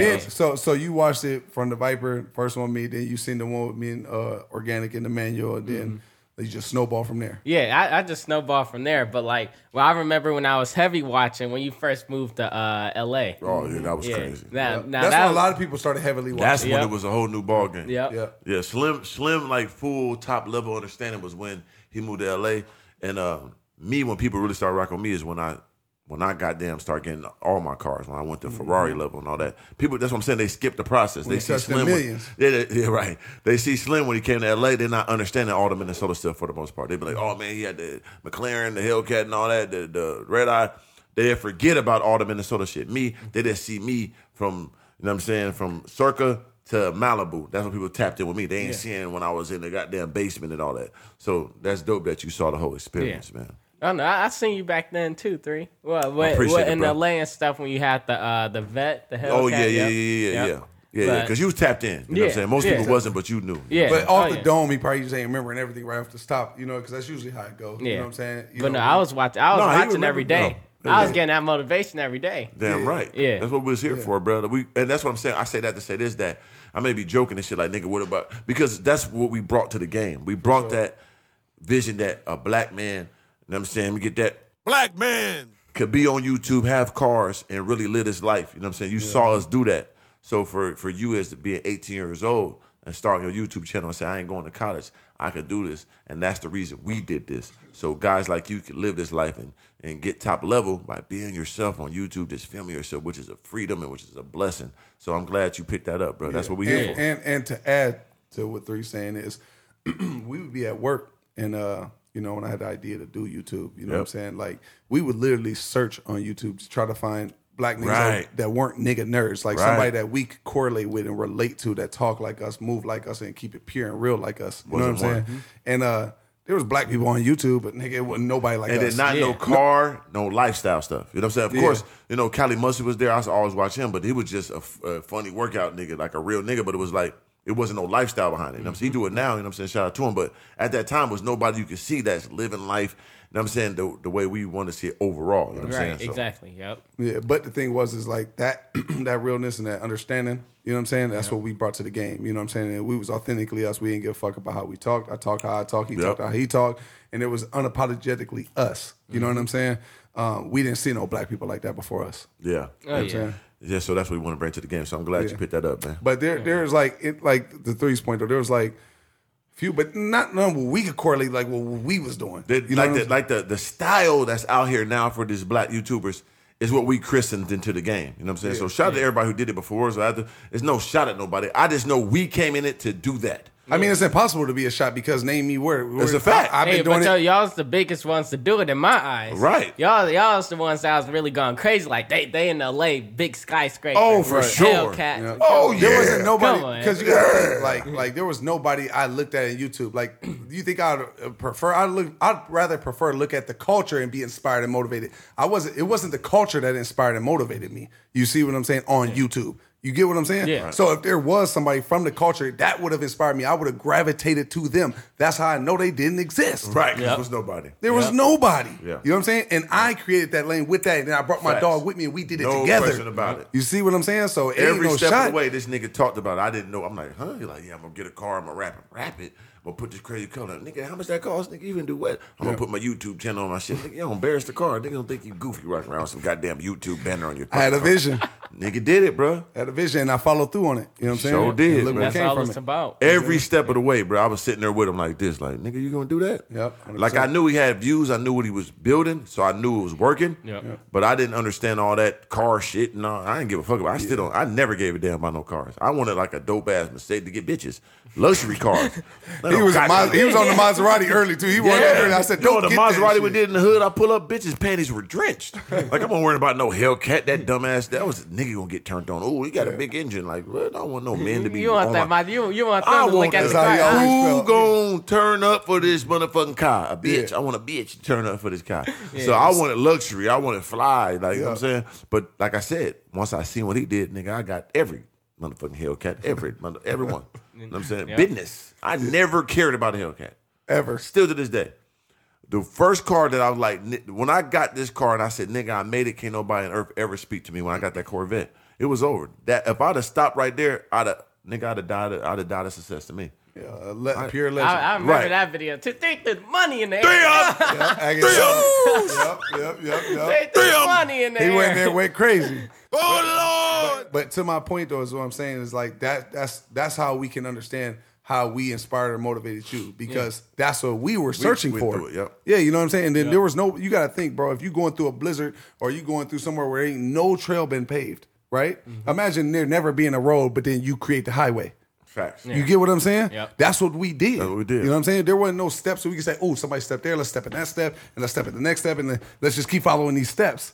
Speaker 4: then, so so you watched it from the Viper first one with me, then you seen the one with me and uh, Organic and the manual, and
Speaker 1: Mm-hmm.
Speaker 4: then they just snowball from there.
Speaker 1: Yeah, I, I just snowballed from there. But like, well, I remember when I was heavy watching when you first moved to uh, L.A.
Speaker 3: Oh yeah, that was
Speaker 1: yeah,
Speaker 3: crazy.
Speaker 1: Now, now
Speaker 4: That's
Speaker 1: that
Speaker 4: when a
Speaker 1: was-
Speaker 4: lot of people started heavily watching.
Speaker 3: That's when
Speaker 1: Yep.
Speaker 3: it was a whole new ball game.
Speaker 1: Yep.
Speaker 4: yeah.
Speaker 3: Yeah, Slim, Slim, like full top level understanding was when he moved to LA, and uh, me when people really started rocking with me is when I, when I goddamn start getting all my cars when I went to Ferrari level and all that. People, that's what I'm saying. They skip the process.
Speaker 4: Mm-hmm.
Speaker 3: they
Speaker 4: you
Speaker 3: see
Speaker 4: touch them
Speaker 3: Slim. when-
Speaker 4: millions.
Speaker 3: yeah, they- yeah, right. They see Slim when he came to LA. They're not understanding all the Minnesota stuff for the most part. They be like, oh man, he had the McLaren, the Hellcat, and all that, the, the red eye. They forget about all the Minnesota shit. Me, they just see me from you know what I'm saying from circa to Malibu. That's when people tapped in with me. They ain't seeing when I was in the goddamn basement and all that. So that's dope that you saw the whole experience, man.
Speaker 1: I don't know. I, I seen you back then too, three. Well, when,
Speaker 3: appreciate
Speaker 1: when,
Speaker 3: it,
Speaker 1: in
Speaker 3: bro.
Speaker 1: LA and stuff when you had the uh, the vet, the Hellcat.
Speaker 3: Oh yeah, yeah, yeah,
Speaker 1: yep,
Speaker 3: yeah, yeah,
Speaker 1: yep.
Speaker 3: yeah. Yeah,
Speaker 1: But-
Speaker 3: because you was tapped in. You know what
Speaker 1: Yeah,
Speaker 3: I'm saying? Most
Speaker 1: yeah.
Speaker 3: people wasn't, but you knew.
Speaker 1: Yeah.
Speaker 4: But off
Speaker 1: Oh,
Speaker 4: the
Speaker 1: yeah.
Speaker 4: dome, he probably just ain't remembering everything right off the top, you know, because that's usually how it goes. You
Speaker 1: Yeah.
Speaker 4: know what I'm saying? You
Speaker 1: but
Speaker 4: know,
Speaker 1: no, I was watching. I was
Speaker 3: No, he
Speaker 1: watching every
Speaker 3: remembered-
Speaker 1: day.
Speaker 3: no.
Speaker 1: I was
Speaker 3: Yeah.
Speaker 1: getting that motivation every day.
Speaker 3: Damn right.
Speaker 1: Yeah.
Speaker 3: That's what we was here for, brother. We and that's what I'm saying. I say that to say this that I may be joking and shit like nigga, what about because that's what we brought to the game. We brought that vision that a black man, you know what I'm saying, we get that
Speaker 5: Black man.
Speaker 3: could be on YouTube, have cars, and really live his life. You know what I'm saying? You saw us do that. So for for you as being 18 years old and starting your YouTube channel and say, I ain't going to college, I could do this. And that's the reason we did this. So guys like you can live this life and, and get top level by being yourself on YouTube, just filming yourself, which is a freedom and which is a blessing. So I'm glad you picked that up, bro. That's what we here
Speaker 4: and,
Speaker 3: for.
Speaker 4: and and to add to what three's saying is, we would be at work and uh, you know, when I had the idea to do YouTube, you know what I'm
Speaker 3: Yep.
Speaker 4: saying? Like we would literally search on YouTube to try to find black niggas
Speaker 3: Right.
Speaker 4: that weren't nigga nerds, like
Speaker 3: Right.
Speaker 4: somebody that we could correlate with and relate to, that talk like us, move like us, and keep it pure and real like us. You
Speaker 3: Wasn't
Speaker 4: know what I'm
Speaker 3: one.
Speaker 4: saying? And uh, there was black people on YouTube, but nigga, it wasn't nobody like
Speaker 3: And
Speaker 4: us.
Speaker 3: then not no
Speaker 1: Yeah.
Speaker 3: car, no lifestyle stuff. You know what I'm saying? Of
Speaker 4: Yeah.
Speaker 3: course, you know, Cali Mustard was there. I used to always watch him, but he was just a, f- a funny workout nigga, like a real nigga, but it was like, it wasn't no lifestyle behind it. You know what I'm saying? He do it now, you know what I'm saying? Shout out to him. But at that time, was nobody you could see that's living life, you know what I'm saying? The, the way we want to see it overall. You know what I'm
Speaker 1: Right,
Speaker 3: saying? So-
Speaker 1: exactly. Yep.
Speaker 4: Yeah, but the thing was is like that that realness and that understanding, you know what I'm saying? That's what we brought to the game. You know what I'm saying? And we was authentically us. We didn't give a fuck about how we talked. I talked how I talked, he
Speaker 3: Yep.
Speaker 4: talked how he talked, and it was unapologetically us. You
Speaker 3: Mm-hmm.
Speaker 4: know what I'm saying? Um, we didn't see no black people like that before us.
Speaker 3: Yeah.
Speaker 1: Oh,
Speaker 4: You know what I'm
Speaker 1: yeah.
Speaker 4: saying?
Speaker 3: Yeah, so that's what we want to bring to the game. So I'm glad you picked that up, man.
Speaker 4: But there there's like it like the threes point though, there was like few, but not none what we could correlate like what we was doing.
Speaker 3: The-
Speaker 4: you know
Speaker 3: like
Speaker 4: what I'm
Speaker 3: the like the the style that's out here now for these black YouTubers is what we christened into the game. You know what I'm saying? So shout out to everybody who did it before. So after, it's no shot at nobody. I just know we came in it to do that.
Speaker 4: I mean, it's impossible to be a shot because name me where.
Speaker 3: It's a fact.
Speaker 4: I, have
Speaker 1: Hey,
Speaker 4: been doing
Speaker 1: but
Speaker 4: it.
Speaker 1: y'all- y'all's the biggest ones to do it in my eyes.
Speaker 3: Right.
Speaker 1: Y'all, y'all's the ones that was really going crazy. Like they, they in L.A. big skyscraper.
Speaker 3: Oh, for sure.
Speaker 1: Hellcat.
Speaker 4: Yeah.
Speaker 3: Oh yeah,
Speaker 4: There wasn't nobody
Speaker 1: Come on.
Speaker 4: because you gotta think, like like there was nobody I looked at in YouTube. Like you think I'd uh, prefer I look I'd rather prefer look at the culture and be inspired and motivated. I wasn't it wasn't the culture that inspired and motivated me. You see what I'm saying on YouTube. You get what I'm saying?
Speaker 1: Yeah. Right.
Speaker 4: So if there was somebody from the culture that would have inspired me, I would have gravitated to them. That's how I know they didn't exist.
Speaker 3: right. 'cause
Speaker 1: Yeah.
Speaker 3: It was nobody.
Speaker 4: There was nobody.
Speaker 3: Yeah.
Speaker 4: You know what I'm saying? And I created that lane with that. And then I brought my
Speaker 3: Facts.
Speaker 4: dog with me and we did it
Speaker 3: No
Speaker 4: together.
Speaker 3: question about it.
Speaker 4: You see what I'm saying? So it ain't
Speaker 3: Every
Speaker 4: no
Speaker 3: step
Speaker 4: shot.
Speaker 3: of the way, this nigga talked about. It. I didn't know. I'm like, huh? He's like, yeah, I'm gonna get a car. I'm gonna wrap it, wrap it. I'm gonna put this crazy color. Nigga, how much that cost? Nigga, even do what? I'm gonna put my YouTube channel on my shit. Nigga, you don't embarrass the car. Nigga, don't think you goofy rocking around with some goddamn YouTube banner on your.
Speaker 4: I had a
Speaker 3: fucking car.
Speaker 4: vision.
Speaker 3: Nigga did it, bruh.
Speaker 4: had a vision and I followed through on it. You know what I'm saying?
Speaker 3: Sure did,
Speaker 4: And Look
Speaker 3: man.
Speaker 4: what
Speaker 1: That's
Speaker 4: came
Speaker 1: all
Speaker 4: from
Speaker 1: it's
Speaker 4: it.
Speaker 1: about.
Speaker 3: Every step of the way, bro. I was sitting there with him like this, like, nigga, you gonna do that?
Speaker 4: Yep, 100%.
Speaker 3: Like I knew he had views, I knew what he was building, so I knew it was working.
Speaker 1: Yep. Yep.
Speaker 3: But I didn't understand all that car shit. No, I didn't give a fuck about. It. I still don't. I never gave a damn about no cars. I wanted like a dope ass Mercedes to get bitches, luxury cars.
Speaker 4: He was, a Mas- he was on the Maserati early too. He wasn't early. I said,
Speaker 3: Oh, you know
Speaker 4: "Don't
Speaker 3: what the
Speaker 4: get that
Speaker 3: Maserati
Speaker 4: shit."
Speaker 3: we did in the hood? I pull up, bitches' panties were drenched. like I'm not worried about no Hellcat, that dumbass. That was nigga gonna get turned on. Oh, he got a big engine. Like, what? I don't want no men to be.
Speaker 1: You want
Speaker 3: on
Speaker 1: that?
Speaker 3: my-
Speaker 1: My, you, you want them to
Speaker 3: I want
Speaker 1: look at
Speaker 3: this.
Speaker 1: the
Speaker 4: That's how
Speaker 1: car?
Speaker 4: y'all
Speaker 1: huh?
Speaker 4: always
Speaker 3: Who
Speaker 4: felt.
Speaker 3: gonna turn up for this motherfucking car? A bitch.
Speaker 4: Yeah.
Speaker 3: I want a bitch to turn up for this car. So I wanted luxury. I wanted fly. Like you know what I'm saying. But like I said, once I seen what he did, nigga, I got every motherfucking Hellcat. Every mother, everyone. you know what I'm saying. Business. I never cared about a Hellcat.
Speaker 4: ever.
Speaker 3: Still to this day. The first car that I was like, ni- when I got this car and I said, nigga, I made it, can't nobody on earth ever speak to me when I got that Corvette. It was over. That if I'd have stopped right there, I'd have nigga, I'd have died. I'd have died a success to me.
Speaker 4: Yeah, le- Uh, pure legend.
Speaker 1: I, I remember
Speaker 3: Right.
Speaker 1: that video. To think there's money in there.
Speaker 4: Yep, I get it. Yep, yep, yep, yep.
Speaker 1: Think there's money in
Speaker 4: He
Speaker 1: there.
Speaker 4: went there, went crazy.
Speaker 5: Oh, Lord.
Speaker 4: But to my point though, is what I'm saying is like that. That's that's how we can understand how we inspired or motivated you because that's what we were searching
Speaker 3: we
Speaker 4: for.
Speaker 3: do it, yep.
Speaker 4: Yeah, you know what I'm saying. And then there was no. You got to think, bro. If you going through a blizzard or you going through somewhere where ain't no trail been paved, right?
Speaker 3: Mm-hmm.
Speaker 4: Imagine there never being a road, but then you create the highway.
Speaker 3: Facts.
Speaker 4: You get what I'm saying?
Speaker 1: Yep.
Speaker 4: That's what we did.
Speaker 3: That's what we did.
Speaker 4: You know what I'm saying? There wasn't no steps so we could say, oh, somebody stepped there, let's step in that step, and let's step in the next step, and then let's just keep following these steps.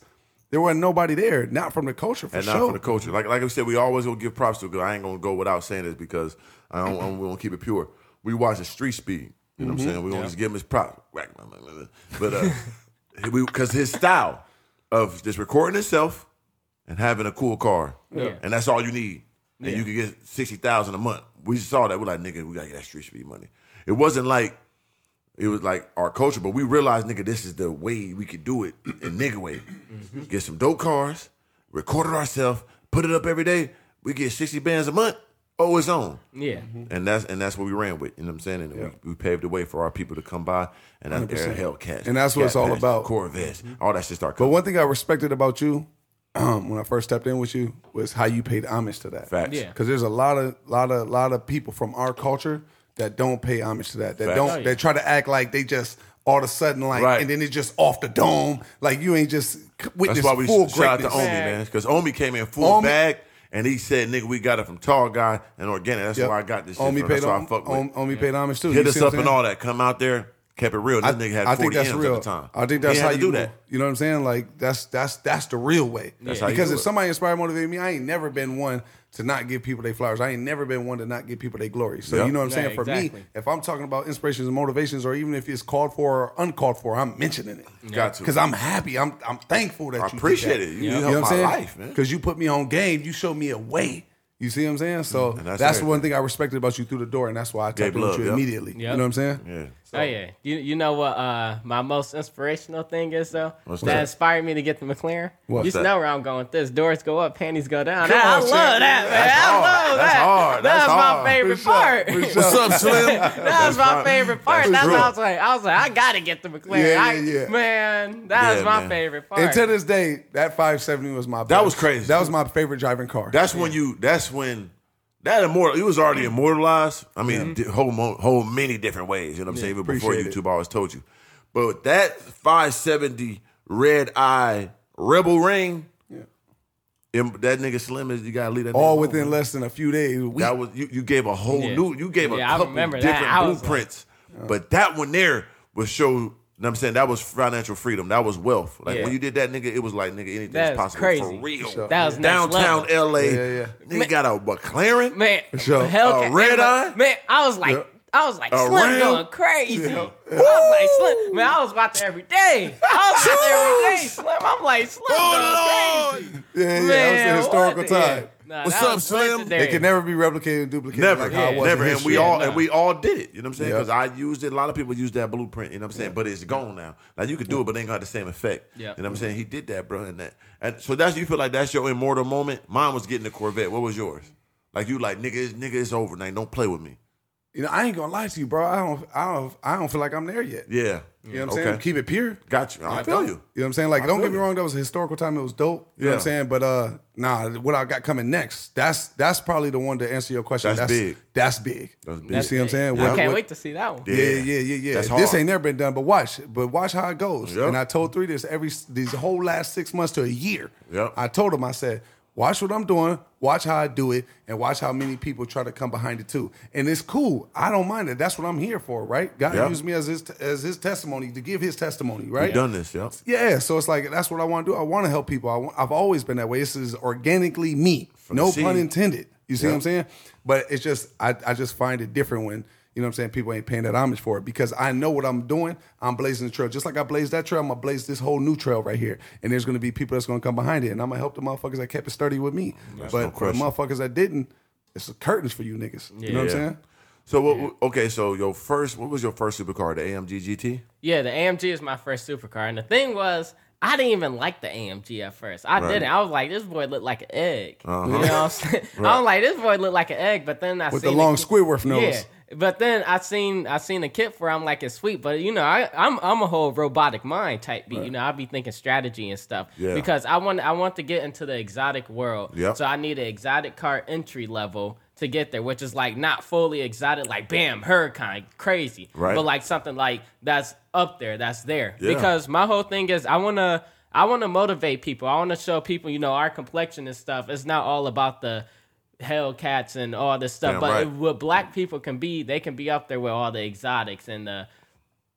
Speaker 4: There wasn't nobody there, not from the culture for
Speaker 3: and
Speaker 4: sure.
Speaker 3: not for the culture. Like like I said, we always gonna give props to because I ain't gonna go without saying this because I don't, I'm gonna keep it pure. We watch the street speed.
Speaker 4: Mm-hmm.
Speaker 3: You know what I'm saying? We gonna just give him his props. Whack, blah, blah, blah, blah. But uh, we because his style of just recording himself and having a cool car,
Speaker 1: Yeah.
Speaker 3: and that's all you need, and you can get sixty thousand a month. We saw that. We're like, nigga, we gotta get that street speed money. It wasn't like it was like our culture, but we realized, nigga, this is the way we could do it in nigga way.
Speaker 4: Mm-hmm.
Speaker 3: Get some dope cars, record it ourselves, put it up every day. We get sixty bands a month. Oh, it's on,
Speaker 1: Yeah.
Speaker 3: and that's and that's what we ran with. You know what I'm saying? And we, we paved the way for our people to come by, and that's their Hellcats,
Speaker 4: And that's what it's all
Speaker 3: Catbacks,
Speaker 4: about. Mm-hmm.
Speaker 3: Corvettes, all that shit start
Speaker 4: But
Speaker 3: coming.
Speaker 4: one thing I respected about you um, when I first stepped in with you was how you paid homage to that.
Speaker 3: Facts.
Speaker 1: Yeah.
Speaker 4: Because there's a lot of lot of lot of people from our culture that don't pay homage to that. That
Speaker 3: Facts.
Speaker 4: don't
Speaker 3: Oh, yeah.
Speaker 4: that try to act like they just all of a sudden like
Speaker 3: Right.
Speaker 4: and then it's just off the dome. Like you ain't just
Speaker 3: That's
Speaker 4: witness
Speaker 3: why we
Speaker 4: full
Speaker 3: shout out to
Speaker 4: greatness.
Speaker 3: Omi, man, because Omi came in full
Speaker 4: Omi-
Speaker 3: bag, and he said, "Nigga, we got it from Tall Guy and Organic." That's why I got this shit.
Speaker 4: Omi
Speaker 3: from.
Speaker 4: paid
Speaker 3: That's why I
Speaker 4: hom-
Speaker 3: fuck with.
Speaker 4: Om- Omi paid homage too.
Speaker 3: Hit
Speaker 4: You
Speaker 3: us
Speaker 4: see what
Speaker 3: up
Speaker 4: I'm
Speaker 3: and
Speaker 4: saying?
Speaker 3: all that. Come out there. Kept it real. This nigga had 40
Speaker 4: I think that's
Speaker 3: M's
Speaker 4: real.
Speaker 3: at the time.
Speaker 4: I think
Speaker 3: He
Speaker 4: that's
Speaker 3: had
Speaker 4: how
Speaker 3: to
Speaker 4: you
Speaker 3: do that.
Speaker 4: You know what I'm saying? Like that's that's that's the real way.
Speaker 3: That's how you
Speaker 4: because
Speaker 3: do
Speaker 4: if
Speaker 3: it.
Speaker 4: somebody inspired, motivated me, I ain't never been one to not give people their flowers. I ain't never been one to not give people their glory. So
Speaker 3: Yeah.
Speaker 4: you know what I'm
Speaker 1: Yeah,
Speaker 4: saying? For me,
Speaker 1: exactly.
Speaker 4: if I'm talking about inspirations and motivations, or even if it's called for or uncalled for, I'm mentioning it.
Speaker 3: Got to.
Speaker 4: Because I'm happy. I'm I'm thankful that
Speaker 3: I
Speaker 4: you did
Speaker 3: appreciate
Speaker 4: that.
Speaker 3: it. You helped my life, man.
Speaker 4: Because you put me on game. You showed me a way. You see what I'm saying? So
Speaker 3: Mm, And
Speaker 4: that's,
Speaker 3: that's
Speaker 4: the
Speaker 3: everything.
Speaker 4: one thing I respected about you through the door, and that's why I tapped
Speaker 3: Gave
Speaker 4: in
Speaker 3: love,
Speaker 4: with you
Speaker 3: yeah.
Speaker 4: immediately. You
Speaker 1: Yeah.
Speaker 4: know what I'm saying?
Speaker 3: Yeah.
Speaker 1: Oh yeah, you you know what? Uh, my most inspirational thing is though
Speaker 3: What's
Speaker 1: that,
Speaker 3: that?
Speaker 1: inspired me to get the McLaren.
Speaker 4: What's
Speaker 1: you
Speaker 3: that?
Speaker 1: know where I'm going with this. Doors go up, panties go down.
Speaker 4: Come
Speaker 1: I
Speaker 4: on,
Speaker 1: love
Speaker 4: Chad.
Speaker 1: that, man.
Speaker 3: That's
Speaker 1: I
Speaker 3: hard.
Speaker 1: love
Speaker 3: That's
Speaker 1: that.
Speaker 3: hard. That's
Speaker 1: That's,
Speaker 3: hard.
Speaker 1: my favorite part.
Speaker 3: What's up, Slim?
Speaker 1: That was my
Speaker 3: fine.
Speaker 1: favorite part.
Speaker 3: That's
Speaker 1: That's,
Speaker 3: true.
Speaker 1: what I was like. I was like, I gotta get the McLaren.
Speaker 4: Yeah,
Speaker 1: I-
Speaker 4: yeah, yeah.
Speaker 1: Man, that
Speaker 3: Yeah,
Speaker 1: was my
Speaker 3: man.
Speaker 1: favorite part.
Speaker 4: And to this day, that 570 was my best.
Speaker 3: was crazy.
Speaker 4: That was my favorite driving car.
Speaker 3: That's when you. That's when that immortal. It was already
Speaker 1: Mm-hmm.
Speaker 3: immortalized. I mean, di- whole mo- whole many different ways. You know what I'm saying? Even before
Speaker 4: appreciate
Speaker 3: YouTube, I always told you. But that 570 red eye rebel ring. Im- That nigga Slim is you gotta leave that.
Speaker 4: all
Speaker 3: nigga
Speaker 4: within
Speaker 3: alone.
Speaker 4: less than a few days. a week.
Speaker 3: That was you. You gave a whole
Speaker 1: Yeah.
Speaker 3: new. You gave a
Speaker 1: Yeah, I
Speaker 3: couple
Speaker 1: remember that.
Speaker 3: different
Speaker 1: I was like-
Speaker 3: blueprints. but that one there was show. You know what I'm saying that was financial freedom. That was wealth. Like
Speaker 1: Yeah.
Speaker 3: when you did that, nigga, it was like nigga, anything's
Speaker 1: That's
Speaker 3: possible for
Speaker 1: crazy.
Speaker 3: real.
Speaker 1: That was next
Speaker 3: downtown
Speaker 1: level.
Speaker 3: LA.
Speaker 4: yeah.
Speaker 3: Nigga got a McLaren.
Speaker 1: man,
Speaker 4: sure.
Speaker 1: Hellcat,
Speaker 3: A red
Speaker 1: man,
Speaker 3: eye?
Speaker 1: Man, I was like, I was like,
Speaker 3: A
Speaker 1: Slim
Speaker 3: rim?
Speaker 1: going crazy. I was like, Slim, man, I was about to every day. I was about to every day, Slim. I'm like, Slim
Speaker 5: Oh,
Speaker 1: going crazy.
Speaker 4: yeah, yeah,
Speaker 1: Man,
Speaker 4: that was the historical
Speaker 1: what the-
Speaker 4: time.
Speaker 1: yeah. Nah,
Speaker 3: What's
Speaker 1: that
Speaker 3: up,
Speaker 1: was
Speaker 3: Slim?
Speaker 1: legendary.
Speaker 4: It can never be replicated, duplicated.
Speaker 3: Never,
Speaker 4: like how it was
Speaker 3: never,
Speaker 4: in
Speaker 3: and we
Speaker 4: history.
Speaker 3: all
Speaker 1: Yeah,
Speaker 3: and
Speaker 1: nah.
Speaker 3: we all did it. You know what I'm saying?
Speaker 4: Yeah.
Speaker 3: Because I used it. A lot of people used that blueprint. You know what I'm saying? But it's gone now. Now you could do it, but it ain't got the same effect.
Speaker 1: Yeah.
Speaker 3: You know what I'm saying? He did that, bro, and that. And so that's you feel like that's your immortal moment. Mine was getting the Corvette. What was yours? Like you like nigga, it's, nigga, it's over. Now don't play with me.
Speaker 4: You know, I ain't gonna lie to you, bro. I don't, I don't, I don't feel like I'm there yet.
Speaker 3: Yeah.
Speaker 4: You know what I'm saying? Keep it pure.
Speaker 3: Got you. I, feel you.
Speaker 4: You know what I'm saying? Like, don't
Speaker 3: feel
Speaker 4: get me
Speaker 3: you.
Speaker 4: wrong, that was a historical time. It was dope. You know what I'm
Speaker 3: Yeah.
Speaker 4: saying? But uh nah, what I got coming next, that's that's probably the one to answer your question.
Speaker 3: That's big.
Speaker 4: That's big.
Speaker 3: That's big.
Speaker 4: You see what I'm saying?
Speaker 1: I
Speaker 4: What-
Speaker 1: can't
Speaker 4: what-
Speaker 1: wait to see that one.
Speaker 3: Yeah.
Speaker 4: Yeah, yeah, yeah, yeah.
Speaker 3: That's
Speaker 4: This
Speaker 3: hard.
Speaker 4: ain't never been done, but watch, but watch how it goes.
Speaker 3: Yep.
Speaker 4: And I told three this every these whole last six months to a year.
Speaker 3: Yep.
Speaker 4: I told him, I said, watch what I'm doing, watch how I do it, and watch how many people try to come behind it too. And it's cool. I don't mind it. That's what I'm here for, right? God
Speaker 3: Yep.
Speaker 4: used me as his as his testimony to give his testimony, right?
Speaker 3: You done this, yeah.
Speaker 4: Yeah, so it's like that's what I want to do. I want to help people. I want, I've always been that way. This is organically me.
Speaker 3: the
Speaker 4: no
Speaker 3: seed.
Speaker 4: pun intended. You see
Speaker 3: Yeah.
Speaker 4: what I'm saying? But it's just I, I just find it different when you know what I'm saying people ain't paying that homage for it because I know what I'm doing. I'm blazing the trail. Just like I blazed that trail, I'm gonna blaze this whole new trail right here. And there's gonna be people that's gonna come behind it, and I'm gonna help the motherfuckers that kept it sturdy with me. but
Speaker 3: no
Speaker 4: for the
Speaker 3: question.
Speaker 4: motherfuckers that didn't, it's the curtains for you niggas. You know what I'm
Speaker 3: Yeah.
Speaker 4: saying?
Speaker 3: So what? Okay, so your first, what was your first supercar? The AMG GT.
Speaker 1: Yeah, the AMG is my first supercar. And the thing was, I didn't even like the AMG at first. I
Speaker 3: Right.
Speaker 1: didn't. I was like, this boy looked like an egg. You know what I'm saying? I was like, this boy looked like an egg, but then I
Speaker 4: Uh-huh. With
Speaker 1: seen
Speaker 4: the long
Speaker 1: ki-
Speaker 4: Squidward nose.
Speaker 1: Yeah. But then I seen I seen a kit for I'm like it's sweet, but you know I I'm I'm a whole robotic mind type beat. You know I be thinking strategy and stuff
Speaker 3: Yeah.
Speaker 1: because I want I want to get into the exotic world.
Speaker 3: Yep.
Speaker 1: So I need an exotic car entry level to get there, which is like not fully exotic, like bam, Huracan, crazy,
Speaker 3: Right.
Speaker 1: But like something like that's up there, that's there.
Speaker 3: Yeah.
Speaker 1: Because my whole thing is I wanna I wanna motivate people. I wanna show people, you know, our complexion and stuff. It's not all about the Hellcats and all this stuff,
Speaker 3: Damn
Speaker 1: but
Speaker 3: right.
Speaker 1: it- what black people can be, they can be up there with all the exotics and the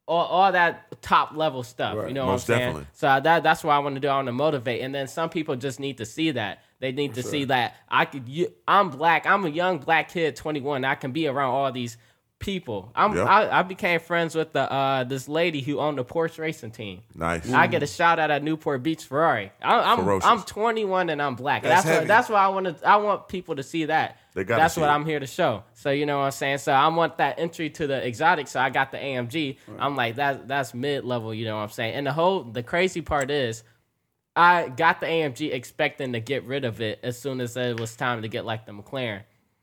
Speaker 1: all, all that top level stuff. You know
Speaker 3: Most
Speaker 1: what I'm saying?
Speaker 3: definitely.
Speaker 1: So that that's what I want to do. I want to motivate, and then some people just need to see that. They need to see that I could. You, I'm black. I'm a young black kid, 21. I can be around all these people. I'm.
Speaker 3: Yeah.
Speaker 1: I, I became friends with the uh, this lady who owned the Porsche racing team.
Speaker 3: Nice.
Speaker 1: I get a shout out at Newport Beach Ferrari. I, I'm
Speaker 3: Ferocious.
Speaker 1: I'm 21 and I'm black.
Speaker 4: That's
Speaker 1: That's,
Speaker 4: heavy.
Speaker 1: what, that's why I want to. I want people to see that.
Speaker 3: They gotta
Speaker 1: that's
Speaker 3: see
Speaker 1: what
Speaker 3: it.
Speaker 1: I'm here to show. So you know what I'm saying. So I want that entry to the exotic. So I got the AMG. I'm like that. That's mid level. You know what I'm saying. And the whole the crazy part is, I got the AMG expecting to get rid of it as soon as it was time to get like the McLaren.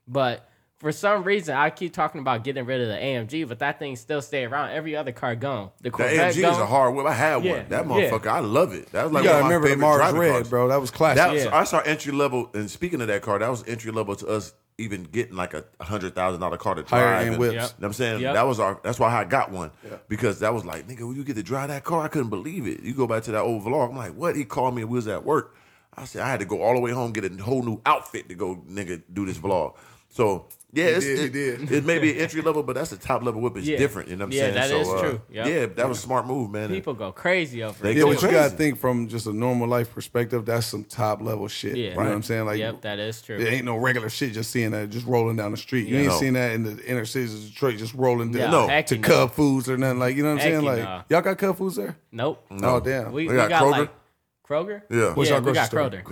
Speaker 1: But for some reason, I keep talking about getting rid of the AMG, but that thing still stay around. Every other car gone. The
Speaker 3: The
Speaker 1: Corvette
Speaker 3: AMG is
Speaker 1: gone.
Speaker 3: a hard whip. I had
Speaker 1: Yeah,
Speaker 3: one. That
Speaker 1: yeah.
Speaker 3: motherfucker, I love it. That was like
Speaker 4: you
Speaker 3: one
Speaker 4: gotta
Speaker 3: of
Speaker 4: remember
Speaker 3: my
Speaker 4: the
Speaker 3: favorite
Speaker 4: Mars
Speaker 3: driving
Speaker 4: Red,
Speaker 3: cars.
Speaker 4: bro. That was classic.
Speaker 3: That was,
Speaker 1: Yeah.
Speaker 3: that's our entry level. And speaking of that car, that was entry level to us even getting like a hundred thousand dollar car to drive.
Speaker 4: Higher-end
Speaker 3: and-
Speaker 4: whips.
Speaker 3: You know
Speaker 1: Yep.
Speaker 3: what I'm saying
Speaker 1: Yep.
Speaker 3: that was our. That's why I got one because that was like, nigga, when you get to drive that car, I couldn't believe it. You go back to that old vlog. I'm like, what? He called me. and We was at work. I said I had to go all the way home get a whole new outfit to go, nigga, do this vlog. So yeah, it's,
Speaker 4: did, he
Speaker 3: it,
Speaker 4: did.
Speaker 3: it may be entry level, but that's the top level whip. It's
Speaker 1: Yeah.
Speaker 3: different. You know what I'm
Speaker 1: Yeah,
Speaker 3: saying?
Speaker 1: that
Speaker 3: so,
Speaker 1: is true.
Speaker 3: Yeah,
Speaker 1: Yep.
Speaker 3: Yeah, that was a smart move, man. And
Speaker 1: People go crazy over
Speaker 3: They
Speaker 1: it.
Speaker 4: Yeah,
Speaker 3: go
Speaker 4: but you
Speaker 3: crazy.
Speaker 4: gotta think from just a normal life perspective. That's some top level shit.
Speaker 1: Yeah.
Speaker 4: you know what I'm saying? Like,
Speaker 1: yep, that is true.
Speaker 4: it ain't no regular shit. Just seeing that, just rolling down the street. You ain't
Speaker 3: No.
Speaker 4: seen that in the inner cities of Detroit, just rolling down
Speaker 1: No,
Speaker 4: to
Speaker 1: heck no.
Speaker 4: Cub Foods or nothing. Like, you know what I'm
Speaker 1: Heck
Speaker 4: saying?
Speaker 1: no.
Speaker 4: Like, y'all got Cub Foods there?
Speaker 1: Nope.
Speaker 4: Oh damn.
Speaker 1: We,
Speaker 3: They
Speaker 1: we
Speaker 3: got
Speaker 1: got,
Speaker 3: Kroger?
Speaker 1: like Kroger.
Speaker 3: Yeah.
Speaker 4: What's
Speaker 1: yeah,
Speaker 4: our
Speaker 1: we
Speaker 4: grocery
Speaker 1: got
Speaker 4: store?
Speaker 1: Kroger.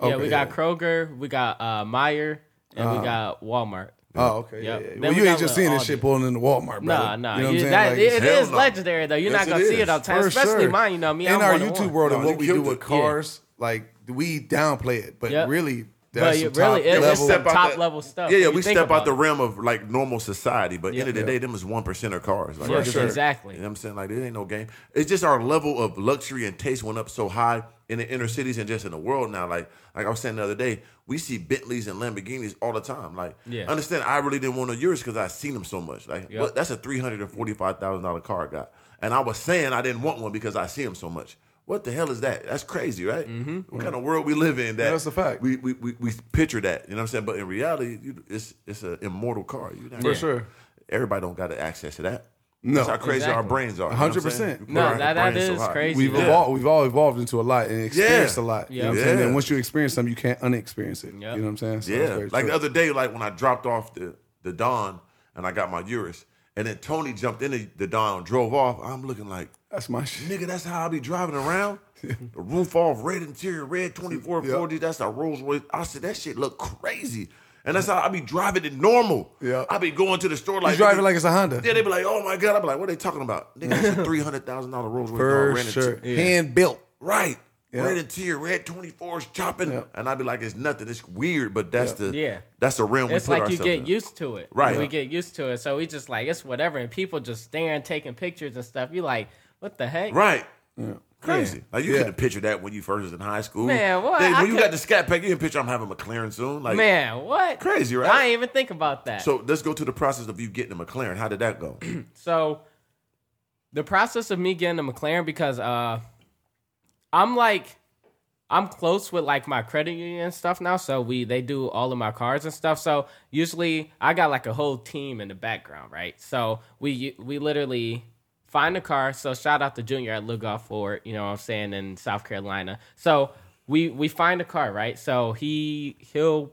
Speaker 4: Kroger.
Speaker 1: Yeah, we got Kroger. We got uh, Meyer, and we got Walmart.
Speaker 4: Oh,
Speaker 1: Yep.
Speaker 4: okay. Yeah, yeah.
Speaker 1: Then
Speaker 4: Well,
Speaker 1: we
Speaker 4: you ain't
Speaker 1: got
Speaker 4: just
Speaker 1: the
Speaker 4: seeing this
Speaker 1: Aldi.
Speaker 4: shit pulling into Walmart, bro.
Speaker 1: Nah, nah.
Speaker 4: You know what I'm
Speaker 1: you-
Speaker 4: saying?
Speaker 1: that-
Speaker 4: Like,
Speaker 1: it
Speaker 3: Hell
Speaker 1: is
Speaker 3: no.
Speaker 1: legendary though. You're
Speaker 3: Yes,
Speaker 1: not gonna
Speaker 3: it
Speaker 1: see
Speaker 3: is.
Speaker 1: it all the time,
Speaker 4: For
Speaker 1: especially
Speaker 4: sure.
Speaker 1: mine. You know me.
Speaker 4: in
Speaker 1: I'm
Speaker 4: our
Speaker 1: one of
Speaker 4: YouTube
Speaker 1: one.
Speaker 4: world
Speaker 3: No,
Speaker 4: and
Speaker 3: you
Speaker 4: what we
Speaker 3: killed
Speaker 4: do with
Speaker 3: it.
Speaker 4: cars, like we downplay it, but
Speaker 1: Yep.
Speaker 4: really,
Speaker 1: But
Speaker 4: that's
Speaker 1: it
Speaker 4: some
Speaker 1: really
Speaker 4: top
Speaker 1: is.
Speaker 4: level.
Speaker 1: That's
Speaker 3: step out
Speaker 1: top
Speaker 3: that-
Speaker 1: level stuff.
Speaker 3: Yeah, yeah,
Speaker 1: when
Speaker 3: we
Speaker 1: you think
Speaker 3: step
Speaker 1: about
Speaker 3: out the
Speaker 1: it.
Speaker 3: realm of like normal society, but end of the
Speaker 4: Yeah.
Speaker 3: day, them is one percent of cars. Like,
Speaker 1: Yeah,
Speaker 3: it's just-
Speaker 1: sure. Exactly.
Speaker 3: You know what I'm saying? Like it ain't no game. It's just our level of luxury and taste went up so high in the inner cities and just in the world now. Like like I was saying the other day, we see Bentleys and Lamborghinis all the time. Like
Speaker 1: Yeah.
Speaker 3: understand I really didn't want to yours because I seen them so much. Like
Speaker 1: Yep.
Speaker 3: what- that's a three hundred and forty five thousand dollar car I got. And I was saying I didn't want one because I see them so much. What the hell is that? That's crazy, right?
Speaker 1: Mm-hmm.
Speaker 3: What kind of world we live in? That
Speaker 4: that's a fact.
Speaker 3: We, we, we, we picture that, you know what I'm saying? But in reality, you, it's it's an immortal car. You know?
Speaker 4: For sure.
Speaker 3: Everybody don't got access to that.
Speaker 4: No.
Speaker 3: That's how crazy our
Speaker 1: Exactly.
Speaker 3: brains are.
Speaker 4: 100%.
Speaker 1: No, that- that is crazy.
Speaker 4: We've
Speaker 1: Yeah.
Speaker 4: evolved. We've all evolved into a lot and experienced
Speaker 3: Yeah.
Speaker 4: a lot. You
Speaker 1: Yeah.
Speaker 4: know what I'm saying?
Speaker 3: Yeah.
Speaker 4: And once you experience something, you can't unexperience it.
Speaker 1: Yep.
Speaker 4: You know what I'm saying? So that's
Speaker 3: Yeah.
Speaker 4: very
Speaker 3: Like
Speaker 4: true.
Speaker 3: the other day, like when I dropped off the, the Don and I got my Urus, and then Tony jumped in the, the Don, drove off. I'm looking like,
Speaker 4: that's my shit.
Speaker 3: nigga, that's how I be driving around. the roof off, red interior, red 2440. That's a Rolls Royce. I said, that shit look crazy. And that's how I be driving it normal.
Speaker 4: Yeah.
Speaker 3: I be going to the store like
Speaker 4: You drive it
Speaker 3: nigga,
Speaker 4: like it's a Honda.
Speaker 3: Yeah, they be like, "Oh my god!" I be like, "What are they talking about?" Nigga, that's a three hundred thousand dollar Rolls Royce car.
Speaker 4: For
Speaker 3: red
Speaker 4: sure.
Speaker 3: interior.
Speaker 4: Hand built.
Speaker 3: Right.
Speaker 4: Yeah.
Speaker 3: Red interior, red twenty fours chopping,
Speaker 4: Yeah.
Speaker 3: and I'd be like, "It's nothing. It's weird, but that's the
Speaker 1: Yeah.
Speaker 3: that's the realm
Speaker 1: It's
Speaker 3: we put
Speaker 1: like you
Speaker 3: ourselves
Speaker 1: get
Speaker 3: in.
Speaker 1: used to it.
Speaker 3: Right.
Speaker 1: We get used to it, so we just like it's whatever, and people just staring, taking pictures and stuff. You like, what the heck?
Speaker 3: Right. Crazy. Like you
Speaker 4: Yeah.
Speaker 3: couldn't picture that when you first was in high school.
Speaker 1: Man, what?
Speaker 3: Then
Speaker 1: I
Speaker 3: when you got
Speaker 1: could-
Speaker 3: the scat pack, you didn't picture I'm having a McLaren soon. Like
Speaker 1: Man, what?
Speaker 3: Crazy, right?
Speaker 1: I didn't even think about that.
Speaker 3: So let's go to the process of you getting a McLaren. How did that go?
Speaker 1: So the process of me getting a McLaren because uh I'm like I'm close with like my credit union and stuff now, so we they do all of my cards and stuff. So usually I got like a whole team in the background, right? So we we literally find a car. So shout out to Junior at Lugoff Ford, you know what I'm saying, in South Carolina. So we we find a car, right? So he he'll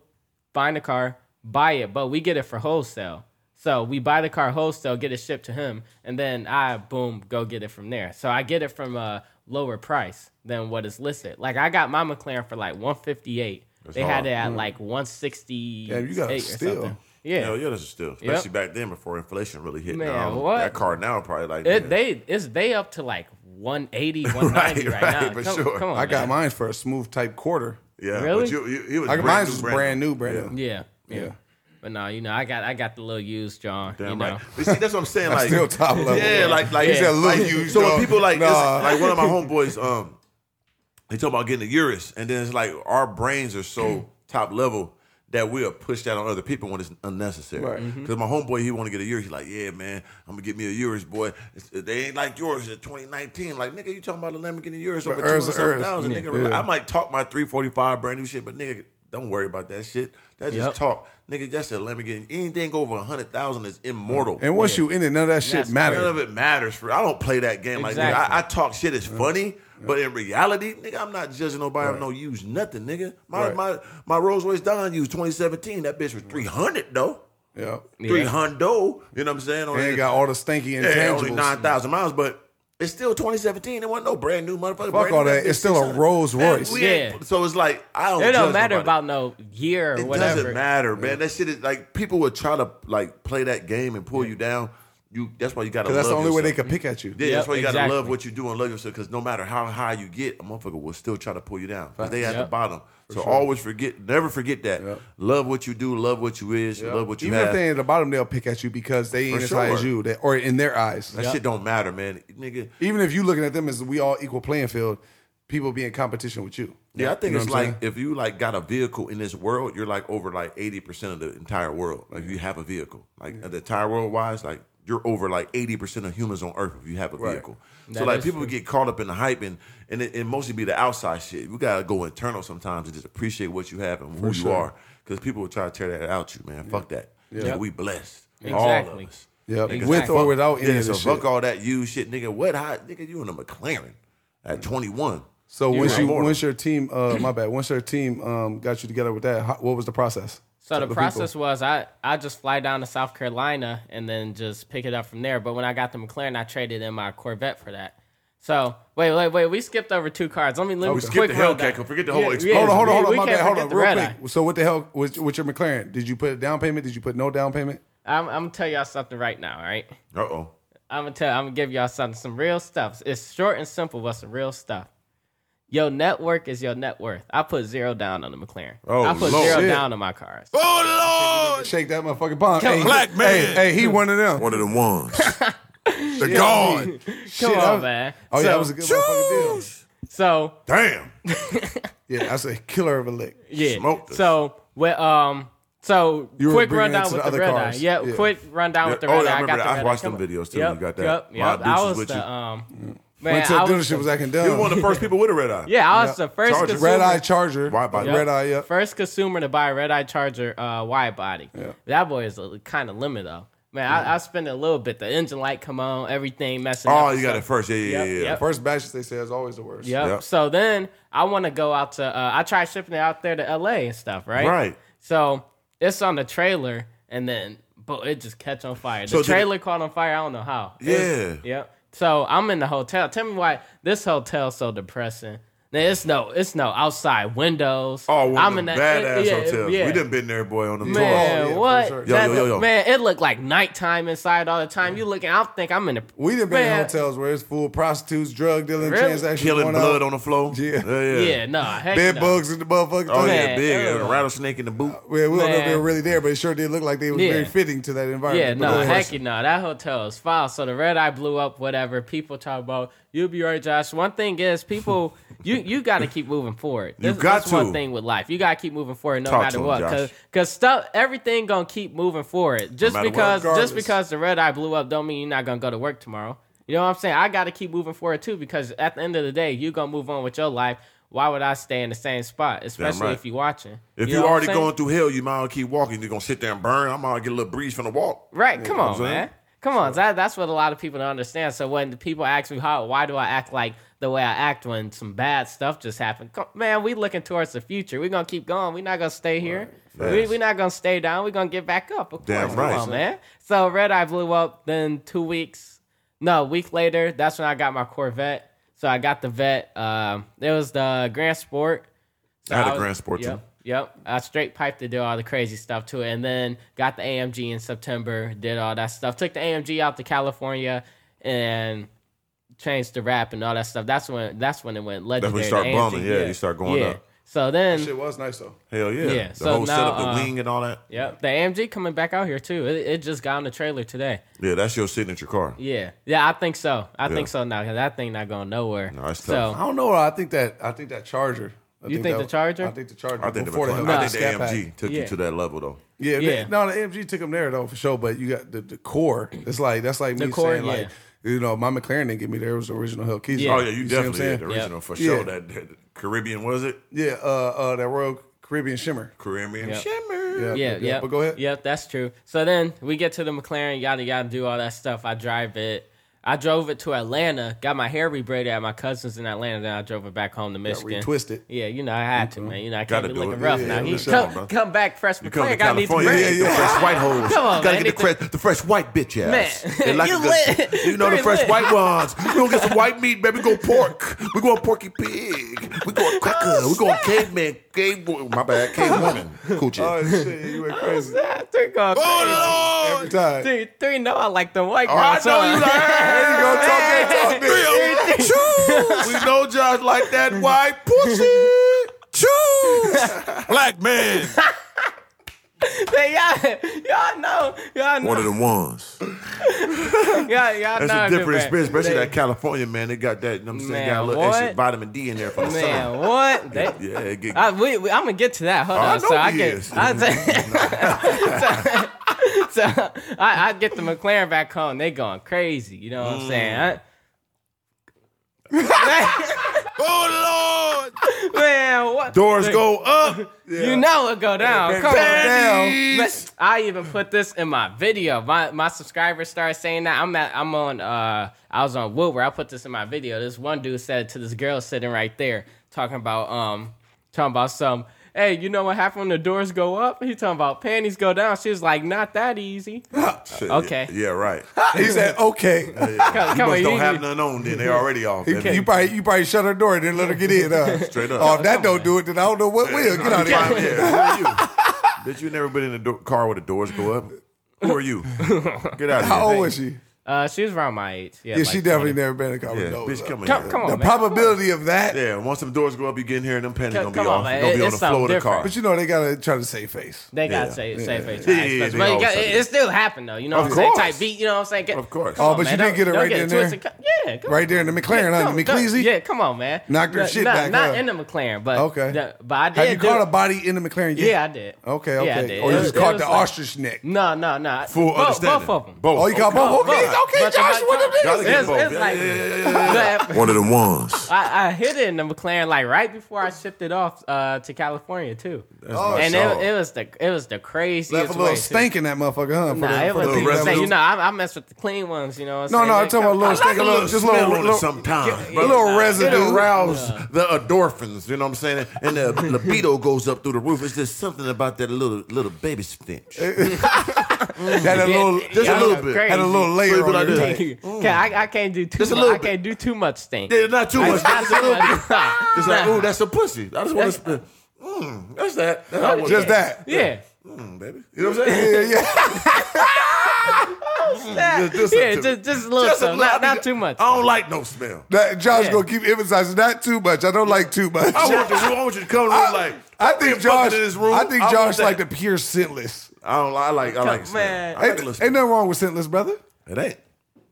Speaker 1: find a car, buy it, but we get it for wholesale. So we buy the car wholesale, get it shipped to him, and then I boom go get it from there. So I get it from a lower price than what is listed. Like I got my McLaren for like 158. they
Speaker 3: hard.
Speaker 1: had it at like 168
Speaker 4: Yeah, you got a
Speaker 1: or
Speaker 4: steal.
Speaker 1: something. Yeah.
Speaker 3: Hell yeah, that's a steal. Especially back then before inflation really hit.
Speaker 1: Man,
Speaker 3: Now,
Speaker 1: what?
Speaker 3: That car now probably like
Speaker 1: It,
Speaker 3: man,
Speaker 1: they it's they up to like 180, 190 right,
Speaker 3: right,
Speaker 1: now.
Speaker 3: for
Speaker 1: come,
Speaker 3: sure.
Speaker 1: come on,
Speaker 4: I got
Speaker 1: man.
Speaker 4: mine for a smooth type quarter.
Speaker 3: Yeah,
Speaker 1: Really?
Speaker 3: But you, you, it was
Speaker 4: I
Speaker 3: brand
Speaker 4: got mine
Speaker 3: new,
Speaker 4: was brand new, brand new.
Speaker 1: Yeah, yeah.
Speaker 4: Yeah.
Speaker 1: But no, you know I got I got the little used John.
Speaker 3: Damn
Speaker 1: you know.
Speaker 3: right. But see, that's what I'm saying. like
Speaker 4: still top level.
Speaker 3: Yeah, like like
Speaker 1: He said,
Speaker 3: like,
Speaker 4: "Look, you
Speaker 3: So
Speaker 4: know,
Speaker 3: when people like this-
Speaker 4: nah."
Speaker 3: like one of my homeboys, um, they talk about getting a Urus, and then it's like our brains are so top level that we'll push that on other people when it's unnecessary. Because
Speaker 4: Right.
Speaker 1: Mm-hmm.
Speaker 4: Mhm.
Speaker 3: my homeboy, he want to get a Urus. He's like, yeah, man, I'm gonna get me a Urus, boy. It's, they ain't like yours. It's 2019. Like nigga, you talking about a Lamborghini Urus over
Speaker 4: Urus
Speaker 3: two
Speaker 4: is
Speaker 3: thousand?
Speaker 4: Urus.
Speaker 3: Nigga, relax. I might talk my 345 brand new shit, but nigga, don't worry about that shit. That just
Speaker 1: Yep.
Speaker 3: talk, nigga. That's a Lamborghini. Anything over hundred thousand is immortal.
Speaker 4: And once you in it, none of that shit
Speaker 1: That's-
Speaker 3: None of
Speaker 4: matters.
Speaker 3: it matters for. I don't play that game like that.
Speaker 1: Exactly.
Speaker 3: I, I talk shit is funny, but in reality, nigga, I'm not judging nobody. I don't use nothing, nigga. My
Speaker 4: Right.
Speaker 3: my my Rolls Royce Don used 2017. That bitch was 300 though.
Speaker 4: Yeah.
Speaker 3: 300. You know what I'm saying? On
Speaker 4: And it got all the stinky
Speaker 3: yeah, only nine
Speaker 4: intangibles.
Speaker 3: thousand miles, but. It's still 2017. It wasn't no brand new motherfucker. brand
Speaker 4: all
Speaker 3: new,
Speaker 4: that.
Speaker 3: bitch
Speaker 4: It's still a
Speaker 3: 600.
Speaker 4: Rolls
Speaker 3: Man,
Speaker 4: Royce.
Speaker 3: we ain't-
Speaker 1: Yeah.
Speaker 3: So it's like I don't.
Speaker 1: It
Speaker 3: judge
Speaker 1: don't matter
Speaker 3: nobody.
Speaker 1: about no year or
Speaker 3: It
Speaker 1: whatever.
Speaker 3: doesn't matter, man. That shit is like people would try to like play that game and pull you down. You that's why you gotta.
Speaker 4: Because that's the
Speaker 3: love
Speaker 4: only way they
Speaker 3: yourself.
Speaker 4: could pick at you.
Speaker 3: Yeah, that's
Speaker 1: Yep,
Speaker 3: why you gotta
Speaker 1: exactly.
Speaker 3: love what you do and love yourself. Because no matter how high you get, a motherfucker will still try to pull you down. 'Cause they at the
Speaker 1: Yep.
Speaker 3: bottom. So always forget, never forget that. Love what you do, love what you is, love what you
Speaker 4: Even
Speaker 3: have.
Speaker 4: if they ain't at the bottom, they'll pick at you because they ain't as high as
Speaker 3: sure.
Speaker 4: you, they, or in their eyes.
Speaker 3: that shit don't matter, man. Nigga,
Speaker 4: Even if you looking at them as we all equal playing field, people be in competition with you.
Speaker 3: Yeah, I think
Speaker 4: You know
Speaker 3: it's
Speaker 4: what I'm
Speaker 3: like if you like got a vehicle in this world, you're like over like eighty percent of the entire world. Like you have a vehicle, like the entire world wise, like you're over like 80% of humans on earth if you have a
Speaker 4: Right.
Speaker 3: vehicle. so
Speaker 1: That
Speaker 3: like
Speaker 1: is
Speaker 3: people
Speaker 1: true.
Speaker 3: get caught up in the hype and and it, it mostly be the outside shit. We gotta go internal sometimes and just appreciate what you have and who you
Speaker 4: sure.
Speaker 3: are. Cause people will try to tear that out you, man. Fuck that. Nigga, we blessed. All
Speaker 1: Exactly.
Speaker 3: of us.
Speaker 4: Yep.
Speaker 1: Exactly.
Speaker 4: With or without any
Speaker 3: Yeah,
Speaker 4: of
Speaker 3: so
Speaker 4: the
Speaker 3: fuck
Speaker 4: shit.
Speaker 3: all that you shit, nigga. What hot nigga, you in a McLaren
Speaker 4: Mm.
Speaker 3: at 21.
Speaker 4: So
Speaker 3: You're
Speaker 4: once
Speaker 3: right.
Speaker 4: you once your team, uh, my bad, once your team um, got you together with that, how, what was the process?
Speaker 1: So the
Speaker 4: people.
Speaker 1: process was I, I just fly down to South Carolina and then just pick it up from there. But when I got the McLaren, I traded in my Corvette for that. So wait, wait, wait. We skipped over two cards. Let me
Speaker 4: Oh,
Speaker 1: let me
Speaker 3: skipped
Speaker 1: quick
Speaker 3: the
Speaker 1: roll
Speaker 3: Hellcat,
Speaker 1: down.
Speaker 3: come forget the whole experience.
Speaker 4: Hold on, hold on, hold on,
Speaker 1: we
Speaker 4: my
Speaker 1: can't
Speaker 4: bad, hold
Speaker 1: forget
Speaker 4: on,
Speaker 1: the
Speaker 4: real
Speaker 1: red
Speaker 4: quick.
Speaker 1: eye.
Speaker 4: So what the hell was with your McLaren? Did you put a down payment? Did you put no down payment?
Speaker 1: I'm, I'm gonna tell y'all something right now. All right.
Speaker 3: Uh oh.
Speaker 1: I'm gonna tell. I'm gonna give y'all something. Some real stuff. It's short and simple, but some real stuff. Your network is your net worth. I put zero down on the McLaren.
Speaker 3: Oh,
Speaker 1: I put
Speaker 3: Lord.
Speaker 1: zero
Speaker 4: Shit.
Speaker 1: down on my cars.
Speaker 5: Oh Lord!
Speaker 4: Shake that motherfucking palm. Hey,
Speaker 5: Black
Speaker 4: hey,
Speaker 5: man.
Speaker 4: Hey, he one of them.
Speaker 5: One of the ones. the God.
Speaker 1: Come
Speaker 4: Shit,
Speaker 1: on,
Speaker 4: I-
Speaker 1: man.
Speaker 4: Oh
Speaker 1: so,
Speaker 4: yeah, that was a good motherfucking deal.
Speaker 1: so
Speaker 5: Damn.
Speaker 4: Yeah, that's a killer of a lick.
Speaker 1: Yeah.
Speaker 3: Smoked us.
Speaker 1: So well, um, so
Speaker 4: You were
Speaker 1: quick
Speaker 4: bringing it
Speaker 1: rundown
Speaker 4: to
Speaker 1: with
Speaker 4: the
Speaker 1: the,
Speaker 4: other
Speaker 1: red
Speaker 4: cars.
Speaker 1: eye. Yeah,
Speaker 4: Yeah.
Speaker 1: quick rundown with the
Speaker 3: Yeah, oh,
Speaker 1: red
Speaker 3: yeah, I
Speaker 1: eye. got
Speaker 3: remember that.
Speaker 1: the
Speaker 3: I
Speaker 1: red eye.
Speaker 3: watched
Speaker 1: Come
Speaker 3: them
Speaker 1: on.
Speaker 3: videos, too, when
Speaker 1: Yep,
Speaker 3: you got that.
Speaker 1: Yep,
Speaker 3: My
Speaker 1: yep. I
Speaker 3: bitches
Speaker 1: was
Speaker 3: with you.
Speaker 1: the um,
Speaker 4: Went
Speaker 1: man,
Speaker 4: to the
Speaker 1: I was
Speaker 4: dealership was acting dumb.
Speaker 3: You one of the first people with a red eye.
Speaker 1: yeah, I was the first
Speaker 3: Charger.
Speaker 1: consumer,
Speaker 4: Red Eye Charger.
Speaker 3: Why by
Speaker 4: Red Eye, yeah.
Speaker 1: first consumer to buy a red eye charger uh, wide body. That boy is kind of limit though. Man, I, I spent a little bit. The engine light come on, everything messing up.
Speaker 3: Oh,
Speaker 1: and
Speaker 3: you got it
Speaker 1: stuff.
Speaker 3: first. Yeah, yeah,
Speaker 1: Yep,
Speaker 3: yeah. yeah.
Speaker 1: yep.
Speaker 4: First batches they say is always the worst.
Speaker 1: Yep.
Speaker 3: Yep.
Speaker 1: So then I want to go out to. Uh, I tried shipping it out there to LA and stuff, right?
Speaker 3: Right.
Speaker 1: So it's on the trailer, and then but it just catch on fire. The
Speaker 3: So did
Speaker 1: trailer caught on fire. I don't know how. It's-
Speaker 3: Yeah.
Speaker 1: Yep. So I'm in the hotel. Tell me why this hotel's so depressing. Now, it's no, it's no outside windows.
Speaker 3: Oh, one
Speaker 1: I'm
Speaker 3: of
Speaker 1: in
Speaker 3: the
Speaker 1: that
Speaker 3: badass
Speaker 1: it- yeah,
Speaker 3: hotels.
Speaker 1: yeah.
Speaker 3: We done been there, boy, on them tours.
Speaker 1: Man,
Speaker 4: Oh, yeah, for
Speaker 1: what?
Speaker 4: sure.
Speaker 3: Yo,
Speaker 1: That
Speaker 3: yo, yo,
Speaker 1: look-
Speaker 3: yo.
Speaker 1: Man, it looked like nighttime inside all the time. You looking? I think I'm in the.
Speaker 4: We done been in
Speaker 1: Man.
Speaker 4: hotels where it's full of prostitutes, drug dealing,
Speaker 1: Really?
Speaker 4: transactions.
Speaker 3: Killing
Speaker 4: going
Speaker 3: blood
Speaker 4: on,
Speaker 3: on the floor.
Speaker 4: Yeah.
Speaker 3: yeah.
Speaker 1: Yeah, no, heck
Speaker 4: bed
Speaker 1: no.
Speaker 4: bugs in the motherfucking
Speaker 3: Oh,
Speaker 4: thing.
Speaker 3: yeah,
Speaker 1: Man,
Speaker 3: big.
Speaker 1: ew.
Speaker 3: And a rattlesnake in the boot.
Speaker 4: Well, we don't know if they
Speaker 1: Man.
Speaker 4: were really there, but it sure did look like they was
Speaker 1: Yeah.
Speaker 4: very fitting to that environment.
Speaker 1: Yeah, no,
Speaker 4: But-
Speaker 1: heck you no. That hotel is foul. So the red eye blew up, whatever. People talk about you'll be right, Josh. One thing is people you you gotta keep moving forward.
Speaker 3: You
Speaker 1: That's-
Speaker 3: got
Speaker 1: that's
Speaker 3: to.
Speaker 1: one thing with life. You gotta keep moving forward no
Speaker 3: Talk to
Speaker 1: matter
Speaker 3: him,
Speaker 1: what.
Speaker 3: Josh.
Speaker 1: Cause, cause stuff everything gonna keep moving forward. Just
Speaker 3: matter what,
Speaker 1: because
Speaker 4: regardless.
Speaker 1: just because the red eye blew up don't mean you're not gonna go to work tomorrow. You know what I'm saying? I gotta keep moving forward too, because at the end of the day, you gonna move on with your life. Why would I stay in the same spot? Especially
Speaker 3: right.
Speaker 1: if you're watching.
Speaker 3: If
Speaker 1: know
Speaker 3: you
Speaker 1: what I'm
Speaker 3: already
Speaker 1: saying?
Speaker 3: going through hell, you might as well keep walking. You're going to sit there and burn. I'm going to get a little breeze from the walk.
Speaker 1: Right. Come on,
Speaker 3: saying?
Speaker 1: man. Come on. That, that's what a lot of people don't understand. So when the people ask me how, why do I act like the way I act when some bad stuff just happened? Come, man, we looking towards the future. We're gonna keep going. We're not gonna stay here. We,
Speaker 3: Facts.
Speaker 1: we're not gonna stay down. We're gonna get back up. Of
Speaker 3: Damn
Speaker 1: course.
Speaker 3: right.
Speaker 1: Come on, man. So red eye blew up. Then two weeks, no, a week later. That's when I got my Corvette. So I got the vet. Um, it was the Grand Sport. So
Speaker 3: I had a
Speaker 1: was-
Speaker 3: Grand Sport, too.
Speaker 1: Yep, yep. I straight piped to do all the crazy stuff to it, and then got the AMG in September. Did all that stuff. Took the AMG out to California and changed the rap and all that stuff. That's when that's when it went
Speaker 3: That's
Speaker 1: legendary.
Speaker 3: when you start
Speaker 1: The AMG,
Speaker 3: bumming. Yeah, you start going
Speaker 1: yeah.
Speaker 3: up.
Speaker 1: So then,
Speaker 4: Shit was nice though.
Speaker 3: Hell yeah.
Speaker 1: Yeah,
Speaker 3: The
Speaker 1: so
Speaker 3: whole
Speaker 1: now,
Speaker 3: setup, the
Speaker 1: uh,
Speaker 3: wing and all that.
Speaker 1: yep, the AMG coming back out here too. It, it just got on the trailer today.
Speaker 3: Yeah, that's your signature car.
Speaker 1: Yeah, yeah, I think so. I
Speaker 3: Yeah.
Speaker 1: think so now 'cause that thing not going nowhere.
Speaker 3: No, it's
Speaker 1: so
Speaker 4: I don't know. I think that I think that Charger. I
Speaker 1: You think the Charger?
Speaker 4: I think the Charger.
Speaker 3: I think, the,
Speaker 4: before the,
Speaker 3: McLaren-
Speaker 4: Hellcat
Speaker 3: I think
Speaker 4: Scat
Speaker 3: the
Speaker 4: Pack.
Speaker 3: AMG took you
Speaker 1: Yeah.
Speaker 3: to that level, though.
Speaker 4: Yeah,
Speaker 1: Yeah.
Speaker 4: they- no, the AMG took them there though for sure. But you got the, the core. It's like that's like me
Speaker 1: The core,
Speaker 4: saying
Speaker 1: yeah.
Speaker 4: like you know my McLaren didn't get me there. It was the original Hell Keys.
Speaker 1: Yeah.
Speaker 3: Oh, yeah, you,
Speaker 4: see what I'm
Speaker 3: definitely
Speaker 4: saying?
Speaker 3: did. The original for
Speaker 4: Yeah.
Speaker 3: sure. That, that Caribbean, was it?
Speaker 4: Yeah, uh, uh, that Royal Caribbean Shimmer.
Speaker 3: Caribbean.
Speaker 1: Yeah.
Speaker 3: Shimmer.
Speaker 4: Yeah,
Speaker 1: yeah, yeah.
Speaker 4: But go ahead.
Speaker 1: Yep, that's true. So then we get to the McLaren, yada yada, do all that stuff. I drive it. I drove it to Atlanta, got my hair rebraided at my cousin's in Atlanta, then I drove it back home to Michigan.
Speaker 4: retwist it.
Speaker 1: Yeah, you know, I had to, man. You know, I can't be
Speaker 3: Mm-hmm. Gotta do
Speaker 1: looking
Speaker 3: it.
Speaker 1: rough
Speaker 3: Yeah,
Speaker 1: now.
Speaker 3: yeah,
Speaker 1: He
Speaker 3: listen,
Speaker 1: come,
Speaker 3: bro.
Speaker 1: come back fresh
Speaker 3: You come to
Speaker 1: McLaren, I need to
Speaker 3: California,
Speaker 1: break.
Speaker 3: you get the fresh white hoes.
Speaker 1: Come on,
Speaker 3: Gotta
Speaker 1: man.
Speaker 3: get the, cre- the fresh white bitch ass.
Speaker 1: Man,
Speaker 3: They like
Speaker 1: you
Speaker 3: a good-
Speaker 1: lit.
Speaker 3: you know the
Speaker 1: Pretty
Speaker 3: fresh
Speaker 1: lit.
Speaker 3: white ones. We gonna get some white meat, baby. We go pork. We going porky pig. We
Speaker 1: Oh,
Speaker 3: going cracker. We going caveman. Cave boy. My bad. Cave woman.
Speaker 4: Oh
Speaker 3: Coochie.
Speaker 4: shit, you went crazy
Speaker 1: Three going crazy.
Speaker 5: Oh
Speaker 4: every time. There you
Speaker 1: Three, three know I like them white
Speaker 3: Oh, I
Speaker 1: girls. so
Speaker 3: know you like.
Speaker 4: go, talk that talk, bitch.
Speaker 3: Hey, choose. We know Josh like that white pussy. Choose.
Speaker 5: Lord! Black man.
Speaker 1: Hey, y'all, y'all know, y'all know,
Speaker 5: One of the ones.
Speaker 1: y'all, y'all know.
Speaker 3: That's a
Speaker 1: I'm
Speaker 3: different
Speaker 1: different.
Speaker 3: experience, especially that California man. They got that. You know what I'm saying, got a
Speaker 1: Man,
Speaker 3: little extra
Speaker 1: what?
Speaker 3: vitamin D in there for the sun.
Speaker 1: Man, what? They,
Speaker 3: Yeah, it get
Speaker 1: I, we, we, I'm gonna get to that. Hold
Speaker 3: I
Speaker 1: on.
Speaker 3: know
Speaker 1: so I
Speaker 3: he
Speaker 1: can.
Speaker 3: is.
Speaker 1: I, so, So I, I get the McLaren back home. They going crazy. You know what I'm saying? I-
Speaker 5: Oh Lord!
Speaker 1: man, what?
Speaker 5: Doors go up.
Speaker 1: You know it go down. Come on.
Speaker 4: Damn.
Speaker 1: Man, I even put this in my video. My my subscribers started saying that. I'm at I'm on uh I was on Woodward. I put this in my video. This one dude said to this girl sitting right there talking about um talking about some Hey, you know what happened when the doors go up? He talking about panties go down. She was like, "Not that easy."
Speaker 3: Shit,
Speaker 1: Okay.
Speaker 3: Yeah, right.
Speaker 4: He said, okay.
Speaker 1: Come,
Speaker 3: You
Speaker 1: come
Speaker 3: must
Speaker 1: on,
Speaker 3: don't
Speaker 1: you-
Speaker 3: have nothing on then. They already off.
Speaker 4: You, you probably you probably shut her door and didn't let her get in. Huh?
Speaker 3: Straight up.
Speaker 4: Oh, if that don't do it. Then I don't know what will. Get out of here.
Speaker 3: Did you never been in a do- car where the doors go up? Who are you? Get out of here.
Speaker 4: How old was she?
Speaker 1: Uh, she was around my age. Yeah,
Speaker 4: Yeah,
Speaker 1: like
Speaker 4: she
Speaker 1: 20.
Speaker 4: definitely never been in college.
Speaker 3: Yeah,
Speaker 4: No,
Speaker 3: bitch,
Speaker 4: uh,
Speaker 3: come,
Speaker 1: Come,
Speaker 3: in.
Speaker 1: come on,
Speaker 4: The
Speaker 1: man.
Speaker 4: probability of that,
Speaker 3: Yeah, once them doors go up, you get in here and them panties
Speaker 1: Come-
Speaker 3: gonna be
Speaker 1: come on,
Speaker 3: off.
Speaker 1: man.
Speaker 3: gonna
Speaker 1: It-
Speaker 3: be on
Speaker 1: it's
Speaker 3: the floor of the
Speaker 1: something
Speaker 3: car.
Speaker 1: different.
Speaker 4: but you know they gotta try to save face.
Speaker 1: They got
Speaker 3: Yeah.
Speaker 1: to say say face.
Speaker 3: Yeah, yeah, yeah, they
Speaker 1: but you
Speaker 3: always
Speaker 1: got-
Speaker 3: say
Speaker 1: it,
Speaker 3: that.
Speaker 1: it still happened though. You know
Speaker 3: Of
Speaker 1: what I'm saying?
Speaker 3: course.
Speaker 1: Type beat. You know what I'm saying? Get-
Speaker 3: Of course.
Speaker 1: come
Speaker 4: Oh,
Speaker 1: on,
Speaker 4: but
Speaker 1: man.
Speaker 4: you didn't get it
Speaker 1: Don't-
Speaker 4: right
Speaker 1: don't
Speaker 4: then and
Speaker 1: twisted. Yeah, come on.
Speaker 4: Right there in the McLaren,
Speaker 1: Yeah,
Speaker 4: huh? The
Speaker 1: come-
Speaker 4: McLeasy?
Speaker 1: Yeah, come on, man.
Speaker 4: Knocked her
Speaker 1: No,
Speaker 4: shit
Speaker 1: not,
Speaker 4: back
Speaker 1: Not
Speaker 4: up.
Speaker 1: in the McLaren, but
Speaker 4: Okay.
Speaker 1: the- but I did.
Speaker 4: Have you
Speaker 1: do-
Speaker 4: caught a body in the McLaren? yet?
Speaker 1: Yeah, I did.
Speaker 4: Okay,
Speaker 1: Yeah, I
Speaker 4: okay.
Speaker 1: did.
Speaker 4: or you
Speaker 1: It
Speaker 4: just
Speaker 1: was-
Speaker 4: caught
Speaker 1: it
Speaker 4: the
Speaker 1: was like- Mm-hmm.
Speaker 4: ostrich neck.
Speaker 1: No, no, no.
Speaker 3: Full
Speaker 1: both,
Speaker 3: understanding.
Speaker 1: Both of them.
Speaker 3: Both.
Speaker 4: Oh, you got both? Okay,
Speaker 1: Both.
Speaker 4: okay,
Speaker 1: But the
Speaker 4: Josh,
Speaker 1: Mc-
Speaker 4: what
Speaker 3: Gotta
Speaker 4: it
Speaker 3: get
Speaker 4: is?
Speaker 1: It's,
Speaker 3: both.
Speaker 1: it's
Speaker 3: Yeah,
Speaker 1: like,
Speaker 3: yeah,
Speaker 1: but
Speaker 5: One of the ones.
Speaker 1: I, I hit it in the McLaren like right before I shipped it off uh, to California too.
Speaker 3: Oh,
Speaker 1: and
Speaker 3: sure.
Speaker 1: it, it was the it was the craziest
Speaker 4: Left a
Speaker 1: way,
Speaker 4: little
Speaker 1: too.
Speaker 4: stink in that motherfucker, huh? For
Speaker 1: Nah,
Speaker 4: the-
Speaker 1: it
Speaker 4: for the
Speaker 1: wasn't
Speaker 4: revenue.
Speaker 1: even stink. You know, I, I mess with the clean ones. You know. What I'm
Speaker 4: No,
Speaker 1: saying?
Speaker 4: no, I'm
Speaker 1: They
Speaker 4: talking
Speaker 1: come-
Speaker 4: about a little stink, a little, just a little,
Speaker 3: smell on it
Speaker 4: little,
Speaker 3: sometimes.
Speaker 4: a
Speaker 3: bro.
Speaker 4: little
Speaker 3: It'll
Speaker 4: residue.
Speaker 3: rouse the endorphins, you know what I'm saying? And the libido goes up through the roof. It's just something about that little little baby stench.
Speaker 4: Mm. Had a little,
Speaker 3: Just
Speaker 1: Y'all
Speaker 3: a little
Speaker 1: go
Speaker 3: bit.
Speaker 1: crazy.
Speaker 4: had a little Mm. layer
Speaker 3: But I
Speaker 4: on
Speaker 3: did.
Speaker 4: it.
Speaker 1: Can- I, I can't do too.
Speaker 3: Just a
Speaker 1: mu-
Speaker 3: little
Speaker 1: I can't do too much stink.
Speaker 3: Yeah, not too much.
Speaker 1: Not
Speaker 3: Just a
Speaker 1: too
Speaker 3: little bit.
Speaker 1: much. Nah.
Speaker 3: It's like, ooh, that's a pussy. I just want
Speaker 1: That's-
Speaker 3: to. Mm, that's that. That's how I want
Speaker 4: Just that.
Speaker 1: Yeah.
Speaker 3: Mm, baby. You know what I'm saying?
Speaker 4: Yeah, yeah.
Speaker 1: Yeah, just,
Speaker 3: just- just something. Oh.
Speaker 1: just, a little,
Speaker 3: Just a
Speaker 1: something,
Speaker 3: little-
Speaker 1: not, not too much.
Speaker 3: I don't like no smell.
Speaker 4: That, Josh
Speaker 1: Yeah.
Speaker 4: gonna keep emphasizing not too much. I don't like too much.
Speaker 3: I want, the room, I want you to come to the room like.
Speaker 4: I think Josh.
Speaker 3: in this room.
Speaker 4: I think
Speaker 3: I want
Speaker 4: Josh
Speaker 3: that.
Speaker 4: like the pure scentless.
Speaker 3: I don't. I like. I like. Smell.
Speaker 1: Man.
Speaker 3: I
Speaker 4: Ain't,
Speaker 3: like a little
Speaker 4: ain't
Speaker 3: smell.
Speaker 4: nothing wrong with scentless, brother.
Speaker 3: It ain't.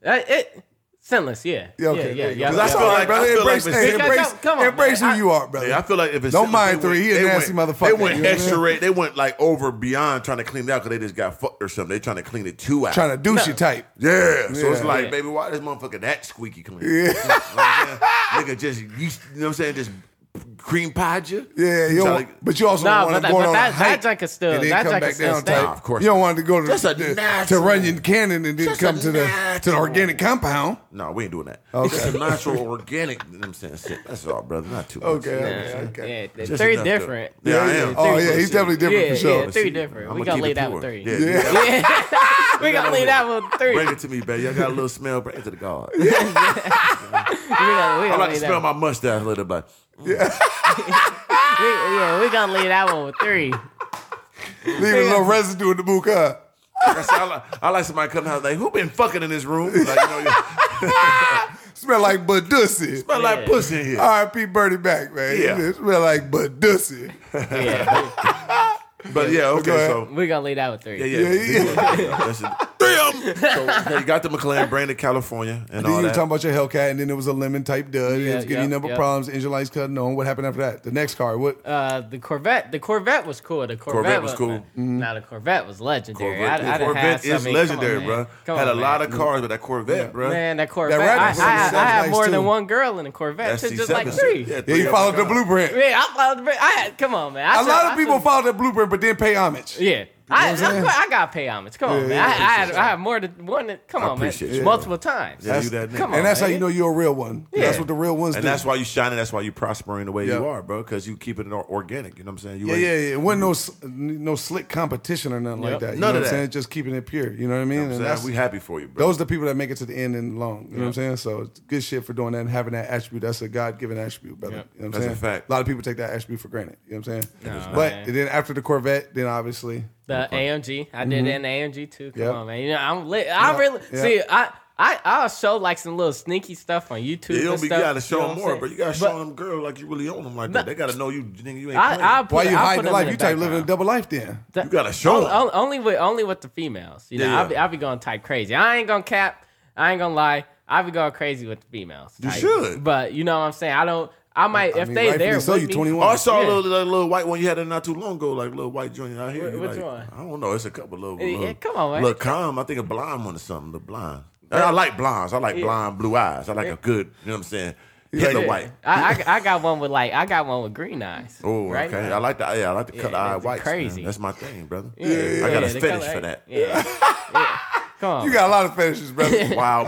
Speaker 1: Uh, it scentless, yeah.
Speaker 4: Yeah, okay.
Speaker 1: yeah,
Speaker 4: there
Speaker 1: yeah.
Speaker 4: you
Speaker 1: yeah,
Speaker 4: go.
Speaker 3: 'Cause I
Speaker 1: yeah.
Speaker 3: feel like- I
Speaker 4: brother,
Speaker 3: feel like
Speaker 4: embrace,
Speaker 3: it's-
Speaker 4: hey,
Speaker 1: Because
Speaker 4: embrace,
Speaker 1: come- come on,
Speaker 4: embrace who
Speaker 1: man. I-
Speaker 4: you are, brother.
Speaker 3: Yeah, I feel like if it's
Speaker 4: Don't
Speaker 3: if
Speaker 4: mind
Speaker 3: they
Speaker 4: three, he a
Speaker 3: they
Speaker 4: nasty
Speaker 3: went-
Speaker 4: motherfucker,
Speaker 3: They
Speaker 4: you
Speaker 3: went
Speaker 4: know what I'm saying?
Speaker 3: extra. rate- They went like over beyond trying to clean it out because they just got fucked or something. They trying to clean it two out.
Speaker 4: Trying to douche you type.
Speaker 3: yeah. So it's
Speaker 4: Yeah.
Speaker 3: like,
Speaker 1: Yeah.
Speaker 3: baby, why this motherfucker that squeaky clean? Yeah. Nigga just yeast- you know what I'm saying? Just cream pied you.
Speaker 4: Yeah, you
Speaker 3: Tryna-
Speaker 4: don't, but you also
Speaker 1: Nah,
Speaker 4: don't want
Speaker 1: but
Speaker 4: to
Speaker 1: that-
Speaker 4: go
Speaker 1: but
Speaker 4: on
Speaker 1: that-
Speaker 4: a
Speaker 1: that
Speaker 4: hike
Speaker 1: junk is still-
Speaker 4: and then
Speaker 1: that
Speaker 4: come
Speaker 1: junk
Speaker 4: back
Speaker 1: is still
Speaker 4: down
Speaker 1: stank.
Speaker 4: type.
Speaker 3: Nah, of course
Speaker 4: you don't
Speaker 3: not.
Speaker 4: want to go to
Speaker 3: That's a
Speaker 4: to, to
Speaker 3: natural-
Speaker 4: Runyon Canyon and then
Speaker 3: That's
Speaker 4: come
Speaker 3: a
Speaker 4: to the to the
Speaker 3: natural.
Speaker 4: organic compound.
Speaker 3: No, we ain't doing that. Okay. It's a natural, organic. You know what I'm saying? Shit, That's all, brother. Not too much.
Speaker 4: Okay,
Speaker 3: Yeah.
Speaker 4: okay, okay.
Speaker 1: Yeah, they're
Speaker 3: Just
Speaker 1: three
Speaker 3: enough to-
Speaker 1: different.
Speaker 3: Yeah, I am.
Speaker 4: Oh yeah, he's definitely different
Speaker 1: yeah,
Speaker 4: for sure.
Speaker 1: yeah, three different.
Speaker 3: I'ma
Speaker 1: we gonna
Speaker 3: keep
Speaker 1: lay
Speaker 3: it
Speaker 1: that with
Speaker 3: pure.
Speaker 1: three.
Speaker 3: Yeah,
Speaker 4: Yeah.
Speaker 3: yeah.
Speaker 1: we gonna lay that with three.
Speaker 3: Bring it to me, baby. I got a little smell. Bring it to the guard.
Speaker 1: We gonna, we
Speaker 3: I
Speaker 1: gonna
Speaker 3: like
Speaker 1: lay
Speaker 3: to
Speaker 1: that.
Speaker 3: smell my mustache a little bit.
Speaker 1: we, yeah, we gonna lay that one with three.
Speaker 4: Leave a little residue in the book, huh?
Speaker 3: Like I, said, I, like, I like somebody come to the house like, who been fucking in this room? Like, you know, you
Speaker 4: Smell like Badussy.
Speaker 3: smell like
Speaker 1: Yeah.
Speaker 3: pussy in here.
Speaker 4: R.I.P. Bernie back, man.
Speaker 3: Yeah.
Speaker 4: It smell like Badussy.
Speaker 1: Yeah,
Speaker 3: But yeah, okay,
Speaker 4: ahead.
Speaker 3: so.
Speaker 1: we, we gonna lay that with three.
Speaker 3: Yeah,
Speaker 4: Yeah,
Speaker 3: yeah.
Speaker 4: yeah.
Speaker 3: That's it. Three of them. So okay, you got the McLaren brand in California
Speaker 4: Then
Speaker 3: and all
Speaker 4: you were
Speaker 3: that.
Speaker 4: talking about your Hellcat, and then it was a lemon type dud. and it
Speaker 1: Yeah,
Speaker 4: was giving you
Speaker 1: yeah,
Speaker 4: number
Speaker 1: yeah.
Speaker 4: problems. Engine lights cutting on. What happened after that? The next car. What?
Speaker 1: Uh, the Corvette, the Corvette was cool. The Corvette,
Speaker 3: Corvette was cool.
Speaker 1: Now the Corvette was legendary.
Speaker 3: Corvette,
Speaker 1: I, I done had
Speaker 3: Corvette
Speaker 1: so
Speaker 3: is
Speaker 1: many-
Speaker 3: legendary,
Speaker 1: come on,
Speaker 3: bro.
Speaker 1: man. Come
Speaker 3: Had
Speaker 1: on,
Speaker 3: a lot
Speaker 1: man.
Speaker 3: of cars, but that Corvette, bro.
Speaker 1: Man, that Corvette.
Speaker 4: Raptor
Speaker 1: I, I,
Speaker 4: was
Speaker 1: I, had
Speaker 4: nice,
Speaker 1: more
Speaker 4: too.
Speaker 1: than one girl in a Corvette, too, just like three.
Speaker 3: Yeah,
Speaker 1: Yeah,
Speaker 4: Yeah, you
Speaker 3: of
Speaker 4: followed the
Speaker 3: them.
Speaker 4: blueprint.
Speaker 1: I followed. the- uh, I had. Come on, man. I
Speaker 4: A
Speaker 1: should-
Speaker 4: lot of
Speaker 1: I
Speaker 4: people
Speaker 1: should-
Speaker 4: followed the blueprint, but didn't pay homage.
Speaker 1: Yeah. I, I, I got pay homage. Come on,
Speaker 4: Yeah,
Speaker 1: man.
Speaker 4: yeah,
Speaker 1: I, I, had, I had more than one. than- Come
Speaker 3: I
Speaker 1: on, man.
Speaker 3: appreciate you.
Speaker 1: Multiple times.
Speaker 3: Yeah, you that nigga.
Speaker 1: Come on,
Speaker 4: and that's how
Speaker 1: man.
Speaker 4: you know you're a real one. That's what the real ones
Speaker 3: And
Speaker 4: do.
Speaker 3: that's why you shining. That's why you prospering the way
Speaker 4: Yeah.
Speaker 3: you are, bro. Because you keeping it or- organic. You know what I'm saying? You
Speaker 4: yeah,
Speaker 3: ain't-
Speaker 4: yeah, yeah. It wasn't no s- no slick competition or nothing like
Speaker 1: Yep.
Speaker 4: that. You
Speaker 3: None
Speaker 4: know
Speaker 3: of
Speaker 4: what I'm
Speaker 3: that.
Speaker 4: saying? Just keeping it pure. You know what I mean?
Speaker 3: You know what I'm
Speaker 4: And
Speaker 3: saying?
Speaker 4: that's-
Speaker 3: we happy for you, bro.
Speaker 4: those are the people that make it to the end and long. You know what I'm saying? So it's good shit for doing that and having that attribute. That's a God given attribute, brother. You know what I'm
Speaker 3: That's a
Speaker 4: saying?
Speaker 3: fact.
Speaker 4: A lot of people take that attribute for granted. You know what I'm saying?
Speaker 1: No,
Speaker 4: but
Speaker 1: man.
Speaker 4: then after the Corvette, then obviously
Speaker 1: The AMG. I
Speaker 3: Mm-hmm.
Speaker 1: did it in the AMG too. Come
Speaker 4: Yep.
Speaker 1: on, man. You know, I'm lit. I
Speaker 4: Yep.
Speaker 1: really
Speaker 4: Yep.
Speaker 1: see I I I'll show like some little sneaky stuff on YouTube.
Speaker 3: you,
Speaker 1: and
Speaker 3: don't be, you
Speaker 1: stuff,
Speaker 3: gotta show
Speaker 1: you know
Speaker 3: them
Speaker 1: what I'm
Speaker 3: more, but you gotta
Speaker 1: But-
Speaker 3: show them girl like you really own them like that. They gotta know you. Nigga, you ain't.
Speaker 1: saying? I, I'll
Speaker 3: playing.
Speaker 1: put,
Speaker 4: why you
Speaker 1: I'll put
Speaker 4: hiding the
Speaker 1: them
Speaker 4: life?
Speaker 1: in
Speaker 4: You
Speaker 1: the
Speaker 4: type living a
Speaker 1: background.
Speaker 4: double life then.
Speaker 1: That-
Speaker 3: You gotta show
Speaker 1: on-
Speaker 3: 'em.
Speaker 1: on- Only with only with the females. You know,
Speaker 3: Yeah, yeah.
Speaker 1: I'll be I'll be going type crazy. I ain't gonna cap. I ain't gonna lie. I be going crazy with the females. You
Speaker 3: should.
Speaker 1: But you know what I'm saying? I don't. I might
Speaker 4: I
Speaker 1: if
Speaker 4: mean,
Speaker 1: they
Speaker 4: rightfully
Speaker 1: there
Speaker 4: so,
Speaker 1: with
Speaker 4: you
Speaker 1: me.
Speaker 4: 21.
Speaker 3: Oh, I saw a
Speaker 1: Yeah.
Speaker 3: little, that little white one you had not too long ago, like little white joint out here.
Speaker 1: Wh- which
Speaker 3: like,
Speaker 1: one?
Speaker 3: I don't know. It's a couple little.
Speaker 1: Yeah,
Speaker 3: little
Speaker 1: come on, man.
Speaker 3: Little calm. I think a blonde one or something. The blonde. I, I like blondes. I like blonde blue eyes. I like a good. You know what I'm saying? Hit the
Speaker 1: Yeah.
Speaker 3: white.
Speaker 1: I, I I got one with like I got one with green eyes.
Speaker 3: Oh,
Speaker 1: right
Speaker 3: okay.
Speaker 1: now.
Speaker 3: I like the yeah. I like the cut
Speaker 1: Yeah,
Speaker 3: eye
Speaker 1: it's
Speaker 3: whites.
Speaker 1: crazy.
Speaker 3: man. That's my thing, brother.
Speaker 1: Yeah,
Speaker 3: I got a
Speaker 1: the
Speaker 3: fetish
Speaker 1: color-
Speaker 3: for that.
Speaker 1: Yeah. Yeah. Come on.
Speaker 4: You got a lot of fetishes, brother.
Speaker 3: Wow.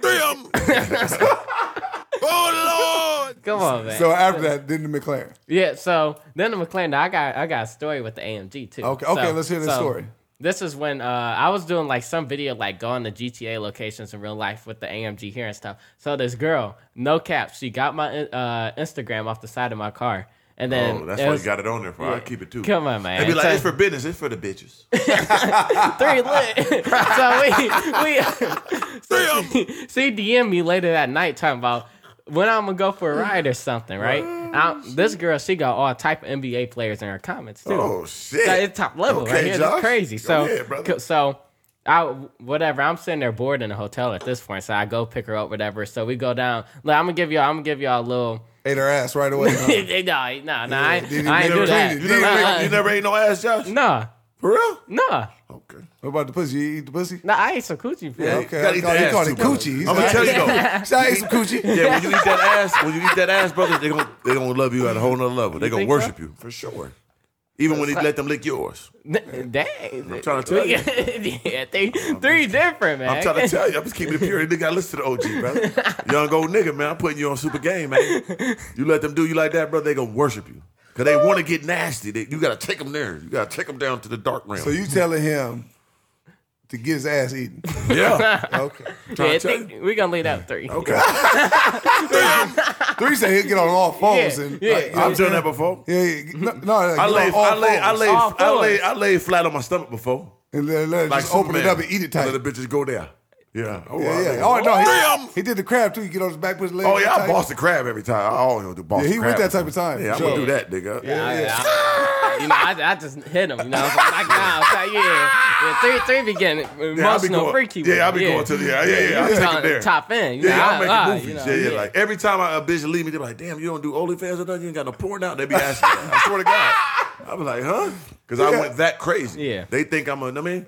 Speaker 5: Three of them. oh, Lord.
Speaker 1: Come on, man.
Speaker 4: so after that, then the McLaren.
Speaker 1: Yeah, so then the McLaren, I got I got a story with the AMG too.
Speaker 4: Okay, okay,
Speaker 1: So-
Speaker 4: let's hear this
Speaker 1: so
Speaker 4: story.
Speaker 1: This is when uh, I was doing like some video, like going to GTA locations in real life with the AMG here and stuff. So this girl, no cap, she got my uh, Instagram off the side of my car, and then
Speaker 3: Oh, that's
Speaker 1: it
Speaker 3: why
Speaker 1: was-
Speaker 3: you got it on there for. I keep it too.
Speaker 1: Come on, man.
Speaker 3: They be like,
Speaker 1: So-
Speaker 3: it's for business. It's for the bitches.
Speaker 1: three lit. so we we so she, she DM me later that night talking about when I'm gonna go for a ride or something, right? Now, this girl, she got all type of NBA players in her comments too.
Speaker 3: Oh shit.
Speaker 1: So it's top level
Speaker 3: Okay,
Speaker 1: right here. That's
Speaker 3: Josh.
Speaker 1: crazy.
Speaker 3: Go
Speaker 1: So
Speaker 3: ahead, brother.
Speaker 1: so I whatever. I'm sitting there bored in a hotel at this point, so I go pick her up, whatever. So we go down. Look, I'm gonna give y'all. I'm gonna give y'all a little.
Speaker 4: Ate her ass right away. huh?
Speaker 1: no, no, no. I, ain't-
Speaker 4: did he
Speaker 1: I ain't
Speaker 4: never
Speaker 1: do
Speaker 4: clean
Speaker 1: that.
Speaker 4: it?
Speaker 3: You never,
Speaker 4: Uh-uh.
Speaker 3: you never ate no ass, Josh.
Speaker 1: No,
Speaker 3: For real?
Speaker 1: no,
Speaker 3: Okay.
Speaker 4: what about the pussy? You eat the pussy?
Speaker 1: no. I ate some coochie. fool.
Speaker 4: Okay,
Speaker 3: gotta
Speaker 4: I
Speaker 3: eat
Speaker 4: call-
Speaker 3: the
Speaker 4: he
Speaker 3: ass
Speaker 4: called it
Speaker 3: too, brother.
Speaker 4: coochie.
Speaker 3: I'm gonna tell you though.
Speaker 4: Should I eat some coochie?
Speaker 3: Yeah, when you eat that ass, when you eat that ass, brothers, they gonna they gonna love you at a whole nother level. They gonna
Speaker 1: think so?
Speaker 3: worship you for sure. Even when you let them lick yours.
Speaker 1: N- Dang.
Speaker 3: I'm trying to tell you.
Speaker 1: yeah, three, three different, man.
Speaker 3: I'm trying to tell you. I'm just keeping it pure. You gotta listen to OG, brother. Young old nigga, man. I'm putting you on super game, man. You let them do you like that, brother. They gonna worship you because they want to get nasty. They, you gotta take them there. You gotta take them down to the dark realm.
Speaker 4: So you telling him to get his ass eaten?
Speaker 3: yeah.
Speaker 4: Okay.
Speaker 1: yeah, I
Speaker 3: tell
Speaker 1: think we're going to leave out three.
Speaker 3: Okay.
Speaker 4: Three said he'll get on all fours
Speaker 1: Yeah,
Speaker 4: and
Speaker 1: yeah.
Speaker 4: like, you know what I'm
Speaker 3: I've done
Speaker 4: saying?
Speaker 3: that before.
Speaker 4: Yeah, yeah. no, no,
Speaker 3: I lay, I lay, I lay,
Speaker 1: All
Speaker 3: I lay,
Speaker 1: fours.
Speaker 3: I lay flat on my stomach before.
Speaker 4: and then let it
Speaker 3: Like
Speaker 4: just open it
Speaker 3: Superman.
Speaker 4: up and eat it
Speaker 3: I
Speaker 4: tight.
Speaker 3: Let the bitches go there. Yeah. Oh,
Speaker 4: Yeah,
Speaker 3: I
Speaker 4: yeah.
Speaker 3: think-
Speaker 4: Oh no,
Speaker 5: Damn.
Speaker 4: he, he did the crab too. You get on his back, put his leg.
Speaker 3: Oh yeah,
Speaker 4: up
Speaker 3: I
Speaker 4: tight.
Speaker 3: Boston crab every time. I always do Boston
Speaker 4: Yeah, he
Speaker 3: crab.
Speaker 4: went that type of time.
Speaker 3: Yeah, I'm
Speaker 4: Sure.
Speaker 3: gonna do that, nigga.
Speaker 1: I- I- you know, I, I just hit him. You know, I was like, nah, I'm sorry, yeah, yeah, three, three beginning
Speaker 3: Yeah, I be
Speaker 1: emotional,
Speaker 3: going.
Speaker 1: freaky. with
Speaker 3: yeah, I
Speaker 1: it,
Speaker 3: be going to the. Yeah, yeah, yeah. I
Speaker 1: You
Speaker 3: take
Speaker 1: trying
Speaker 3: it
Speaker 1: to
Speaker 3: there.
Speaker 1: Top in, you
Speaker 3: Yeah,
Speaker 1: know,
Speaker 3: yeah,
Speaker 1: I-
Speaker 3: I'm
Speaker 1: I,
Speaker 3: making
Speaker 1: you
Speaker 3: movies.
Speaker 1: know,
Speaker 3: yeah, yeah, Like every time I, a bitch leave me, they're like, "Damn, you don't do OnlyFans or nothing. You ain't got no porn out." They be asking. me that. I swear to God, I was like, "Huh?" Because I went that crazy.
Speaker 1: Yeah.
Speaker 3: They think I'm a. I mean,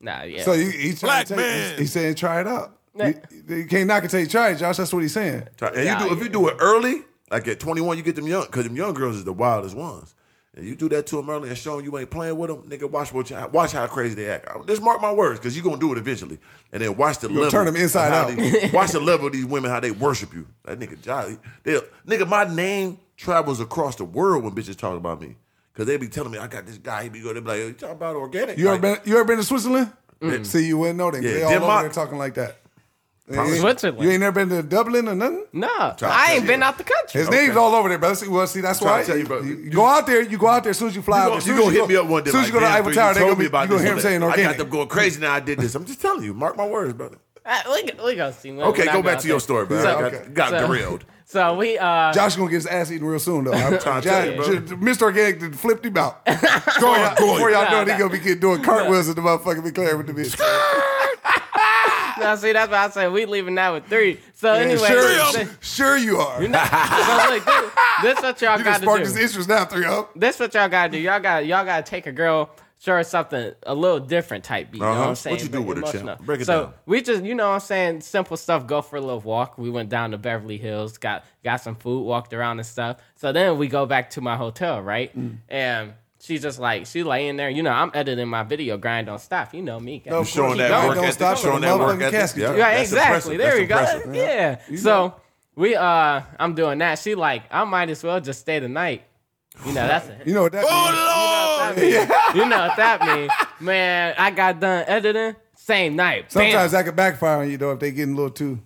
Speaker 1: nah, yeah.
Speaker 4: So he, he's trying
Speaker 5: Black
Speaker 4: to take,
Speaker 5: man.
Speaker 4: He's, he's saying try it out.
Speaker 1: Yeah.
Speaker 4: You, you can't knock it till you try it, Josh. That's what he's saying.
Speaker 3: try- and
Speaker 1: Yeah,
Speaker 3: you do if you do it early, like at 21, you get them young because them young girls is the wildest ones. And you do that to them early and show them you ain't playing with them, nigga. Watch what you, watch how crazy they act. Just mark my words, because you gonna do it eventually. And then watch the level.
Speaker 4: turn them inside
Speaker 3: of how
Speaker 4: out.
Speaker 3: these- watch the level of these women how they worship you. That nigga jolly. They, nigga, my name travels across the world when bitches talk about me. Cause they be telling me I got this guy. He be going. They be like, "Yo, you talking about organic?
Speaker 4: You
Speaker 3: Like,
Speaker 4: ever been? You ever been to Switzerland? See, you wouldn't know that.
Speaker 3: Yeah,
Speaker 4: they all over
Speaker 3: Denmark.
Speaker 4: there talking like that.
Speaker 3: Probably-
Speaker 1: Switzerland.
Speaker 4: You ain't never been to Dublin or nothing.
Speaker 1: no, I ain't
Speaker 3: you.
Speaker 1: been out the country.
Speaker 4: His name's all over there, brother. See, well, see, that's
Speaker 3: trying
Speaker 4: why.
Speaker 3: to tell you, bro.
Speaker 4: go out there. You go out there as soon as you fly.
Speaker 3: You
Speaker 4: out
Speaker 3: gonna,
Speaker 4: there,
Speaker 3: you
Speaker 4: as soon
Speaker 3: gonna
Speaker 4: as
Speaker 3: hit me
Speaker 4: go-
Speaker 3: up one day.
Speaker 4: As soon as
Speaker 3: like,
Speaker 4: you go to
Speaker 3: "Damn,
Speaker 4: Eiffel
Speaker 3: Free,
Speaker 4: Tower,
Speaker 3: you
Speaker 4: they gonna be,
Speaker 3: told me
Speaker 4: you
Speaker 3: about
Speaker 4: gonna
Speaker 3: this
Speaker 4: hear him
Speaker 3: one
Speaker 4: saying
Speaker 3: day. I got
Speaker 4: organic.
Speaker 3: them going crazy now. I did this. I'm just telling you. Mark my words, brother.
Speaker 1: Uh, we, can- we gonna see. when-
Speaker 3: Okay,
Speaker 1: when I
Speaker 3: go
Speaker 1: out
Speaker 3: back to your
Speaker 1: there.
Speaker 3: story, bro.
Speaker 1: So-
Speaker 3: I got, got
Speaker 1: so-
Speaker 3: grilled.
Speaker 1: So we, uh,
Speaker 4: Josh gonna get his ass eaten real soon though. I'm
Speaker 3: trying to tell you, bro.
Speaker 4: Mr. Organic done flipped him out. Before y'all- Before y'all know it, he gonna be getting, doing cartwheels at the motherfucking McLaren with the bitch.
Speaker 1: now see, that's why I said we leaving now with three. So anyway,
Speaker 4: sure, sure you are. You
Speaker 1: so look, this, this what y'all
Speaker 4: just
Speaker 1: got to do.
Speaker 4: sparked his interest now, three up.
Speaker 1: That's what y'all gotta do. Y'all got y'all gotta take a girl, show her something a little different type beat. You know
Speaker 3: Uh-huh.
Speaker 1: what I'm saying?
Speaker 3: What you do
Speaker 1: Make
Speaker 3: with it, champ?
Speaker 1: emotional.
Speaker 3: Break it
Speaker 1: so
Speaker 3: down.
Speaker 1: we just you know what I'm saying simple stuff. Go for a little walk. We went down to Beverly Hills, got got some food, walked around and stuff. So then we go back to my hotel, right?
Speaker 3: Mm.
Speaker 1: And. She's just like she lay in there, you know. I'm editing my video, grind don't stop. You know me.
Speaker 4: No,
Speaker 1: guys.
Speaker 4: shit.
Speaker 3: Showing
Speaker 4: Keep
Speaker 3: that
Speaker 4: going.
Speaker 3: work
Speaker 4: Don't
Speaker 3: ethic.
Speaker 4: stop till
Speaker 3: Showing
Speaker 4: the
Speaker 3: that work
Speaker 4: motherfucking
Speaker 3: ethic.
Speaker 4: casket.
Speaker 3: Yeah,
Speaker 1: Yeah,
Speaker 3: that's
Speaker 1: exactly.
Speaker 3: impressive.
Speaker 1: There
Speaker 3: That's
Speaker 1: we go.
Speaker 3: impressive.
Speaker 1: Yeah. So we uh I'm doing that. She like, I might as well just stay the night. You know, that's it.
Speaker 4: You know what that
Speaker 5: Oh,
Speaker 4: means?
Speaker 5: Lord.
Speaker 1: You know what that means. Man, I got done editing same night. Bam.
Speaker 4: Sometimes that could backfire on you though if they getting a little too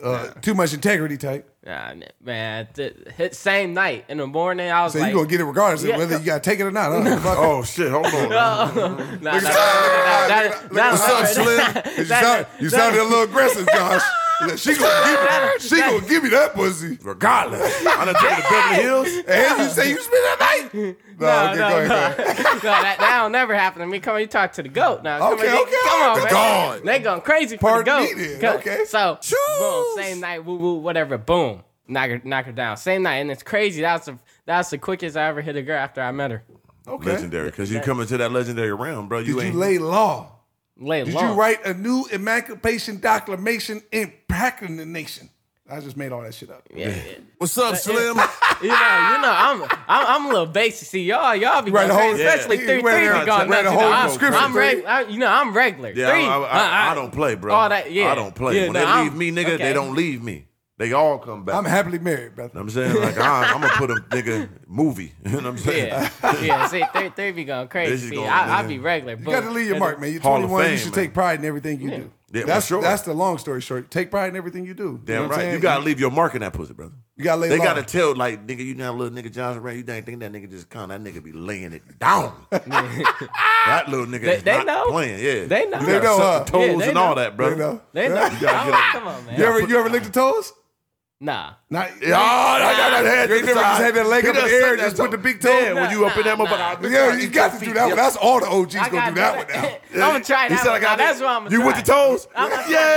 Speaker 4: uh, too much integrity type.
Speaker 1: Nah, man, th- hit same night in the morning. I was
Speaker 4: So
Speaker 1: like,
Speaker 4: you gonna get it regardless of
Speaker 1: Yeah.
Speaker 4: whether you gotta take it or not. Huh? Fuck.
Speaker 3: Oh shit! Hold
Speaker 1: nah, nah,
Speaker 3: on.
Speaker 1: nah, nah, nah, nah, nah, nah, nah, nah,
Speaker 4: What's up, Slim? You sound- You sounded a little aggressive, Josh. Look, she gonna give me, she gonna give me that pussy.
Speaker 3: Regardless, I done took it to Beverly Hills.
Speaker 4: And you say you spent that night? No,
Speaker 1: No,
Speaker 4: okay,
Speaker 1: no,
Speaker 4: go
Speaker 1: no.
Speaker 4: ahead, go ahead.
Speaker 1: no, that, that'll never happen to me. Come on, you talk to the goat now. Come
Speaker 4: Okay,
Speaker 1: on,
Speaker 4: okay,
Speaker 1: come on,
Speaker 4: the
Speaker 1: man.
Speaker 4: goat.
Speaker 1: They going crazy for
Speaker 4: Pardon
Speaker 1: the goat.
Speaker 4: me then,
Speaker 1: Go-
Speaker 4: okay.
Speaker 1: So,
Speaker 4: Choose.
Speaker 1: boom, same night, woo woo, whatever, boom, knock her, knock her down. Same night, and it's crazy. That's the that's the quickest I ever hit a girl after I met her.
Speaker 4: Okay.
Speaker 3: Legendary, because you come into that legendary realm, bro. You
Speaker 4: Did you
Speaker 3: ain't
Speaker 4: lay law?
Speaker 1: Lay
Speaker 4: Did
Speaker 1: long.
Speaker 4: you write a new Emancipation Declaration impacting the nation? I just made all that shit up.
Speaker 1: Yeah.
Speaker 5: What's up, Slim?
Speaker 1: You know, you know, I'm, I'm I'm a little basic. See, y'all, y'all be going
Speaker 4: Right, the whole-
Speaker 1: crazy, especially
Speaker 4: yeah.
Speaker 1: three three
Speaker 4: You read
Speaker 1: be
Speaker 4: a-
Speaker 1: going
Speaker 4: read a
Speaker 1: nuts. You
Speaker 4: whole
Speaker 1: know, I'm,
Speaker 4: description.
Speaker 1: I'm reg- I, you know, I'm regular.
Speaker 3: Yeah,
Speaker 1: three.
Speaker 3: I, I, I,
Speaker 1: Uh-uh.
Speaker 3: I don't play, bro.
Speaker 1: All that, yeah.
Speaker 3: I don't play.
Speaker 1: Yeah,
Speaker 3: when
Speaker 1: no,
Speaker 3: they
Speaker 1: I'm-
Speaker 3: leave me, nigga, they
Speaker 1: okay.
Speaker 3: don't leave me. They all come back.
Speaker 4: I'm
Speaker 3: I'm,
Speaker 4: happily married, brother.
Speaker 3: I'm saying, like, I'm, I'm gonna put a nigga movie. you know what I'm saying?
Speaker 1: Yeah, yeah. See, three, three be going
Speaker 3: This
Speaker 1: crazy.
Speaker 3: is
Speaker 1: See,
Speaker 3: going-
Speaker 1: I, I be regular.
Speaker 4: You got to leave your mark, man. You're
Speaker 3: Hall of
Speaker 4: 21. you
Speaker 3: Fame,
Speaker 4: should
Speaker 3: man.
Speaker 4: take pride in everything you do.
Speaker 3: Yeah, for
Speaker 4: that's
Speaker 3: sure.
Speaker 4: that's the long story short. Take pride in everything you do. you
Speaker 3: Damn
Speaker 4: know what I'm
Speaker 3: right.
Speaker 4: saying?
Speaker 3: You gotta leave your mark in that pussy, brother.
Speaker 4: You gotta lay
Speaker 3: They
Speaker 4: low.
Speaker 3: gotta tell, like, nigga, you now little nigga Johnson Ray, you dang think that nigga just come. That nigga be laying it down. that little nigga
Speaker 1: They-
Speaker 3: is
Speaker 1: they
Speaker 3: not
Speaker 1: know.
Speaker 3: playing, yeah.
Speaker 1: They know.
Speaker 3: You
Speaker 1: They
Speaker 3: gotta
Speaker 4: know,
Speaker 3: suck
Speaker 4: huh?
Speaker 3: the toes
Speaker 1: Yeah, they
Speaker 3: and all
Speaker 1: know.
Speaker 3: that, bro.
Speaker 4: You know?
Speaker 1: They know.
Speaker 4: Yeah.
Speaker 1: I'm
Speaker 3: gotta get
Speaker 1: like,
Speaker 3: up.
Speaker 1: come on, man.
Speaker 4: You ever you ever lick the toes?
Speaker 1: Nah.
Speaker 4: Not,
Speaker 3: Yeah, I got that
Speaker 4: You ain't never just had that leg
Speaker 3: He
Speaker 4: up in
Speaker 3: done
Speaker 4: the air
Speaker 3: sucked
Speaker 4: and just
Speaker 3: that
Speaker 4: put the
Speaker 3: toe.
Speaker 4: big toe.
Speaker 3: Damn, when you up in that
Speaker 1: Nah,
Speaker 3: motherfucker. I-
Speaker 4: Yeah, you got to do that one. That's all the OGs
Speaker 1: I
Speaker 4: gonna
Speaker 1: gotta
Speaker 4: do that one now.
Speaker 1: I'm gonna try
Speaker 3: He
Speaker 1: that
Speaker 3: said,
Speaker 1: one.
Speaker 3: I got
Speaker 1: now.
Speaker 3: that.
Speaker 1: That's what I'm gonna
Speaker 3: You
Speaker 1: try.
Speaker 3: with the toes? Yeah,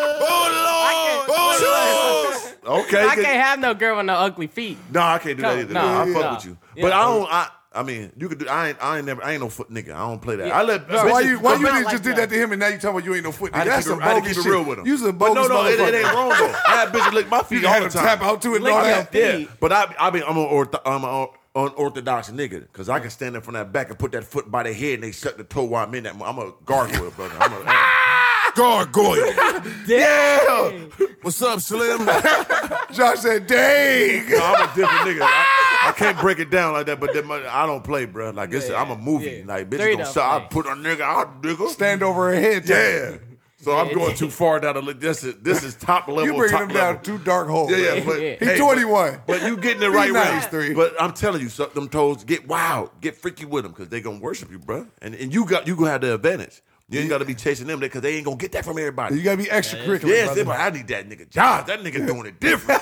Speaker 3: baby.
Speaker 1: I
Speaker 3: Oh, Lord. Okay.
Speaker 1: I
Speaker 3: good.
Speaker 1: can't have no girl with no ugly feet.
Speaker 3: No, I can't do that
Speaker 1: No,
Speaker 3: either.
Speaker 1: no,
Speaker 3: Nah, I
Speaker 1: yeah,
Speaker 3: fuck
Speaker 1: yeah.
Speaker 3: with you, but I don't. I, I mean, you could do. I ain't. I ain't never. I ain't no foot nigga. I don't play that. I let.
Speaker 1: No,
Speaker 3: bitches-
Speaker 4: Why you why
Speaker 3: but
Speaker 4: you
Speaker 1: not
Speaker 4: didn't
Speaker 1: like
Speaker 4: just did that
Speaker 1: that.
Speaker 4: to him and now you talking about you ain't no foot? nigga?
Speaker 3: I had to
Speaker 4: That's
Speaker 3: keep
Speaker 4: some
Speaker 3: it- I had to
Speaker 4: bogus
Speaker 3: keep it
Speaker 4: shit.
Speaker 3: real with 'em.
Speaker 4: You some
Speaker 3: But
Speaker 4: bogus
Speaker 3: no, no, it, it ain't
Speaker 4: motherfucker.
Speaker 3: wrong though. I had bitches lick my
Speaker 4: You
Speaker 3: feet all
Speaker 4: had
Speaker 3: the
Speaker 4: him
Speaker 3: time.
Speaker 4: tap out too and
Speaker 1: Lick
Speaker 4: all
Speaker 1: your
Speaker 4: that.
Speaker 1: feet.
Speaker 3: Yeah, but I, I mean, I'm an ortho, I'm an unorthodox nigga because I can stand up from that back and put that foot by the head and they suck the toe while I'm in that. mo- I'm a gargoyle, brother. I'm a
Speaker 5: Gargoyle.
Speaker 3: yeah.
Speaker 5: What's up, Slim?
Speaker 4: Josh said, "Dang."
Speaker 3: No, I'm a different nigga. I, I can't break it down like that, but then my- I don't play, bro. Like it's, I'm a movie.
Speaker 1: yeah.
Speaker 3: Like bitches
Speaker 1: Three
Speaker 3: gonna
Speaker 1: don't
Speaker 3: suck. I
Speaker 1: play.
Speaker 3: put a nigga, out, nigga.
Speaker 4: Stand over her head. tap.
Speaker 3: Yeah. So I'm going too far down the list. This is this is top level.
Speaker 4: You bringing
Speaker 3: top
Speaker 4: him down
Speaker 3: level.
Speaker 4: two dark holes.
Speaker 3: Yeah, yeah.
Speaker 4: bro.
Speaker 3: But,
Speaker 1: Yeah.
Speaker 4: He
Speaker 3: hey,
Speaker 4: 21.
Speaker 3: But, but you getting it right
Speaker 4: He's
Speaker 3: way.
Speaker 4: 93.
Speaker 3: But I'm telling you, suck them toes. Get wild. Get freaky with them because they gonna worship you, bro. And and you got you gonna have the advantage. You ain't gotta be chasing them because they ain't gonna get that from everybody.
Speaker 4: You gotta be extracurricular.
Speaker 3: yes,
Speaker 4: brother.
Speaker 3: they, but I need that nigga Josh. That nigga doing it different.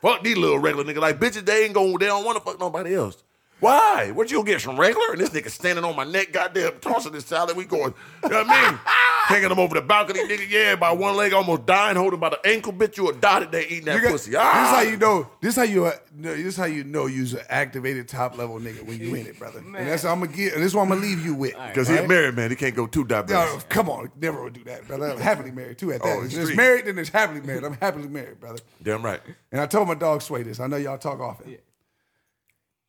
Speaker 3: fuck these little regular nigga. Like bitches, they ain't gonna. They don't want to fuck nobody else. Why? What you gonna get some regular? And this nigga standing on my neck, goddamn, tossing his salad. We going, you know what I mean? Hanging him over the balcony, nigga. Yeah, by one leg, almost dying, holding by the ankle. Bitch, you a die today eating that
Speaker 4: You got-
Speaker 3: pussy. Ah,
Speaker 4: This is how you know. This how you. Uh, no, this how you know. You's an activated top level nigga when you in it, brother. And that's what I'm gonna get. This is what I'm gonna leave you with.
Speaker 3: Because he a married man, he can't go too
Speaker 4: No,
Speaker 3: diverse.
Speaker 4: come on, never would do that, brother. I'm happily married too. At that,
Speaker 3: Oh, it's
Speaker 4: it's
Speaker 3: three.
Speaker 4: married, then it's happily married. I'm happily married, brother.
Speaker 3: Damn right.
Speaker 4: And I told my dog Sway this. I know y'all talk often.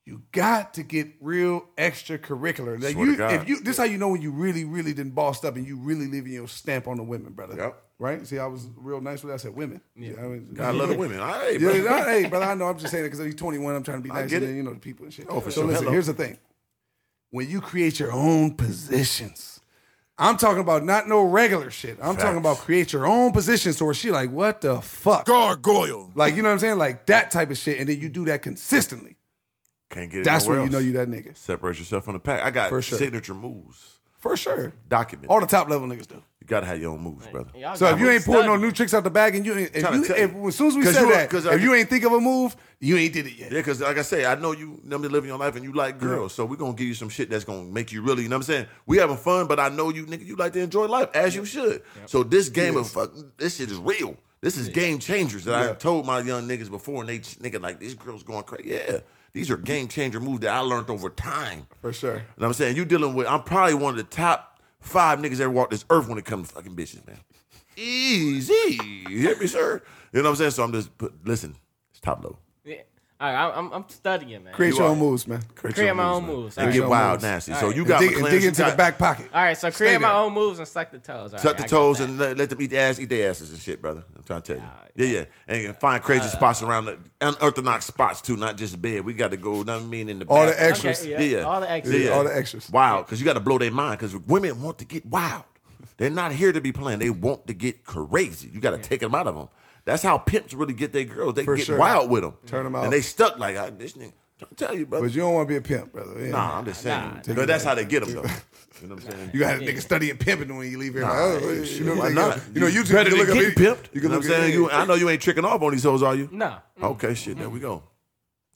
Speaker 4: You got to get real extracurricular. Now,
Speaker 3: Swear
Speaker 4: you-
Speaker 3: to God.
Speaker 4: if you, this how you know when you really, really didn't bossed up and you really leaving your stamp on the women, brother.
Speaker 3: Yep.
Speaker 4: Right? See, I was real nice with that. I said women. Yeah. I, mean,
Speaker 3: I love women. All right,
Speaker 4: yeah,
Speaker 3: bro.
Speaker 4: no, hey, brother, I know. I'm just saying it because he's 21. I'm trying to be nice
Speaker 3: get
Speaker 4: to
Speaker 3: it.
Speaker 4: you know the people and shit.
Speaker 3: Oh, for
Speaker 4: so
Speaker 3: sure.
Speaker 4: Listen,
Speaker 3: Hello.
Speaker 4: here's the thing: when you create your own positions, I'm talking about not no regular shit. I'm talking about create your own positions. So where she like, what the fuck?
Speaker 5: Gargoyle.
Speaker 4: Like you know what I'm saying? Like that type of shit, and then you do that consistently.
Speaker 3: Can't get it
Speaker 4: That's
Speaker 3: nowhere
Speaker 4: when you know
Speaker 3: else.
Speaker 4: you that nigga
Speaker 3: Separate yourself from the pack. I got
Speaker 4: For sure.
Speaker 3: signature moves.
Speaker 4: for sure.
Speaker 3: Document.
Speaker 4: All the top level niggas do.
Speaker 3: You gotta have your own moves, brother.
Speaker 1: Y'all
Speaker 4: So if
Speaker 1: got
Speaker 4: you
Speaker 1: me
Speaker 4: ain't pulling no
Speaker 1: stuck.
Speaker 4: new tricks out the bag, and you, if
Speaker 3: Tryna
Speaker 4: you,
Speaker 3: tell
Speaker 4: if,
Speaker 3: you.
Speaker 4: as soon as we
Speaker 3: 'Cause
Speaker 4: said
Speaker 3: you-
Speaker 4: that,
Speaker 3: 'cause
Speaker 4: if
Speaker 3: I-
Speaker 4: you ain't think of a move, you ain't did it yet.
Speaker 3: Yeah, because like I say, I know you I'm living your life and you like girls, so we're gonna give you some shit that's gonna make you really, you know what I'm saying? We having fun, but I know you nigga, you like to enjoy life as you should. So this game of fuck this shit is real. This is game changers that I told my young niggas before, and they nigga like these girls going crazy. Yeah, these are game changer moves that I learned over time.
Speaker 4: For sure.
Speaker 3: And I'm saying you dealing with I'm probably one of the top five niggas ever walked this earth when it comes to fucking bitches, man. Easy. You hear me, sir? You know what I'm saying? So I'm just put, listen, it's top low.
Speaker 1: Yeah. All right, I'm, I'm- I'm studying, man.
Speaker 4: Create your own moves, man.
Speaker 1: Create my own moves. All
Speaker 3: They
Speaker 1: right.
Speaker 3: get
Speaker 4: Show
Speaker 3: wild,
Speaker 4: moves.
Speaker 3: nasty.
Speaker 1: All
Speaker 3: So
Speaker 1: right.
Speaker 3: you got
Speaker 4: dig,
Speaker 3: McClendon,
Speaker 4: dig
Speaker 3: you
Speaker 4: into
Speaker 3: got-
Speaker 4: the back pocket.
Speaker 1: All right, so
Speaker 4: Stay
Speaker 1: create my
Speaker 4: there.
Speaker 1: own moves and suck the toes. All
Speaker 3: Suck
Speaker 1: right,
Speaker 3: the
Speaker 1: I got
Speaker 3: toes
Speaker 1: that.
Speaker 3: and let, let them eat their ass, eat their asses and shit, brother. I'm trying to tell you. Yeah, yeah. And you can find crazy
Speaker 4: Uh,
Speaker 3: spots around the unorthodox spots too, not just bed. We got to go, know what I mean, in the
Speaker 4: All the
Speaker 3: bathroom.
Speaker 4: extra- extras.
Speaker 1: Okay, yeah,
Speaker 3: Yeah, yeah.
Speaker 1: All the extras.
Speaker 3: Yeah, yeah.
Speaker 4: All the extras.
Speaker 3: Wild, because you got to blow their mind. Because women want to get wild. They're not here to be playing. They want to get crazy. You got to take them out of them. That's how pimps really get their girls. They
Speaker 4: For
Speaker 3: get
Speaker 4: sure.
Speaker 3: wild with them.
Speaker 4: Turn 'em out.
Speaker 3: And they stuck like I, this nigga. I'm telling you, brother.
Speaker 4: But you don't want to be a pimp, brother. Yeah.
Speaker 3: Nah, I'm just saying.
Speaker 1: Nah,
Speaker 3: but that's how they get them, though. You know what I'm saying?
Speaker 4: You got a nigga studying pimping when you leave here.
Speaker 3: Nah,
Speaker 4: like, oh,
Speaker 3: yeah,
Speaker 4: you know,
Speaker 3: why
Speaker 4: like,
Speaker 3: not?
Speaker 4: you know, you just
Speaker 3: better
Speaker 4: you
Speaker 3: than
Speaker 4: look
Speaker 3: getting
Speaker 4: at me-
Speaker 3: pimped.
Speaker 4: You
Speaker 3: You
Speaker 4: can
Speaker 3: know what
Speaker 4: look at
Speaker 3: I'm saying?
Speaker 4: me.
Speaker 3: You, I know you ain't tricking off on these hoes, are you?
Speaker 1: No.
Speaker 3: Okay, shit. There we go.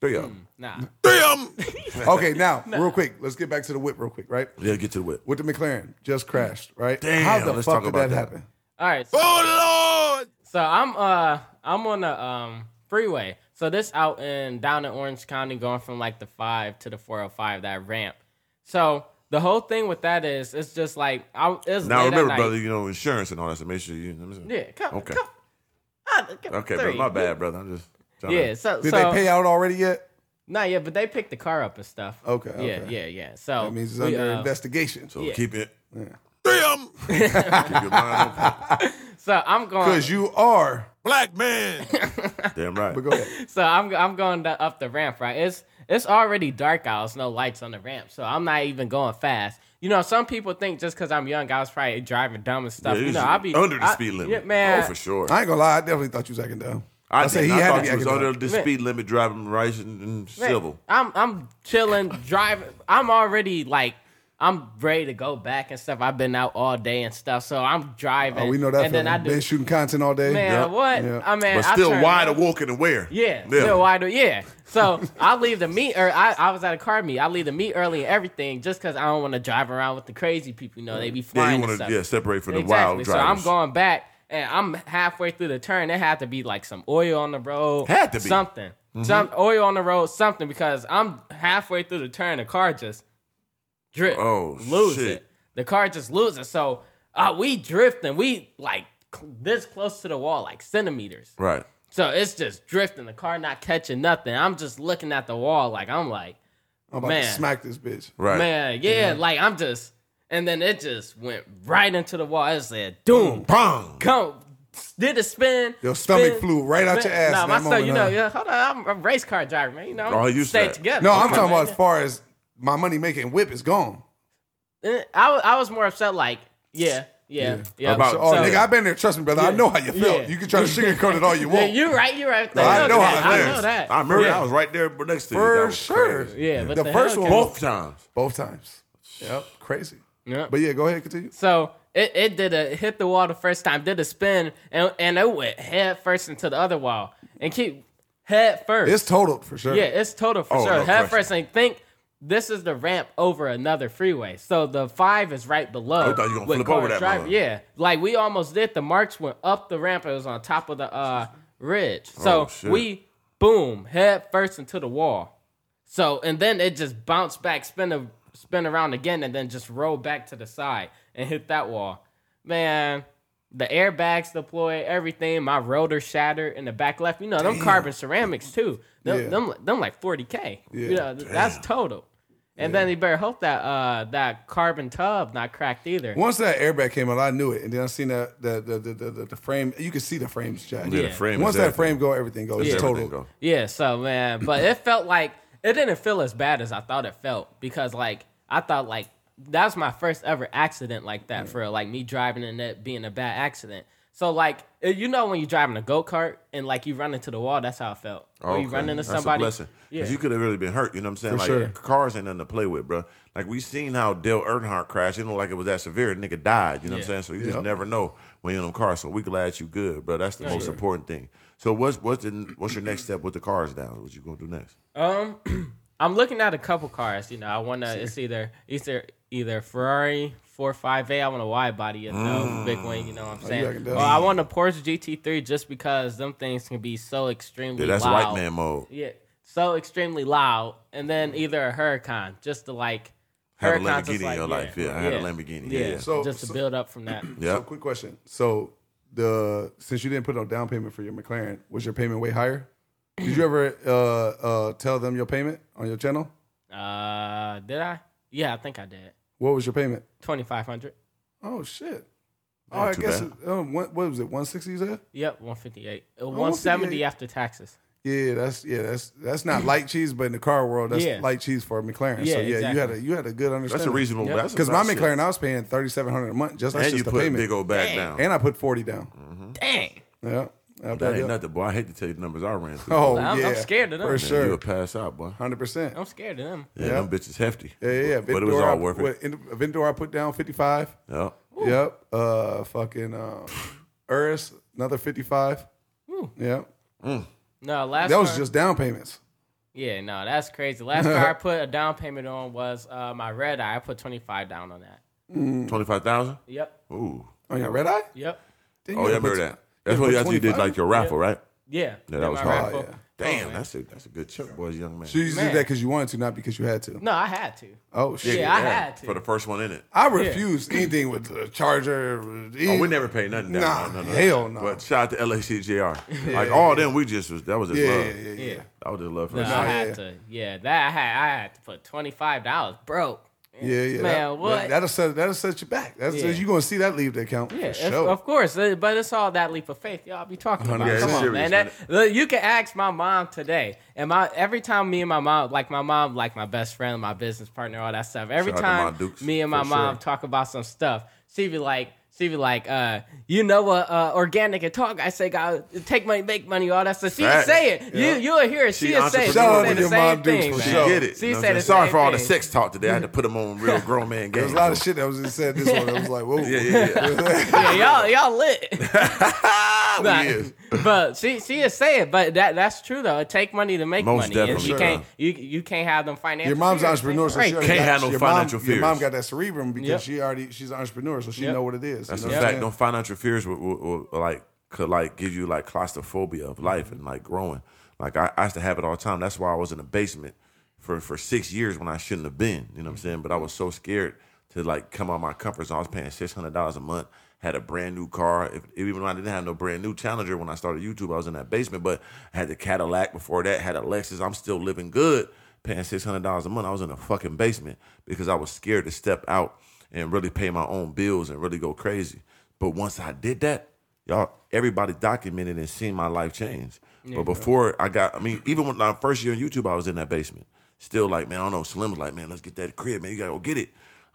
Speaker 3: Three of them.
Speaker 1: Nah.
Speaker 5: Three of them.
Speaker 4: Okay, now real quick, let's get back to the whip real quick, right?
Speaker 3: Yeah, get to the whip.
Speaker 4: With the McLaren just crashed, right?
Speaker 3: Damn,
Speaker 4: How the
Speaker 3: let's
Speaker 4: fuck
Speaker 3: talk
Speaker 4: did
Speaker 3: about
Speaker 4: that,
Speaker 3: that.
Speaker 4: happen?
Speaker 1: All right. So,
Speaker 5: Oh Lord.
Speaker 1: so I'm uh I'm on the um freeway. So this out in down in Orange County, going from like the five to the four hundred five that ramp. So the whole thing with that is it's just like I it's
Speaker 3: Now
Speaker 1: late at
Speaker 3: remember,
Speaker 1: night.
Speaker 3: brother, you know insurance and all that. So make sure you. Let me see.
Speaker 1: Yeah. Come,
Speaker 3: Okay.
Speaker 1: Come, Ah, come-
Speaker 3: Okay,
Speaker 1: three.
Speaker 3: brother, my bad, brother. I'm just. Trying
Speaker 1: Yeah.
Speaker 3: To,
Speaker 1: So
Speaker 4: Did
Speaker 1: so
Speaker 4: they pay out already yet?
Speaker 1: Nah, yeah, but they picked the car up and stuff.
Speaker 4: Okay,
Speaker 1: Yeah,
Speaker 4: okay.
Speaker 1: yeah, yeah. So
Speaker 4: That means it's
Speaker 1: we,
Speaker 4: under
Speaker 1: uh,
Speaker 4: investigation.
Speaker 3: so
Speaker 1: yeah.
Speaker 3: keep it.
Speaker 5: Three of them.
Speaker 3: Keep your mind open.
Speaker 1: So I'm going.
Speaker 4: Because you are.
Speaker 5: Black man.
Speaker 3: Damn right.
Speaker 4: But go ahead.
Speaker 1: So I'm I'm going da- up the ramp. Right. It's it's already dark out. It's no lights on the ramp. So I'm not even going fast. You know, some people think just because I'm young, I was probably driving dumb and stuff.
Speaker 3: Yeah,
Speaker 1: you
Speaker 3: it's
Speaker 1: know, I'll be
Speaker 3: under the
Speaker 1: I-
Speaker 3: speed limit.
Speaker 1: Yeah, man.
Speaker 3: Oh, for sure.
Speaker 4: I ain't gonna lie. I definitely thought you was acting dumb.
Speaker 3: I,
Speaker 4: say
Speaker 3: didn't.
Speaker 4: he
Speaker 3: I
Speaker 4: had to
Speaker 3: thought
Speaker 4: be
Speaker 3: you was
Speaker 4: acting
Speaker 3: under
Speaker 4: dumb.
Speaker 3: the
Speaker 1: Man.
Speaker 3: speed limit driving rice and, and
Speaker 1: Man,
Speaker 3: civil.
Speaker 1: I'm I'm chilling, driving. I'm already like I'm ready to go back and stuff. I've been out all day and stuff, so I'm driving.
Speaker 4: Oh, we know that.
Speaker 1: And then I
Speaker 4: feeling.
Speaker 1: do.
Speaker 4: Been shooting content all day.
Speaker 1: Man, what?
Speaker 4: Yeah.
Speaker 1: I mean,
Speaker 3: but
Speaker 1: I
Speaker 3: still
Speaker 1: turned
Speaker 3: wide
Speaker 1: left.
Speaker 3: awake and aware.
Speaker 1: Yeah, still wide. Yeah. So I leave the meet, or I, I was at a car meet. I leave the meet early and everything, just because I don't want to drive around with the crazy people. You know, they be
Speaker 3: Yeah, you
Speaker 1: flying.
Speaker 3: want
Speaker 1: and
Speaker 3: to
Speaker 1: stuff.
Speaker 3: yeah, separate from the
Speaker 1: exactly.
Speaker 3: wild
Speaker 1: So I'm
Speaker 3: drivers.
Speaker 1: going back, and I'm halfway through the turn. There had to be like some oil on the road.
Speaker 3: Had to be. Mm-hmm.
Speaker 1: something, some oil on the road, something. Because I'm halfway through the turn, the car just drift.
Speaker 3: Oh,
Speaker 1: lose
Speaker 3: shit.
Speaker 1: it. The car just loses. So uh, we drifting. We like cl- this close to the wall, like centimeters.
Speaker 3: Right.
Speaker 1: So it's just drifting. The car not catching nothing. I'm just looking at the wall like I'm like,
Speaker 4: I'm about to
Speaker 1: Man.
Speaker 4: smack this bitch.
Speaker 3: Right.
Speaker 1: man, yeah,
Speaker 4: Mm-hmm.
Speaker 1: like I'm just. And then it just went right into the wall. It said, "Doom,
Speaker 3: Bang.
Speaker 1: come." Did a spin.
Speaker 4: Mm-hmm. Your stomach
Speaker 1: spin,
Speaker 4: flew right out your ass
Speaker 1: Nah,
Speaker 4: in
Speaker 1: my
Speaker 4: that
Speaker 1: stomach. You know,
Speaker 4: moment,
Speaker 1: yeah. Hold on, I'm a race car driver, man. You know,
Speaker 3: Oh,
Speaker 1: I'm
Speaker 3: you
Speaker 1: stay
Speaker 3: said-
Speaker 1: together.
Speaker 4: No, I'm
Speaker 1: Come
Speaker 4: talking
Speaker 1: on,
Speaker 4: about as far as my money making whip is gone.
Speaker 1: man. Eh, I, was- I was more upset. Like, yeah, yeah, yeah.
Speaker 3: About-
Speaker 1: so-
Speaker 4: Oh,
Speaker 1: so-
Speaker 4: nigga, I've been there. Trust me, brother. I know how you feel.
Speaker 1: Yeah.
Speaker 4: You can try to sugarcoat it all you
Speaker 1: yeah,
Speaker 4: want.
Speaker 1: you're right. You're right.
Speaker 4: I
Speaker 1: They
Speaker 4: know how
Speaker 1: that.
Speaker 4: it
Speaker 1: I know
Speaker 4: is.
Speaker 1: that.
Speaker 3: I remember
Speaker 1: Yeah.
Speaker 3: I was right there next to you. That
Speaker 4: For
Speaker 3: was
Speaker 4: sure.
Speaker 3: crazy.
Speaker 1: Yeah, but
Speaker 4: The first
Speaker 1: Hellcat-
Speaker 4: one-
Speaker 3: Both times.
Speaker 4: Both times. Yep. Crazy.
Speaker 1: Yeah.
Speaker 4: But yeah, go ahead, continue.
Speaker 1: So it, it did a it hit the wall the first time, did a spin, and and it went head first into the other wall and keep head first.
Speaker 4: It's totaled for sure.
Speaker 1: yeah, it's total for
Speaker 3: Oh,
Speaker 1: sure.
Speaker 3: no
Speaker 1: head
Speaker 3: question.
Speaker 1: first and think this is the ramp over another freeway. So the five is right below.
Speaker 3: Oh, I thought you gonna
Speaker 1: with
Speaker 3: flip over
Speaker 1: cars
Speaker 3: that
Speaker 1: driving.
Speaker 3: mother.
Speaker 1: Yeah. Like we almost did. The marks went up the ramp. It was on top of the uh ridge. So
Speaker 3: Oh, shit.
Speaker 1: we boom, head first into the wall. So and then it just bounced back, spin a, spin around again, and then just rolled back to the side and hit that wall. Man, the airbags deployed, everything. My rotor shattered in the back left. You know them carbon ceramics too. Them,
Speaker 4: Yeah.
Speaker 1: them, them like forty k.
Speaker 4: Yeah.
Speaker 1: You know th- that's total. And then you better hope that uh that carbon tub not cracked either.
Speaker 4: Once that airbag came out, I knew it. And then I seen that the the the, the, the, the frame. You could see the frames, Jack.
Speaker 3: Yeah, the
Speaker 1: Yeah.
Speaker 3: frame.
Speaker 4: Once
Speaker 3: is
Speaker 4: that
Speaker 3: everything.
Speaker 4: frame go, everything goes.
Speaker 1: Yeah.
Speaker 4: It's
Speaker 3: Everything
Speaker 4: total.
Speaker 3: go.
Speaker 1: Yeah, so man, but it felt like it didn't feel as bad as I thought it felt because like I thought like that was my first ever accident like that for like me driving and it being a bad accident. So like eh, you know when you're driving a go kart and like you run into the wall, that's how I felt. Or you
Speaker 3: Okay.
Speaker 1: run into
Speaker 3: That's
Speaker 1: somebody.
Speaker 3: A blessing. 'Cause
Speaker 1: Yeah.
Speaker 3: You could have really been hurt. You know what I'm saying?
Speaker 4: For
Speaker 3: like
Speaker 4: sure.
Speaker 3: cars ain't nothing to play with, bro. Like we seen how Dale Earnhardt crashed. It looked like it was that severe. The nigga died. You know what
Speaker 1: Yeah.
Speaker 3: I'm saying? So you
Speaker 4: Yep.
Speaker 3: just never know when you're in a car. So we glad you good, bro. That's the most important thing. So what's what's the, what's your next step with the cars down? What you gonna do next?
Speaker 1: I'm looking at a couple cars. You know, I want to. It's either either either Ferrari 458. I want a wide body, you know,
Speaker 3: Mm.
Speaker 1: big wing. You know
Speaker 3: Oh,
Speaker 1: what I'm
Speaker 4: reckon
Speaker 1: saying?
Speaker 4: that-
Speaker 1: Or I want a Porsche GT3 just because them things can be so extremely
Speaker 3: Yeah, that's
Speaker 1: loud.
Speaker 3: white man mode.
Speaker 1: Yeah, so extremely loud, and then either a Hurricane just to like
Speaker 3: Have Mm-hmm. a
Speaker 1: Hurricane's
Speaker 3: Lamborghini
Speaker 1: just
Speaker 3: in
Speaker 1: like,
Speaker 3: your life. Yeah, I had a Lamborghini. Yeah.
Speaker 4: So-
Speaker 1: just to
Speaker 4: so-
Speaker 1: build up from that.
Speaker 3: Yeah.
Speaker 4: So, quick question. So the since you didn't put no down payment for your McLaren, was your payment way higher? Did you ever uh, uh, tell them your payment on your channel?
Speaker 1: Uh, did I? Yeah, I think I did.
Speaker 4: What was your payment?
Speaker 1: Twenty five hundred.
Speaker 4: Oh shit. Oh, I
Speaker 3: too
Speaker 4: guess
Speaker 3: bad.
Speaker 4: it- um, what, what was it? One sixty? You said?
Speaker 1: Yep, one fifty eight. One
Speaker 4: 158.
Speaker 1: seventy after taxes.
Speaker 4: Yeah, that's yeah, that's that's not light cheese, but in the car world, that's
Speaker 1: Yeah.
Speaker 4: light cheese for a McLaren. so
Speaker 1: Yeah,
Speaker 4: yeah, you
Speaker 1: exactly.
Speaker 4: had a you had a good
Speaker 3: That's
Speaker 4: understanding.
Speaker 3: a reasonable.
Speaker 1: Yep.
Speaker 3: That's
Speaker 4: Because my
Speaker 3: about
Speaker 4: McLaren,
Speaker 3: shit.
Speaker 4: I was paying thirty seven hundred a month. Just that's
Speaker 3: and
Speaker 4: just
Speaker 3: you
Speaker 4: the
Speaker 3: put a
Speaker 4: payment.
Speaker 3: big old back down.
Speaker 4: and I put forty down.
Speaker 1: Dang.
Speaker 4: Yeah.
Speaker 3: Mm. That ain't nothing, boy. I hate to tell you the numbers I ran through.
Speaker 4: Oh,
Speaker 1: I'm- I'm
Speaker 4: yeah.
Speaker 1: scared of them.
Speaker 4: For
Speaker 1: Man,
Speaker 3: Man,
Speaker 4: sure.
Speaker 3: You'll pass out, boy.
Speaker 4: 100%.
Speaker 1: I'm scared of them.
Speaker 3: Yeah, them bitches hefty.
Speaker 4: Yeah, yeah.
Speaker 3: But it was all worth it.
Speaker 4: Ventura I put down 55.
Speaker 3: Yep.
Speaker 4: Yep. Uh, fucking um, Uris, another 55. Yep.
Speaker 1: No, last
Speaker 4: That was
Speaker 1: car-
Speaker 4: just down payments.
Speaker 1: yeah. No, that's crazy. Last car I put a down payment on was uh, my red eye. I put twenty five down on that.
Speaker 3: Twenty five thousand.
Speaker 1: Yep.
Speaker 3: Ooh.
Speaker 4: Oh, yeah, red eye?
Speaker 1: Yep.
Speaker 4: Didn't
Speaker 3: Oh
Speaker 4: you
Speaker 3: yeah, I
Speaker 4: put-
Speaker 3: remember that. That's
Speaker 4: yeah,
Speaker 3: what
Speaker 4: but
Speaker 3: y'all you did
Speaker 4: 25?
Speaker 3: like your raffle, right?
Speaker 1: Yeah.
Speaker 3: Yeah,
Speaker 1: Did
Speaker 3: that was
Speaker 1: my
Speaker 3: hard.
Speaker 1: raffle.
Speaker 4: Oh, yeah.
Speaker 3: Damn, that's a that's a good chip, boys, young man.
Speaker 4: So you just
Speaker 1: Man.
Speaker 4: did that because you wanted to, not because you had to.
Speaker 1: No, I had to.
Speaker 4: Oh, shit.
Speaker 1: Yeah, I had to.
Speaker 3: for the first one in it.
Speaker 4: I refuse anything with the Charger.
Speaker 3: Oh, we never paid nothing down.
Speaker 4: Nah,
Speaker 3: no, no, no.
Speaker 4: hell no.
Speaker 3: But shout out to LACJR. like all them, we just was that was just
Speaker 4: Yeah,
Speaker 3: love.
Speaker 4: yeah, yeah, yeah.
Speaker 1: Yeah.
Speaker 3: That was just love for
Speaker 1: No,
Speaker 3: us.
Speaker 1: I
Speaker 4: yeah.
Speaker 1: had to. Yeah, that I had. I had to put twenty five dollars, bro.
Speaker 4: Yeah,
Speaker 1: Man,
Speaker 4: yeah. that,
Speaker 1: what?
Speaker 4: That, that'll set that'll set you back. That's
Speaker 1: Yeah.
Speaker 4: you're gonna see that leave the account
Speaker 1: Yeah,
Speaker 4: for
Speaker 1: it's-
Speaker 4: sure.
Speaker 1: of course, uh, but it's all that leap of faith y'all be talking about.
Speaker 3: Yeah, it's
Speaker 1: Come on,
Speaker 3: serious,
Speaker 1: man.
Speaker 3: man.
Speaker 1: That- look, you can ask my mom today, and my every time me and my mom, like my mom, like my best friend, my business partner, all that stuff. Every
Speaker 3: Shout out to my
Speaker 1: time
Speaker 3: Dukes,
Speaker 1: me and my
Speaker 3: for
Speaker 1: mom
Speaker 3: sure.
Speaker 1: talk about some stuff, she be like, she be like, uh, you know what, uh, organic and talk. I say, God, take money, make money, all that stuff. She
Speaker 3: Facts.
Speaker 1: say it.
Speaker 3: Yeah.
Speaker 1: You you'll hear it. She,
Speaker 3: She
Speaker 1: will say it. She will
Speaker 4: entrepreneur.
Speaker 1: say
Speaker 4: Shout out to
Speaker 1: the
Speaker 4: your
Speaker 1: same
Speaker 4: mom, Dukes,
Speaker 1: thing.
Speaker 4: for
Speaker 1: man.
Speaker 3: She
Speaker 4: sure.
Speaker 3: get it.
Speaker 1: She
Speaker 3: You know what
Speaker 1: said
Speaker 3: I'm
Speaker 1: the
Speaker 3: saying? Sorry
Speaker 1: same
Speaker 3: for all the
Speaker 1: thing.
Speaker 3: sex talk today. I had to put them on real grown man game.
Speaker 4: There's a lot of shit that was just said this one. I was like, whoa.
Speaker 3: Yeah, yeah,
Speaker 1: Yeah, y'all y'all lit.
Speaker 3: yeah.
Speaker 1: Nah,
Speaker 3: We is.
Speaker 1: but she she is saying, but that that's true though. It take money to make
Speaker 3: Most
Speaker 1: money, and
Speaker 3: definitely.
Speaker 1: you
Speaker 3: Sure.
Speaker 1: can't you you can't have them financial.
Speaker 4: Your mom's an
Speaker 1: fears.
Speaker 4: entrepreneur, so
Speaker 1: Right.
Speaker 4: she already
Speaker 3: Can't
Speaker 4: got-
Speaker 3: have no
Speaker 4: your
Speaker 3: financial
Speaker 4: mom, Your mom
Speaker 3: fears.
Speaker 4: got that cerebrum because
Speaker 1: Yep.
Speaker 4: she already she's an entrepreneur, so she
Speaker 1: Yep.
Speaker 4: know what it is.
Speaker 3: That's
Speaker 4: you
Speaker 3: a
Speaker 4: know what I'm
Speaker 3: fact.
Speaker 4: saying?
Speaker 3: Don't financial fears will, will, will, like could like give you like claustrophobia of life and like growing. Like I, I used to have it all the time. That's why I was in the basement for for six years when I shouldn't have been. You know what I'm saying? But I was so scared to like come out of my comfort zone. I was paying six hundred dollars a month. Had a brand new car. If, even though I didn't have no brand new Challenger when I started YouTube, I was in that basement. But I had the Cadillac before that. Had a Lexus. I'm still living good, paying six hundred dollars a month. I was in a fucking basement because I was scared to step out and really pay my own bills and really go crazy. But once I did that, y'all, everybody documented and seen my life change. but before I got, I mean, even when my first year on YouTube, I was in that basement. Still like, man, I don't know. Slim's like, man, let's get that crib, man. You gotta go get it.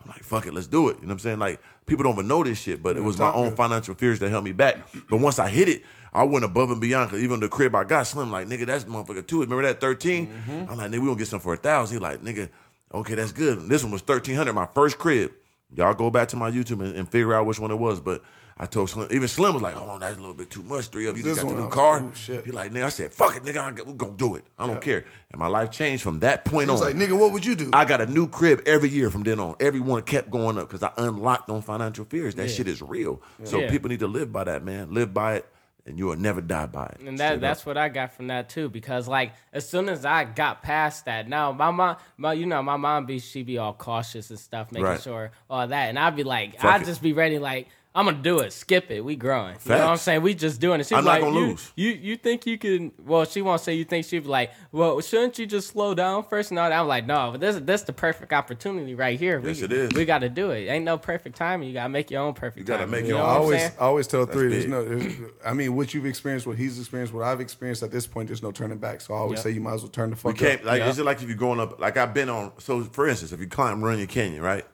Speaker 3: I'm like, fuck it, let's do it. You know what I'm saying? Like, people don't even know this shit, but it was my own financial fears that held me back. But once I hit it, I went above and beyond. Cause even the crib I got, Slim like, nigga, that's motherfucker too. Remember that 13? I'm like, nigga, we gonna get some for a thousand. He like, nigga, okay, that's good. And this one was 1300, my first crib. Y'all go back to my YouTube and, and figure out which one it was. But I told Slim, even Slim was like, hold on, that's a little bit too much. Three of you just
Speaker 4: This
Speaker 3: got the
Speaker 4: one,
Speaker 3: new
Speaker 4: oh,
Speaker 3: car.
Speaker 4: shit.
Speaker 3: He like, nigga, I said, fuck it, nigga, I, we're gonna do it. I don't care. And my life changed from that
Speaker 4: She
Speaker 3: point
Speaker 4: was
Speaker 3: on.
Speaker 4: like, nigga, what would you do?
Speaker 3: I got a new crib every year from then on. Everyone kept going up because I unlocked on financial fears. That shit is real. So
Speaker 1: Yeah.
Speaker 3: people need to live by that, man. Live by it, and you will never die by it.
Speaker 1: And that, that's what I got from that too, because like as soon as I got past that, now my mom, my you know my mom be she be all cautious and stuff, making
Speaker 3: Right.
Speaker 1: sure all that, and I'd be like,
Speaker 3: Fuck
Speaker 1: I'd
Speaker 3: it.
Speaker 1: just be ready, like I'm gonna do it, skip it, we growing, you know what I'm
Speaker 3: Facts.
Speaker 1: saying? We just doing it. She
Speaker 3: I'm
Speaker 1: be
Speaker 3: not
Speaker 1: like,
Speaker 3: gonna
Speaker 1: you,
Speaker 3: lose.
Speaker 1: You you think you can? Well, she won't say you think she'd be like, well, shouldn't you just slow down first and all that? I'm like, no, but this this the perfect opportunity right here.
Speaker 3: Yes,
Speaker 1: we,
Speaker 3: it is.
Speaker 1: We got to do it. Ain't no perfect timing. You gotta make your own perfect. You
Speaker 3: gotta make your
Speaker 1: know
Speaker 3: own.
Speaker 1: what
Speaker 4: I
Speaker 1: I'm
Speaker 4: always,
Speaker 1: saying?
Speaker 4: I always tell three. There's
Speaker 3: big.
Speaker 4: no, there's, I mean, what you've experienced, what he's experienced, what I've experienced at this point, there's no turning back. So I always
Speaker 1: Yep.
Speaker 4: say you might as well turn the fuck
Speaker 3: You can't
Speaker 4: up.
Speaker 3: like
Speaker 1: Yeah.
Speaker 3: it's just like if you're going up like I've been on so for instance, if you climb Runyon Canyon, right?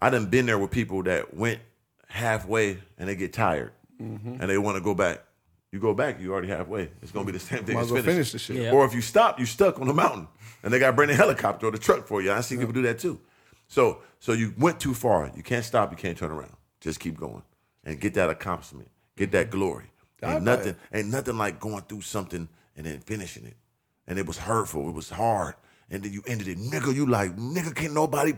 Speaker 3: I done been there with people that went halfway and they get tired
Speaker 4: Mm-hmm.
Speaker 3: and they want to go back. You go back, you already halfway. It's gonna be the same thing.
Speaker 4: Might
Speaker 3: as
Speaker 4: as well
Speaker 3: finished.
Speaker 4: finish the shit.
Speaker 1: Yeah.
Speaker 3: Or if you stop, you stuck on the mountain and they gotta bring the helicopter or the truck for you. I see people do that too. So so you went too far. You can't stop, you can't turn around. Just keep going and get that accomplishment, get that glory. Ain't nothing ain't nothing like going through something and then finishing it and it was hurtful. It was hard. And then you ended it, nigga. You like, nigga, can't nobody.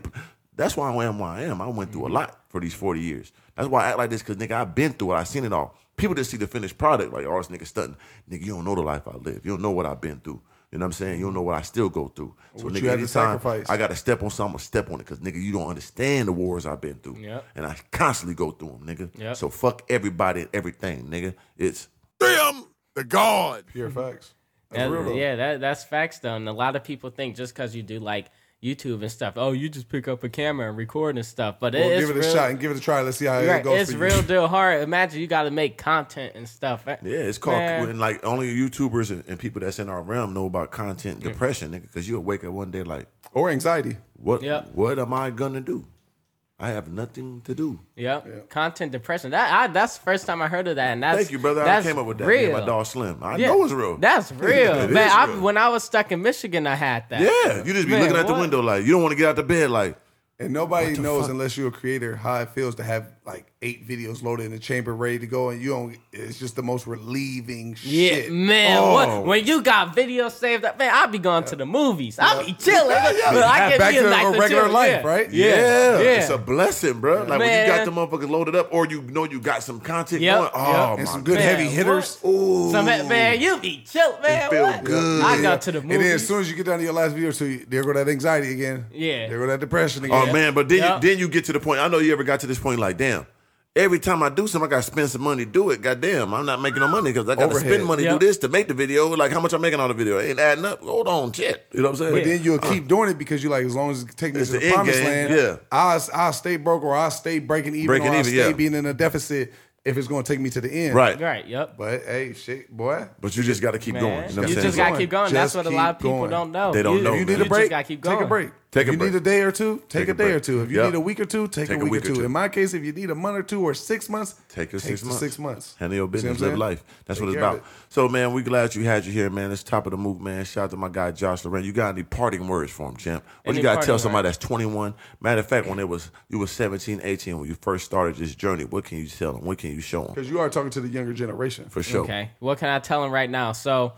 Speaker 3: That's why I am where I am. I went
Speaker 4: Mm-hmm.
Speaker 3: through a lot for these 40 years. That's why I act like this, because nigga, I've been through it. I've seen it all. People just see the finished product, like, all this nigga stunting. Nigga, you don't know the life I live. You don't know what I've been through. You know what I'm saying? You don't know what I still go through. So,
Speaker 4: What
Speaker 3: nigga,
Speaker 4: you had to
Speaker 3: anytime
Speaker 4: sacrifice.
Speaker 3: I got to step on something, I'm gonna step on it, because nigga, you don't understand the wars I've been through.
Speaker 1: Yep.
Speaker 3: And I constantly go through them, nigga.
Speaker 1: Yep.
Speaker 3: So fuck everybody and everything, nigga. It's
Speaker 5: Them, the God.
Speaker 4: Pure facts. That's
Speaker 1: That-
Speaker 4: real. though.
Speaker 1: yeah, that, that's facts though. And a lot of people think just because you do like YouTube and stuff, oh, you just pick up a camera and record and stuff. But it-
Speaker 4: Well,
Speaker 1: it's
Speaker 4: give it a
Speaker 1: real,
Speaker 4: shot and give it a try. Let's see how it
Speaker 1: right,
Speaker 4: goes.
Speaker 1: it's
Speaker 4: for
Speaker 1: real
Speaker 4: You.
Speaker 1: deal hard. Imagine you got to make content and stuff.
Speaker 3: Yeah, it's called
Speaker 1: Man.
Speaker 3: and like only YouTubers and, and people that's in our realm know about content depression, nigga. Because you'll wake up one day like,
Speaker 4: Or anxiety.
Speaker 3: what?
Speaker 1: Yep.
Speaker 3: What am I gonna do? I have nothing to do.
Speaker 1: Yep. Content depression. That I, that's the first time I heard of that, and that's
Speaker 3: Thank you, brother. I
Speaker 1: That's
Speaker 3: came up with that. Me
Speaker 1: Real.
Speaker 3: and My dog Slim. I
Speaker 1: Yeah.
Speaker 3: know it's real.
Speaker 1: That's real.
Speaker 3: It
Speaker 1: Man,
Speaker 3: is
Speaker 1: I,
Speaker 3: real.
Speaker 1: when I was stuck in Michigan, I had that.
Speaker 3: yeah, you just be
Speaker 1: Man,
Speaker 3: looking out the
Speaker 1: what?
Speaker 3: window like you don't want to get out the bed like
Speaker 4: And nobody knows unless you're a creator how it feels to have like eight videos loaded in the chamber ready to go, and you don't. It's just the most relieving
Speaker 1: Yeah,
Speaker 4: shit.
Speaker 1: man.
Speaker 3: Oh.
Speaker 1: What, when you got video saved up, man, I'll be going to the movies. I'll be chilling. Look, I
Speaker 4: Back
Speaker 1: can be
Speaker 4: to
Speaker 1: in like
Speaker 4: a
Speaker 1: the
Speaker 4: regular
Speaker 1: chill,
Speaker 4: life,
Speaker 1: yeah.
Speaker 4: right?
Speaker 3: Yeah.
Speaker 1: Yeah.
Speaker 3: It's a blessing, bro. Like when you
Speaker 1: Man.
Speaker 3: got the motherfuckers loaded up or you know you got some content
Speaker 1: Yep,
Speaker 3: going. Oh,
Speaker 1: yep.
Speaker 4: And
Speaker 3: my
Speaker 4: some good
Speaker 1: Man,
Speaker 4: heavy hitters.
Speaker 1: what? Some man, you be chill, man.
Speaker 3: feel
Speaker 1: what?
Speaker 3: good.
Speaker 1: I go to the movies.
Speaker 4: And then as soon as you get down to your last video, so you, there go that anxiety again.
Speaker 1: Yeah.
Speaker 4: There go that depression again.
Speaker 3: Oh man, but then
Speaker 1: Yeah.
Speaker 3: you then you get to the point. I know you ever got to this point like, damn, every time I do something, I gotta spend some money to do it. Goddamn, I'm not making no money because I gotta
Speaker 4: Overhead.
Speaker 3: spend money to
Speaker 1: Yep.
Speaker 3: do this to make the video. Like how much I'm making on the video. It ain't adding up. Hold on, shit. You know what I'm saying?
Speaker 4: But then you'll keep doing it because you like, as long as it take me
Speaker 3: It's
Speaker 4: to the,
Speaker 3: the end
Speaker 4: promised
Speaker 3: game,
Speaker 4: land,
Speaker 3: yeah.
Speaker 4: I'll, I'll stay broke or I'll stay breaking even
Speaker 3: Breaking
Speaker 4: or I'll
Speaker 3: even,
Speaker 4: stay
Speaker 3: yeah.
Speaker 4: being in a deficit if it's going to take me to the end.
Speaker 3: right.
Speaker 1: right, yep.
Speaker 4: But hey, shit, boy.
Speaker 3: But you just gotta keep going.
Speaker 1: Man,
Speaker 3: You
Speaker 1: You,
Speaker 3: know what I'm saying?
Speaker 1: just gotta keep going.
Speaker 4: Just
Speaker 1: That's what a
Speaker 4: keep
Speaker 1: lot of people
Speaker 4: going.
Speaker 1: don't know.
Speaker 3: They don't
Speaker 1: you,
Speaker 3: know,
Speaker 4: If you
Speaker 3: Oh,
Speaker 4: need
Speaker 3: man.
Speaker 4: a
Speaker 1: just
Speaker 4: break,
Speaker 1: gotta keep going.
Speaker 4: take a break.
Speaker 3: Take a
Speaker 4: if you
Speaker 3: break.
Speaker 4: need a day or two, take,
Speaker 3: Take
Speaker 4: a,
Speaker 3: a
Speaker 4: day
Speaker 3: break.
Speaker 4: or two. If you
Speaker 3: Yeah.
Speaker 4: need a week or two, take, a, week, or two. In my case, if you need a month or two or six months,
Speaker 3: Take your
Speaker 4: the
Speaker 3: six months.
Speaker 4: six months.
Speaker 3: Handle
Speaker 4: You see
Speaker 3: your
Speaker 4: what I'm
Speaker 3: business, live
Speaker 4: saying?
Speaker 3: life. That's
Speaker 4: Take
Speaker 3: what it's
Speaker 4: care of
Speaker 3: about.
Speaker 4: it.
Speaker 3: So, man, we glad you had you here, man. It's top of the move, man. Shout out to my guy Josh Loren. You got any parting words for him, champ? What
Speaker 1: Any
Speaker 3: you gotta tell
Speaker 1: parting
Speaker 3: somebody that's 21? Matter of fact, when it was you was 17, 18, when you first started this journey, what can you tell them? What can you show them?
Speaker 4: Because you are talking to the younger generation.
Speaker 3: For sure.
Speaker 1: Okay. What can I tell him right now? So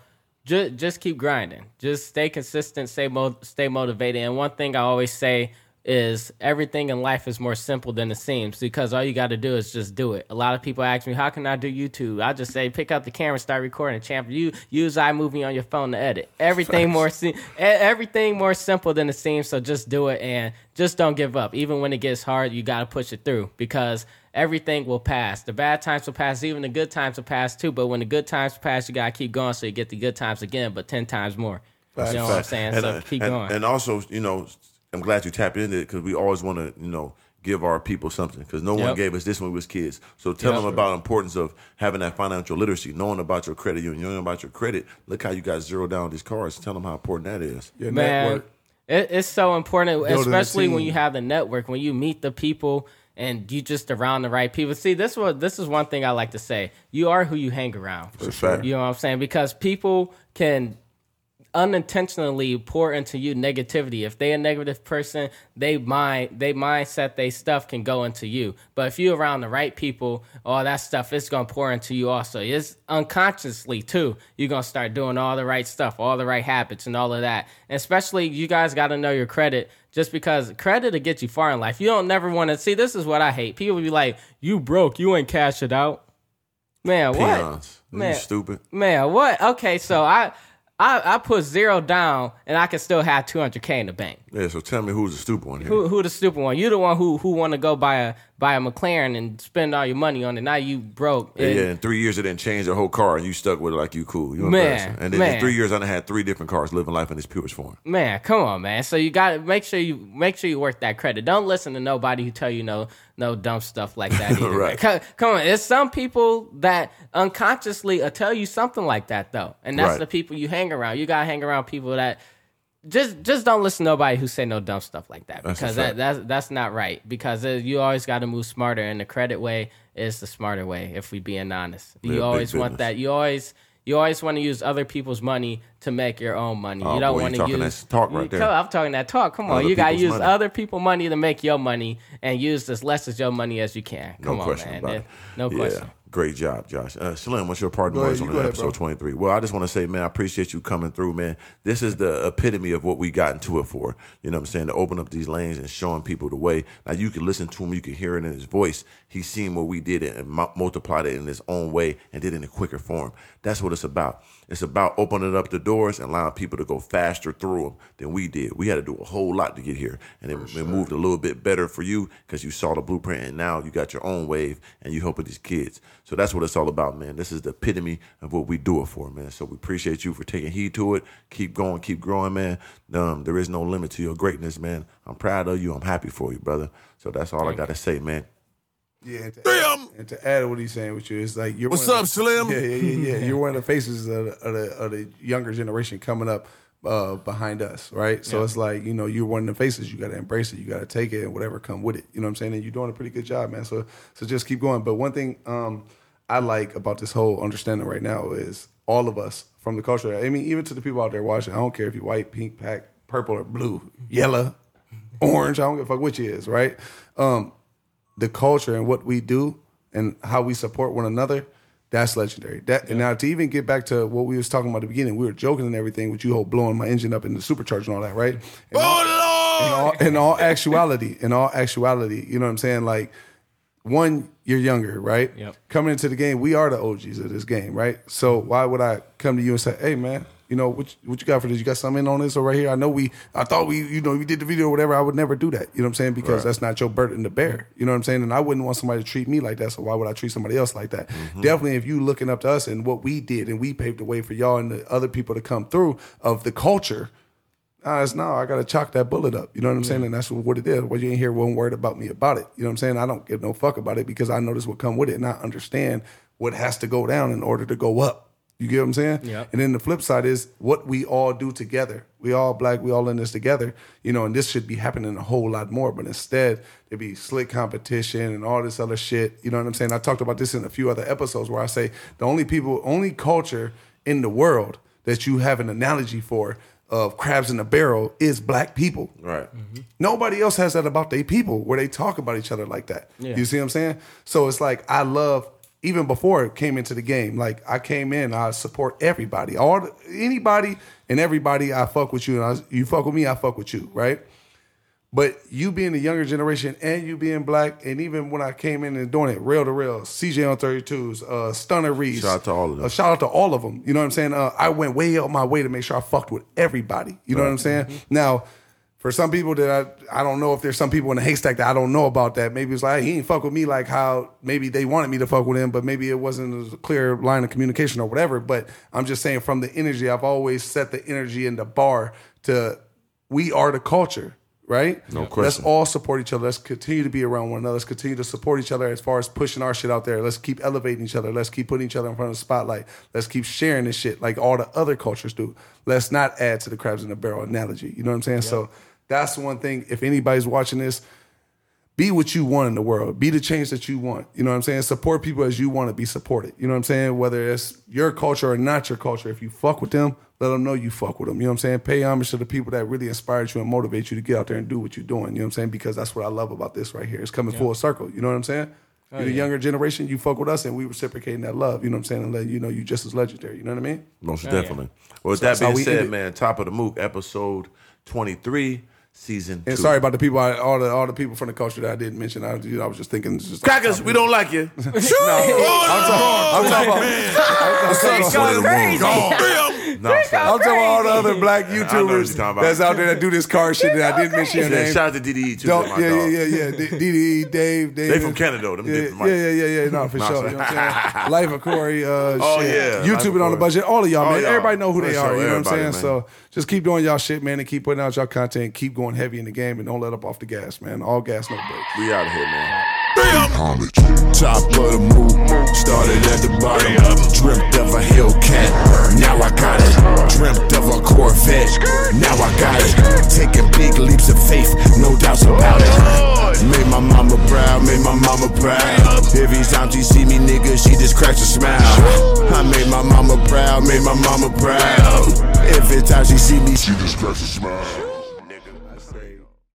Speaker 1: just just keep grinding. Just stay consistent, stay mo- stay motivated. And one thing I always say is everything in life is more simple than it seems because all you got to do is just do it. A lot of people ask me, "How can I do YouTube?" I just say, "Pick up the camera, start recording, champ. You use iMovie on your phone to edit. Everything more si- e- everything more simple than it seems, so just do it and just don't give up. Even when it gets hard, you got to push it through because everything will pass. The bad times will pass, even the good times will pass too. But when the good times pass, you gotta keep going so you get the good times again, but ten times more. You know what I'm
Speaker 3: Fact.
Speaker 1: saying?
Speaker 3: And,
Speaker 1: so
Speaker 3: uh,
Speaker 1: keep
Speaker 3: and-
Speaker 1: going.
Speaker 3: And also, you know, I'm glad you tapped into it because we always want to, you know, give our people something because no one
Speaker 1: Yep.
Speaker 3: gave us this when we was kids. So tell
Speaker 1: Yep.
Speaker 3: them about importance of having that financial literacy, knowing about your credit union, knowing about your credit. Look how you got zero down these cards. Tell them how important that is.
Speaker 4: Your
Speaker 1: man,
Speaker 4: network.
Speaker 1: it, it's so important,
Speaker 4: the
Speaker 1: especially when
Speaker 4: team.
Speaker 1: you have the network, when you meet the people and you just around the right people. See, this was this is one thing I like to say. You are who you hang around. For
Speaker 3: sure.
Speaker 1: You know what I'm saying? Because people can unintentionally pour into you negativity. If they a negative person, they mind they mindset, they stuff can go into you. But if you around the right people, all that stuff it's gonna pour into you also. It's unconsciously too. You're gonna start doing all the right stuff, all the right habits and all of that. And especially you guys gotta know your credit just because credit will get you far in life. You don't never wanna see this is what I hate. People be like, You broke, you ain't cash it out. Man, what?
Speaker 3: Peons. You
Speaker 1: Man.
Speaker 3: stupid.
Speaker 1: Man, what? Okay, so I, I, I put zero down, and I can still have two hundred k in the bank.
Speaker 3: Yeah, so tell me who's the stupid one here.
Speaker 1: Who, who the stupid one? You the one who who want to go buy a buy a McLaren and spend all your money on it. Now you broke.
Speaker 3: Yeah,
Speaker 1: And-
Speaker 3: yeah, in three years it didn't change the whole car, and you stuck with it like you cool. You
Speaker 1: Man,
Speaker 3: embarrassing. And then in
Speaker 1: man.
Speaker 3: three years I done had three different cars, living life in its purest form.
Speaker 1: Man, come on, man. So you got to make sure you make sure you work that credit. Don't listen to nobody who tell you no no dumb stuff like that. Either,
Speaker 3: Right.
Speaker 1: right. Come, on, it's some people that unconsciously will tell you something like that though, and that's
Speaker 3: Right.
Speaker 1: the people you hang around. You gotta hang around people that just just don't listen to nobody who say no dumb stuff like that
Speaker 3: That's a
Speaker 1: because that,
Speaker 3: fact.
Speaker 1: that's that's not right. Because uh you always got to move smarter, and the credit way is the smarter way. If we being honest,
Speaker 3: Yeah, big
Speaker 1: you always want
Speaker 3: business.
Speaker 1: that. You always. You always want to use other people's money to make your own money.
Speaker 3: Oh,
Speaker 1: you don't
Speaker 3: boy, you
Speaker 1: want to
Speaker 3: talking
Speaker 1: use
Speaker 3: that talk right
Speaker 1: You-
Speaker 3: there.
Speaker 1: come- I'm talking that talk. Come on,
Speaker 3: Other
Speaker 1: you gotta
Speaker 3: people's
Speaker 1: use
Speaker 3: money.
Speaker 1: other people money to make your money and use as less as your money as you can.
Speaker 3: No
Speaker 1: Come on,
Speaker 3: question
Speaker 1: man.
Speaker 3: about
Speaker 1: Eh,
Speaker 3: it.
Speaker 1: No
Speaker 3: Yeah.
Speaker 1: question.
Speaker 3: Great job, Josh. Uh, Slim, what's your parting
Speaker 4: ahead,
Speaker 3: words
Speaker 4: you
Speaker 3: on
Speaker 4: go ahead,
Speaker 3: episode 23? Well, I just want to say, man, I appreciate you coming through, man. This is the epitome of what we got into it for. You know what I'm saying? To open up these lanes and showing people the way. Now, you can listen to him, you can hear it in his voice. He's seen what we did and mu- multiplied it in his own way and did it in a quicker form. That's what it's about. It's about opening up the doors and allowing people to go faster through them than we did. We had to do a whole lot to get here, and it, it moved a little bit better for you because you saw the blueprint, and now you got your own wave, and you helping these kids. So that's what it's all about, man. This is the epitome of what we do it for, man. So we appreciate you for taking heed to it. Keep going, keep growing, man. Um, there is no limit to your greatness, man. I'm proud of you. I'm happy for you, brother. So that's all I gotta say, man.
Speaker 4: Yeah, and to,
Speaker 5: Slim.
Speaker 4: and to add what he's saying with you, it's like you're.
Speaker 5: What's
Speaker 4: one
Speaker 5: up,
Speaker 4: of the-
Speaker 5: Slim?
Speaker 4: Yeah, yeah, yeah, yeah. You're one of the faces of the, of the, of the younger generation coming up. uh, behind us, right? So it's like you know you're one of the faces. You got to embrace it. You got to take it and whatever come with it. You know what I'm saying? And you're doing a pretty good job, man. So so just keep going. But one thing um, I like about this whole understanding right now is all of us from the culture. I mean, even to the people out there watching. I don't care if you're white, pink, pack, purple, or blue, yellow, orange. I don't give a fuck which you is, right? Um, the culture and what we do and how we support one another, that's legendary. That and now to even get back to what we was talking about at the beginning, we were joking and everything with you whole blowing my engine up and the supercharger and all that, right? And all- in all, in all actuality, in all actuality, you know what I'm saying? Like, one, you're younger, right?
Speaker 1: Yep.
Speaker 4: Coming into the game, we are the OGs of this game, right? So why would I come to you and say, "Hey, man, you know what? You, what you got for this? You got something in on this or right here? I know we, I thought we, you know, we did the video or whatever. I would never do that. You know what I'm saying? Because that's not your burden to bear. You know what I'm saying? And I wouldn't want somebody to treat me like that. So why would I treat somebody else like that? Definitely, if you looking up to us and what we did and we paved the way for y'all and the other people to come through of the culture. Nah, it's now I gotta chalk that bullet up. You know what I'm saying? And that's what it is. Well, you ain't hear one word about me about it. You know what I'm saying? I don't give no fuck about it because I know this will come with it and I understand what has to go down in order to go up. You get what I'm saying?
Speaker 1: Yep.
Speaker 4: And then the flip side is what we all do together. We all black, we all in this together, you know, and this should be happening a whole lot more. But instead, there be slick competition and all this other shit. You know what I'm saying? I talked about this in a few other episodes where I say the only people, only culture in the world that you have an analogy for of crabs in a barrel is black people.
Speaker 3: Right.
Speaker 4: Nobody else has that about their people where they talk about each other like that.
Speaker 1: Yeah.
Speaker 4: You see what I'm saying? So it's like I love even before it came into the game. Like I came in, I support everybody, all the, anybody and everybody. I fuck with you, and I, you fuck with me, I fuck with you, right? But you being the younger generation and you being black, and even when I came in and doing it, rail to rail, CJ on 32s, uh, Stunner Reese.
Speaker 3: Shout out to all of them.
Speaker 4: Uh, shout out to all of them. You know what I'm saying? Uh, I went way out my way to make sure I fucked with everybody. You know what I'm saying? Now, for some people that I, I don't know if there's some people in the haystack that I don't know about that. Maybe it's like, he ain't fuck with me like how maybe they wanted me to fuck with him, but maybe it wasn't a clear line of communication or whatever. But I'm just saying from the energy, I've always set the energy in the bar to we are the culture, right? No Let's
Speaker 3: question.
Speaker 4: all support each other. Let's continue to be around one another. Let's continue to support each other as far as pushing our shit out there. Let's keep elevating each other. Let's keep putting each other in front of the spotlight. Let's keep sharing this shit like all the other cultures do. Let's not add to the crabs in the barrel analogy. You know what I'm saying? So that's one thing. If anybody's watching this, be what you want in the world. Be the change that you want. You know what I'm saying? Support people as you want to be supported. You know what I'm saying? Whether it's your culture or not your culture, if you fuck with them, let them know you fuck with them. You know what I'm saying? Pay homage to the people that really inspired you and motivate you to get out there and do what you're doing. You know what I'm saying? Because that's what I love about this right here. It's coming full circle. You know what I'm saying? you're the younger generation, you fuck with us, and we reciprocating that love. You know what I'm saying? And letting you know you just as legendary. You know what I mean?
Speaker 3: Most definitely. Well, with that
Speaker 4: how
Speaker 3: being
Speaker 4: we end
Speaker 3: said,
Speaker 4: it.
Speaker 3: man, top of the MOOC, episode 23, season
Speaker 4: And
Speaker 3: two.
Speaker 4: sorry about the people, I, all the all the people from the culture that I didn't mention. I, you know, I was just thinking, it's just
Speaker 3: Crackers, we don't like you.
Speaker 4: I'm talking about- I'm talking about.
Speaker 1: Going crazy.
Speaker 3: No, I'm sorry.
Speaker 4: I'm talking about all the other black
Speaker 3: I know what you're
Speaker 4: YouTubers
Speaker 3: talking about.
Speaker 4: that's out there that do this car shit that I didn't mention
Speaker 3: Yeah,
Speaker 4: your name.
Speaker 3: shout out to DDE too.
Speaker 4: Don't,
Speaker 3: my
Speaker 4: yeah, yeah,
Speaker 3: dog.
Speaker 4: yeah, yeah. D- DDE, Dave, Dave.
Speaker 3: They from Canada, though. Them
Speaker 4: Yeah,
Speaker 3: different
Speaker 4: yeah,
Speaker 3: mics.
Speaker 4: yeah, yeah, yeah. No, for
Speaker 3: Nah,
Speaker 4: sure.
Speaker 3: sorry.
Speaker 4: You know what I'm saying? Life of Corey. Uh,
Speaker 3: Oh,
Speaker 4: shit.
Speaker 3: yeah, Life of
Speaker 4: YouTube it on the
Speaker 3: Corey.
Speaker 4: budget. All of y'all,
Speaker 3: All
Speaker 4: man.
Speaker 3: y'all.
Speaker 4: Everybody know who
Speaker 3: For
Speaker 4: they
Speaker 3: sure,
Speaker 4: are. You know what I'm saying?
Speaker 3: everybody, man.
Speaker 4: So just keep doing y'all shit, man, and keep putting out y'all content. Keep going heavy in the game, and don't let up off the gas, man. All gas, no break.
Speaker 3: We out of here, man.
Speaker 2: homage. Top of the move, started at the bottom. Dreamt of a Hellcat, now I got it. Dreamt of a Corvette, now I got it. Taking big leaps of faith, no doubts about it. Made my mama proud, made my mama proud. Every time she see me, nigga, she just cracks a smile. I made my mama proud, made my mama proud. Every time she see me, she just cracks a smile.